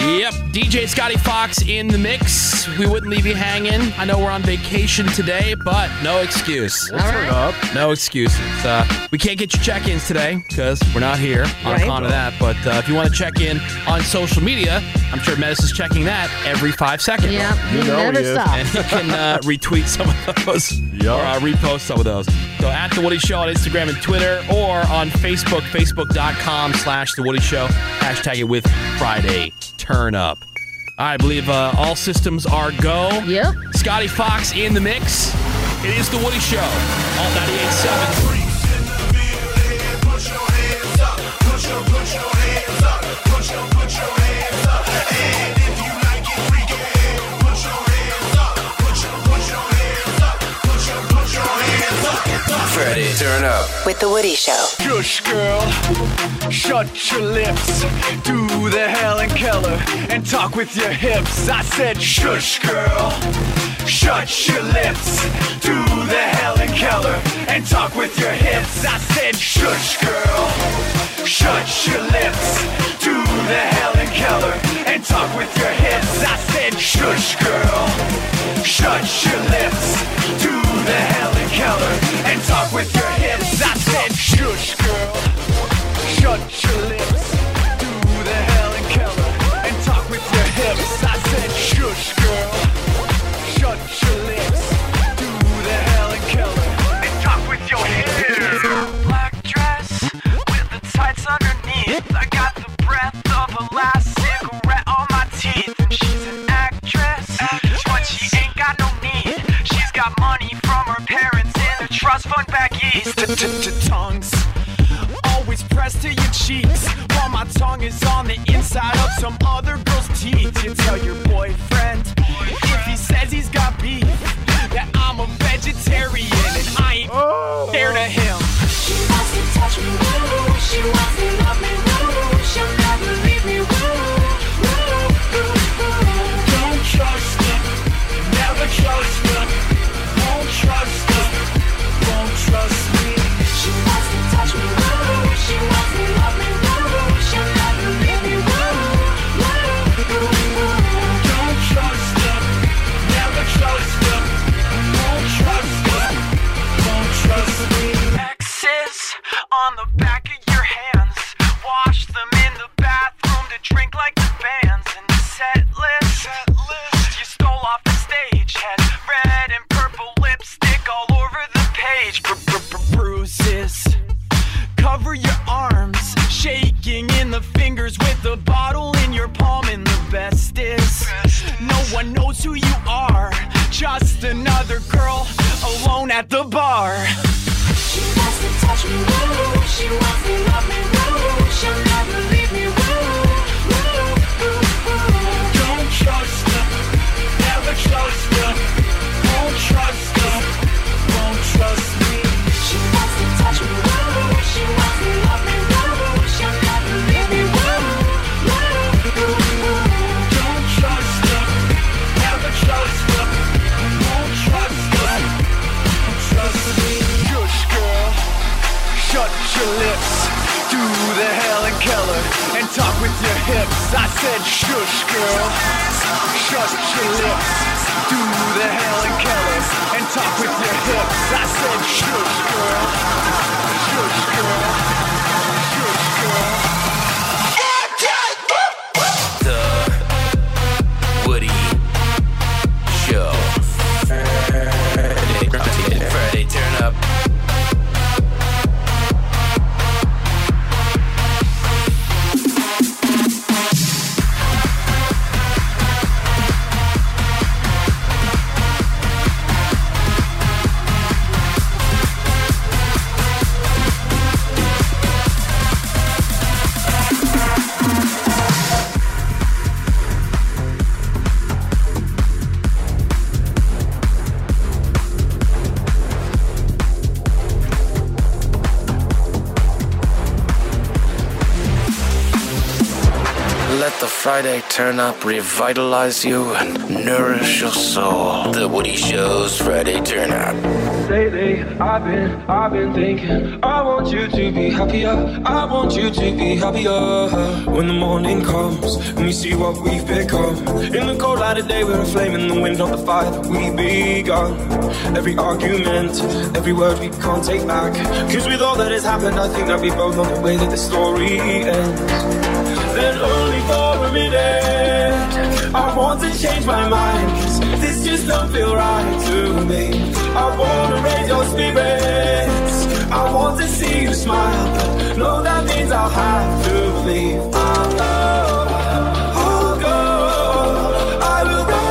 S2: Yep, DJ Scotty Fox in the mix. We wouldn't leave you hanging. I know we're on vacation today, but no excuse.
S4: All right.
S2: No excuses. Uh, we can't get your check-ins today because we're not here on
S4: Right.
S2: account of that. But uh, if you want to check in on social media, I'm sure Metis is checking that every five seconds.
S4: Yep, You he know never he is. stops.
S2: And he can uh, retweet some of those or uh, repost some of those. So at The Woody Show on Instagram and Twitter or on Facebook, facebook.com slash The Woody Show. Hashtag it with Friday Turn Up. I believe uh, all systems are go. Yep. Scotty Fox in the mix. It is The Woody Show. All 98.7.
S22: Friday turn up.
S17: With The Woody Show.
S1: Gush girl, shut your lips. Do the Helen Keller and talk with your hips. I said, shush girl, shut your lips. Do the Helen Keller and talk with your hips. I said, shush girl, shut your lips. Do the Helen Keller and talk with your hips. I said, shush girl, shut your lips. Do the Helen Keller and talk with your hips. I said, shush girl, shut your lips. Do the Helen Keller and talk with your hips. I said, shush girl, shut your lips. Do the Helen Keller and
S22: tongues. Always pressed to your cheeks while my tongue is on the inside of some other girl's teeth. You tell your boyfriend if he says he's got beef that I'm a vegetarian and I ain't fair to him. She wants to touch me, woo. She wants to love me, woo. She'll never leave me, woo. Woo, woo, woo. Don't trust her. Never trust her. Won't trust her. Won't trust me. She wants to touch me, woo. She wants to love me, woo. She'll never leave me, woo. Woo, woo, woo. Don't trust her. Never trust her. Won't trust her. Won't trust me. X's on the back of your hands. Wash them in the bathroom to drink like the bands in the set list. Set list. You stole off the stage, had red and purple lipstick all over the page. Bruises. Cover your arms, shaking in the fingers with the bottle in your palm. And the best is, no one knows who you are. Just another girl alone at the bar. She wants to touch me, woo. She wants to love me, woo. She'll never leave me, woo. Woo, woo, woo. Don't trust her, never trust her. Won't trust her, won't trust me. She wants to touch me, woo. She wants to love me, woo. She'll never leave me, woo. Woo, woo, woo. Don't trust her, never trust her. Won't trust her, won't trust me. Shush, girl. Shut your lips. Do the Helen Keller and talk with your hips. I said, shush, girl. Shut your lips. Do the Helen Keller and talk with your hips. I said, shush, girl. Shush, girl. Shush, girl.
S23: The Woody Show. Friday, Friday, turn up. Let the Friday turn up revitalize you and nourish your soul. The Woody Show's Friday turn up.
S1: Lately, I've been, I've been thinking. I want you to be happier. I want you to be happier. When the morning comes and we see what we've become. In the cold light of day, we're a flame in the wind of the fire that we begun. Every argument, every word we can't take back. Cause with all that has happened, I think that we both know the way that the story ends. Then only for a minute, I want to change my mind. 'Cause This just don't feel right to me. I wanna raise your spirits. I want to see you smile. but No, that means I'll have to leave. I'll go. I'll go. I will go,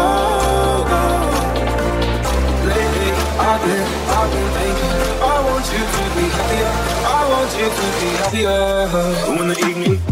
S1: go, go. Lately, I've been, I've been thinking. I want you to be happier. I want you to be happier. When the evening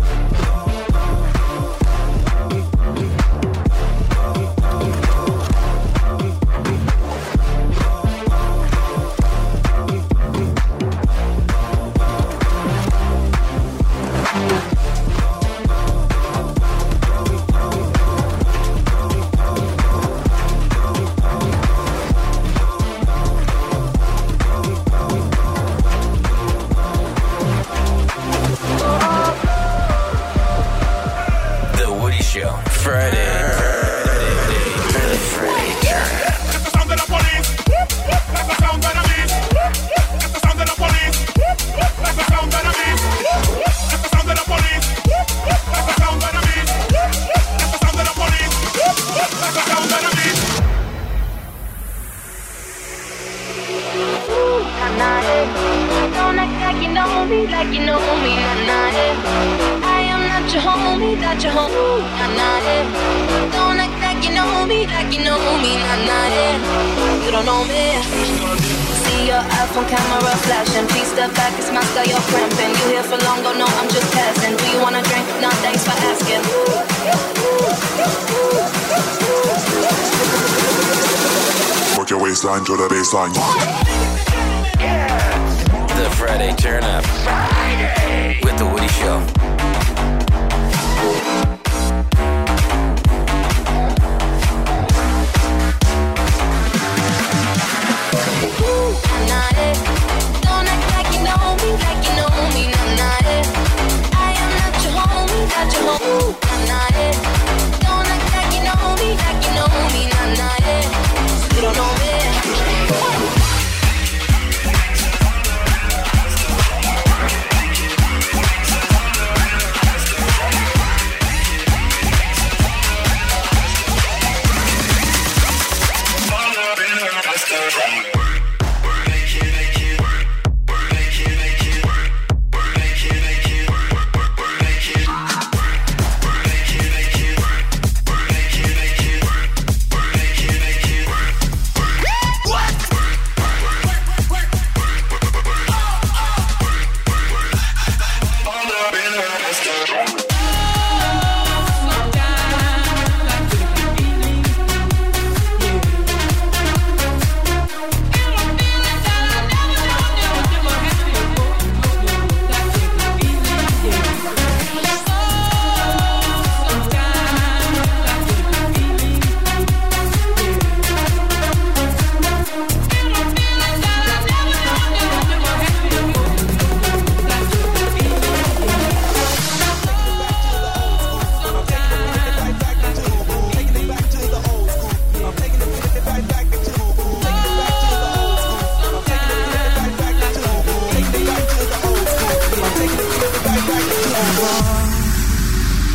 S23: The Woody Show. Friday. Friday. Friday. Turn up.
S25: I'm not it. Don't act like you know me, like you know me. I'm not it. I am not your homie, not your homie. I'm not it. Don't act like you know me, like you know me. I'm not it. You don't know me. See, see your elf on camera flashing. Please step back, it's my style, you're cramping. You here for long, don't know, I'm just passing. Do you wanna drink? No, thanks for asking.
S18: Work your waistline to the baseline.
S22: The Friday Turn Up. Friday! With The Woody Show.
S25: I'm not it. Don't act like you know me, like you know me. I'm not it. I am not your homie, not your homie. I'm not it. Don't act like you know me, like you know me. I'm not it. You don't know me.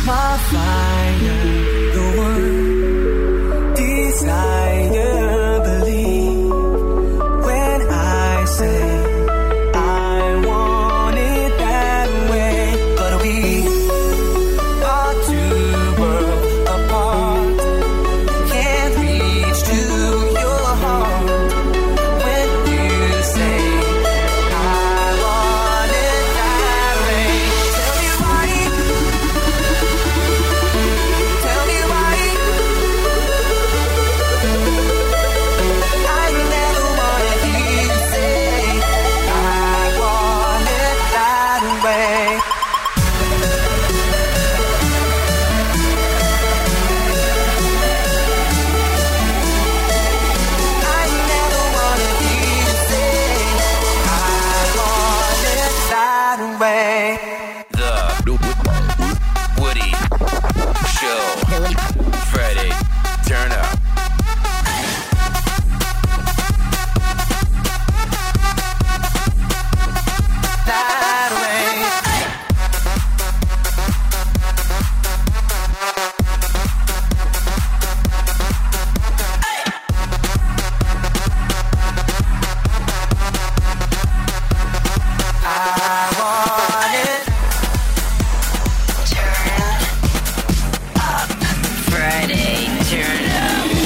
S1: My fire, the one desire, believe. When I say I want it that way, but we are two worlds apart. Can't reach to your heart when you say I want it that way. Tell me why. Tell me why I never wanna hear you say I want it that way. I never wanna hear you say I want it that way.
S22: The Woody Show. Friday Turn Up.
S25: Friday,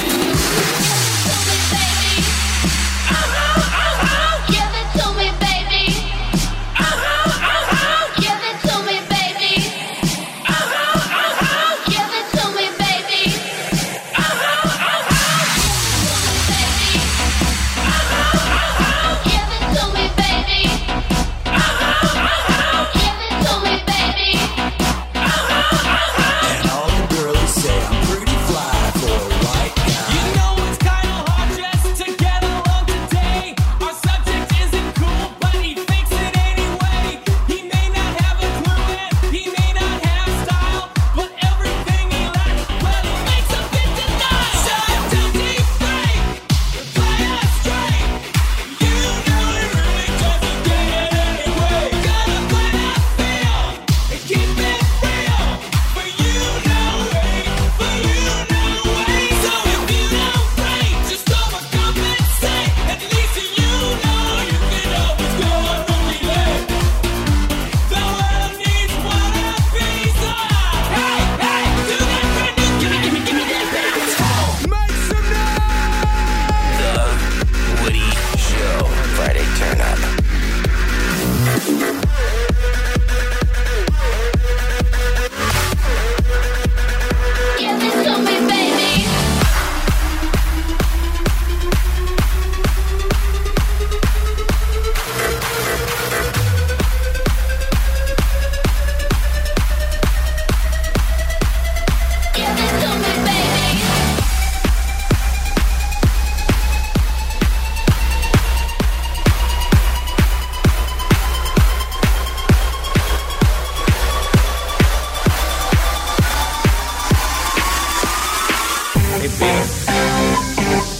S25: turn up.
S12: Hey, Pete.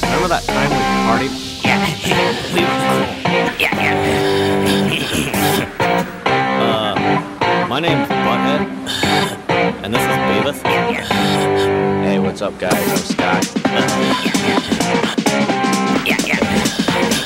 S12: Remember that time we partied? Yeah, we were cool. Yeah, yeah. uh, my name's Butthead, and this is Beavis. Hey, what's up, guys? I'm Scott. yeah,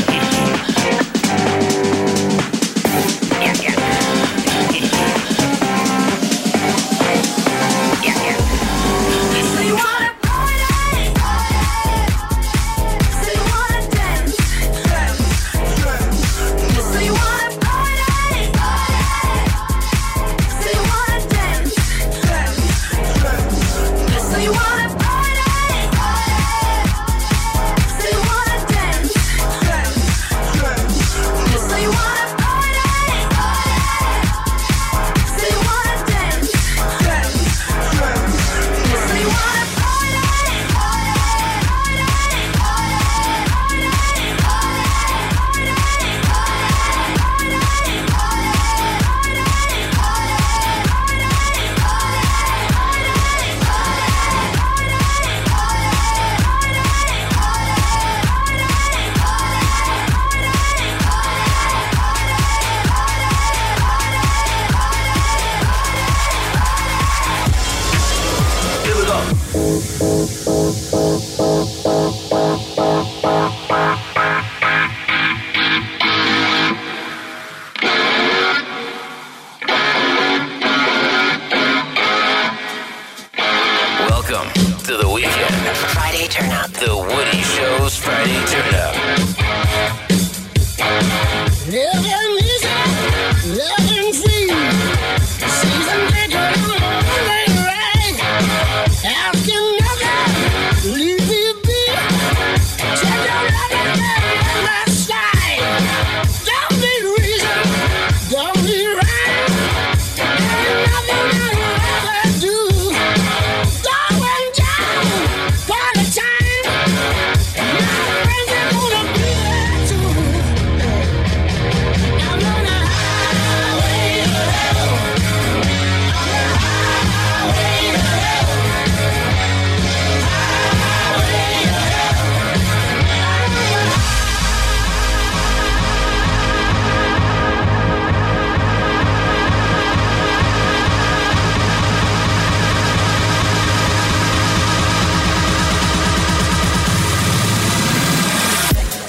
S22: Welcome to the weekend. Friday Turn Up. The Woody Show's Friday Turn Up.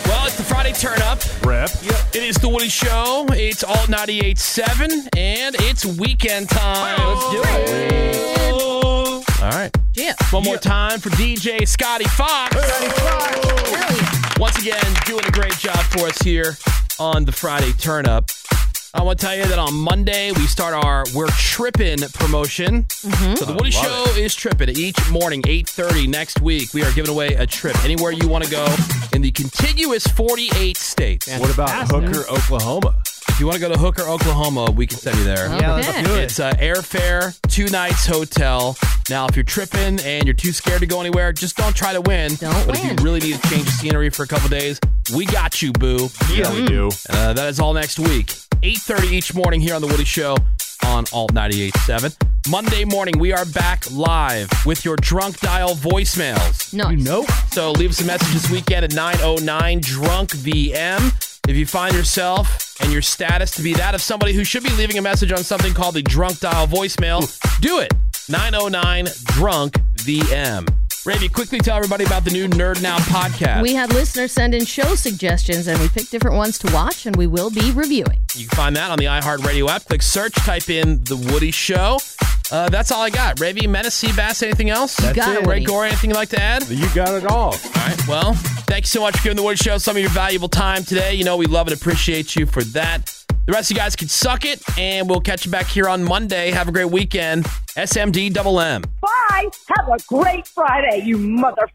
S2: Well, it's the Friday Turn Up.
S7: Rep.
S2: It is the Woody Show. It's all 98.7, and it's weekend time. Let's do it.
S7: All right.
S2: Yeah. One more time for DJ Scotty Fox. Once again, doing a great job for us here on the Friday Turn Up. I want to tell you that on Monday we start our We're Trippin' promotion. So the
S7: I
S2: Woody
S7: love
S2: Show is trippin' each morning 8:30 next week. We are giving away a trip anywhere you want to go in the continuous 48 states.
S7: What about Hooker, Oklahoma?
S2: If you want to go to Hooker, Oklahoma, we can send you there.
S7: Yeah, let's Okay. do it.
S2: It's uh, airfare, two nights hotel. Now, if you're tripping and you're too scared to go anywhere, just don't try to win. Don't but if you really need to change the scenery for a couple days, we got you, boo.
S7: Yeah, we do.
S2: Uh, that is all next week. 8.30 each morning here on The Woody Show on Alt 98.7. Monday morning, we are back live with your drunk dial voicemails.
S4: No.
S2: Nope. So leave us a message this weekend at 909 Drunk VM. If you find yourself and your status to be that of somebody who should be leaving a message on something called the drunk dial voicemail, do it. 909 Drunk VM. Ravi, quickly tell everybody about the new Nerd Now podcast.
S4: We had listeners send in show suggestions, and we picked different ones to watch, and we will be reviewing.
S2: You can find that on the iHeartRadio app. Click search, type in The Woody Show. Uh, that's all I got. Ravi, Menace, Bass, anything else?
S4: You got it,
S2: Ray
S4: Woody.
S2: Gore, anything you'd like to add?
S7: You got it all. All
S2: right. Well, thank you so much for giving The Woody Show some of your valuable time today. You know, we love and appreciate you for that. The rest of you guys can suck it, and we'll catch you back here on Monday. Have a great weekend. SMD double M.
S15: Bye. Have a great Friday, you mother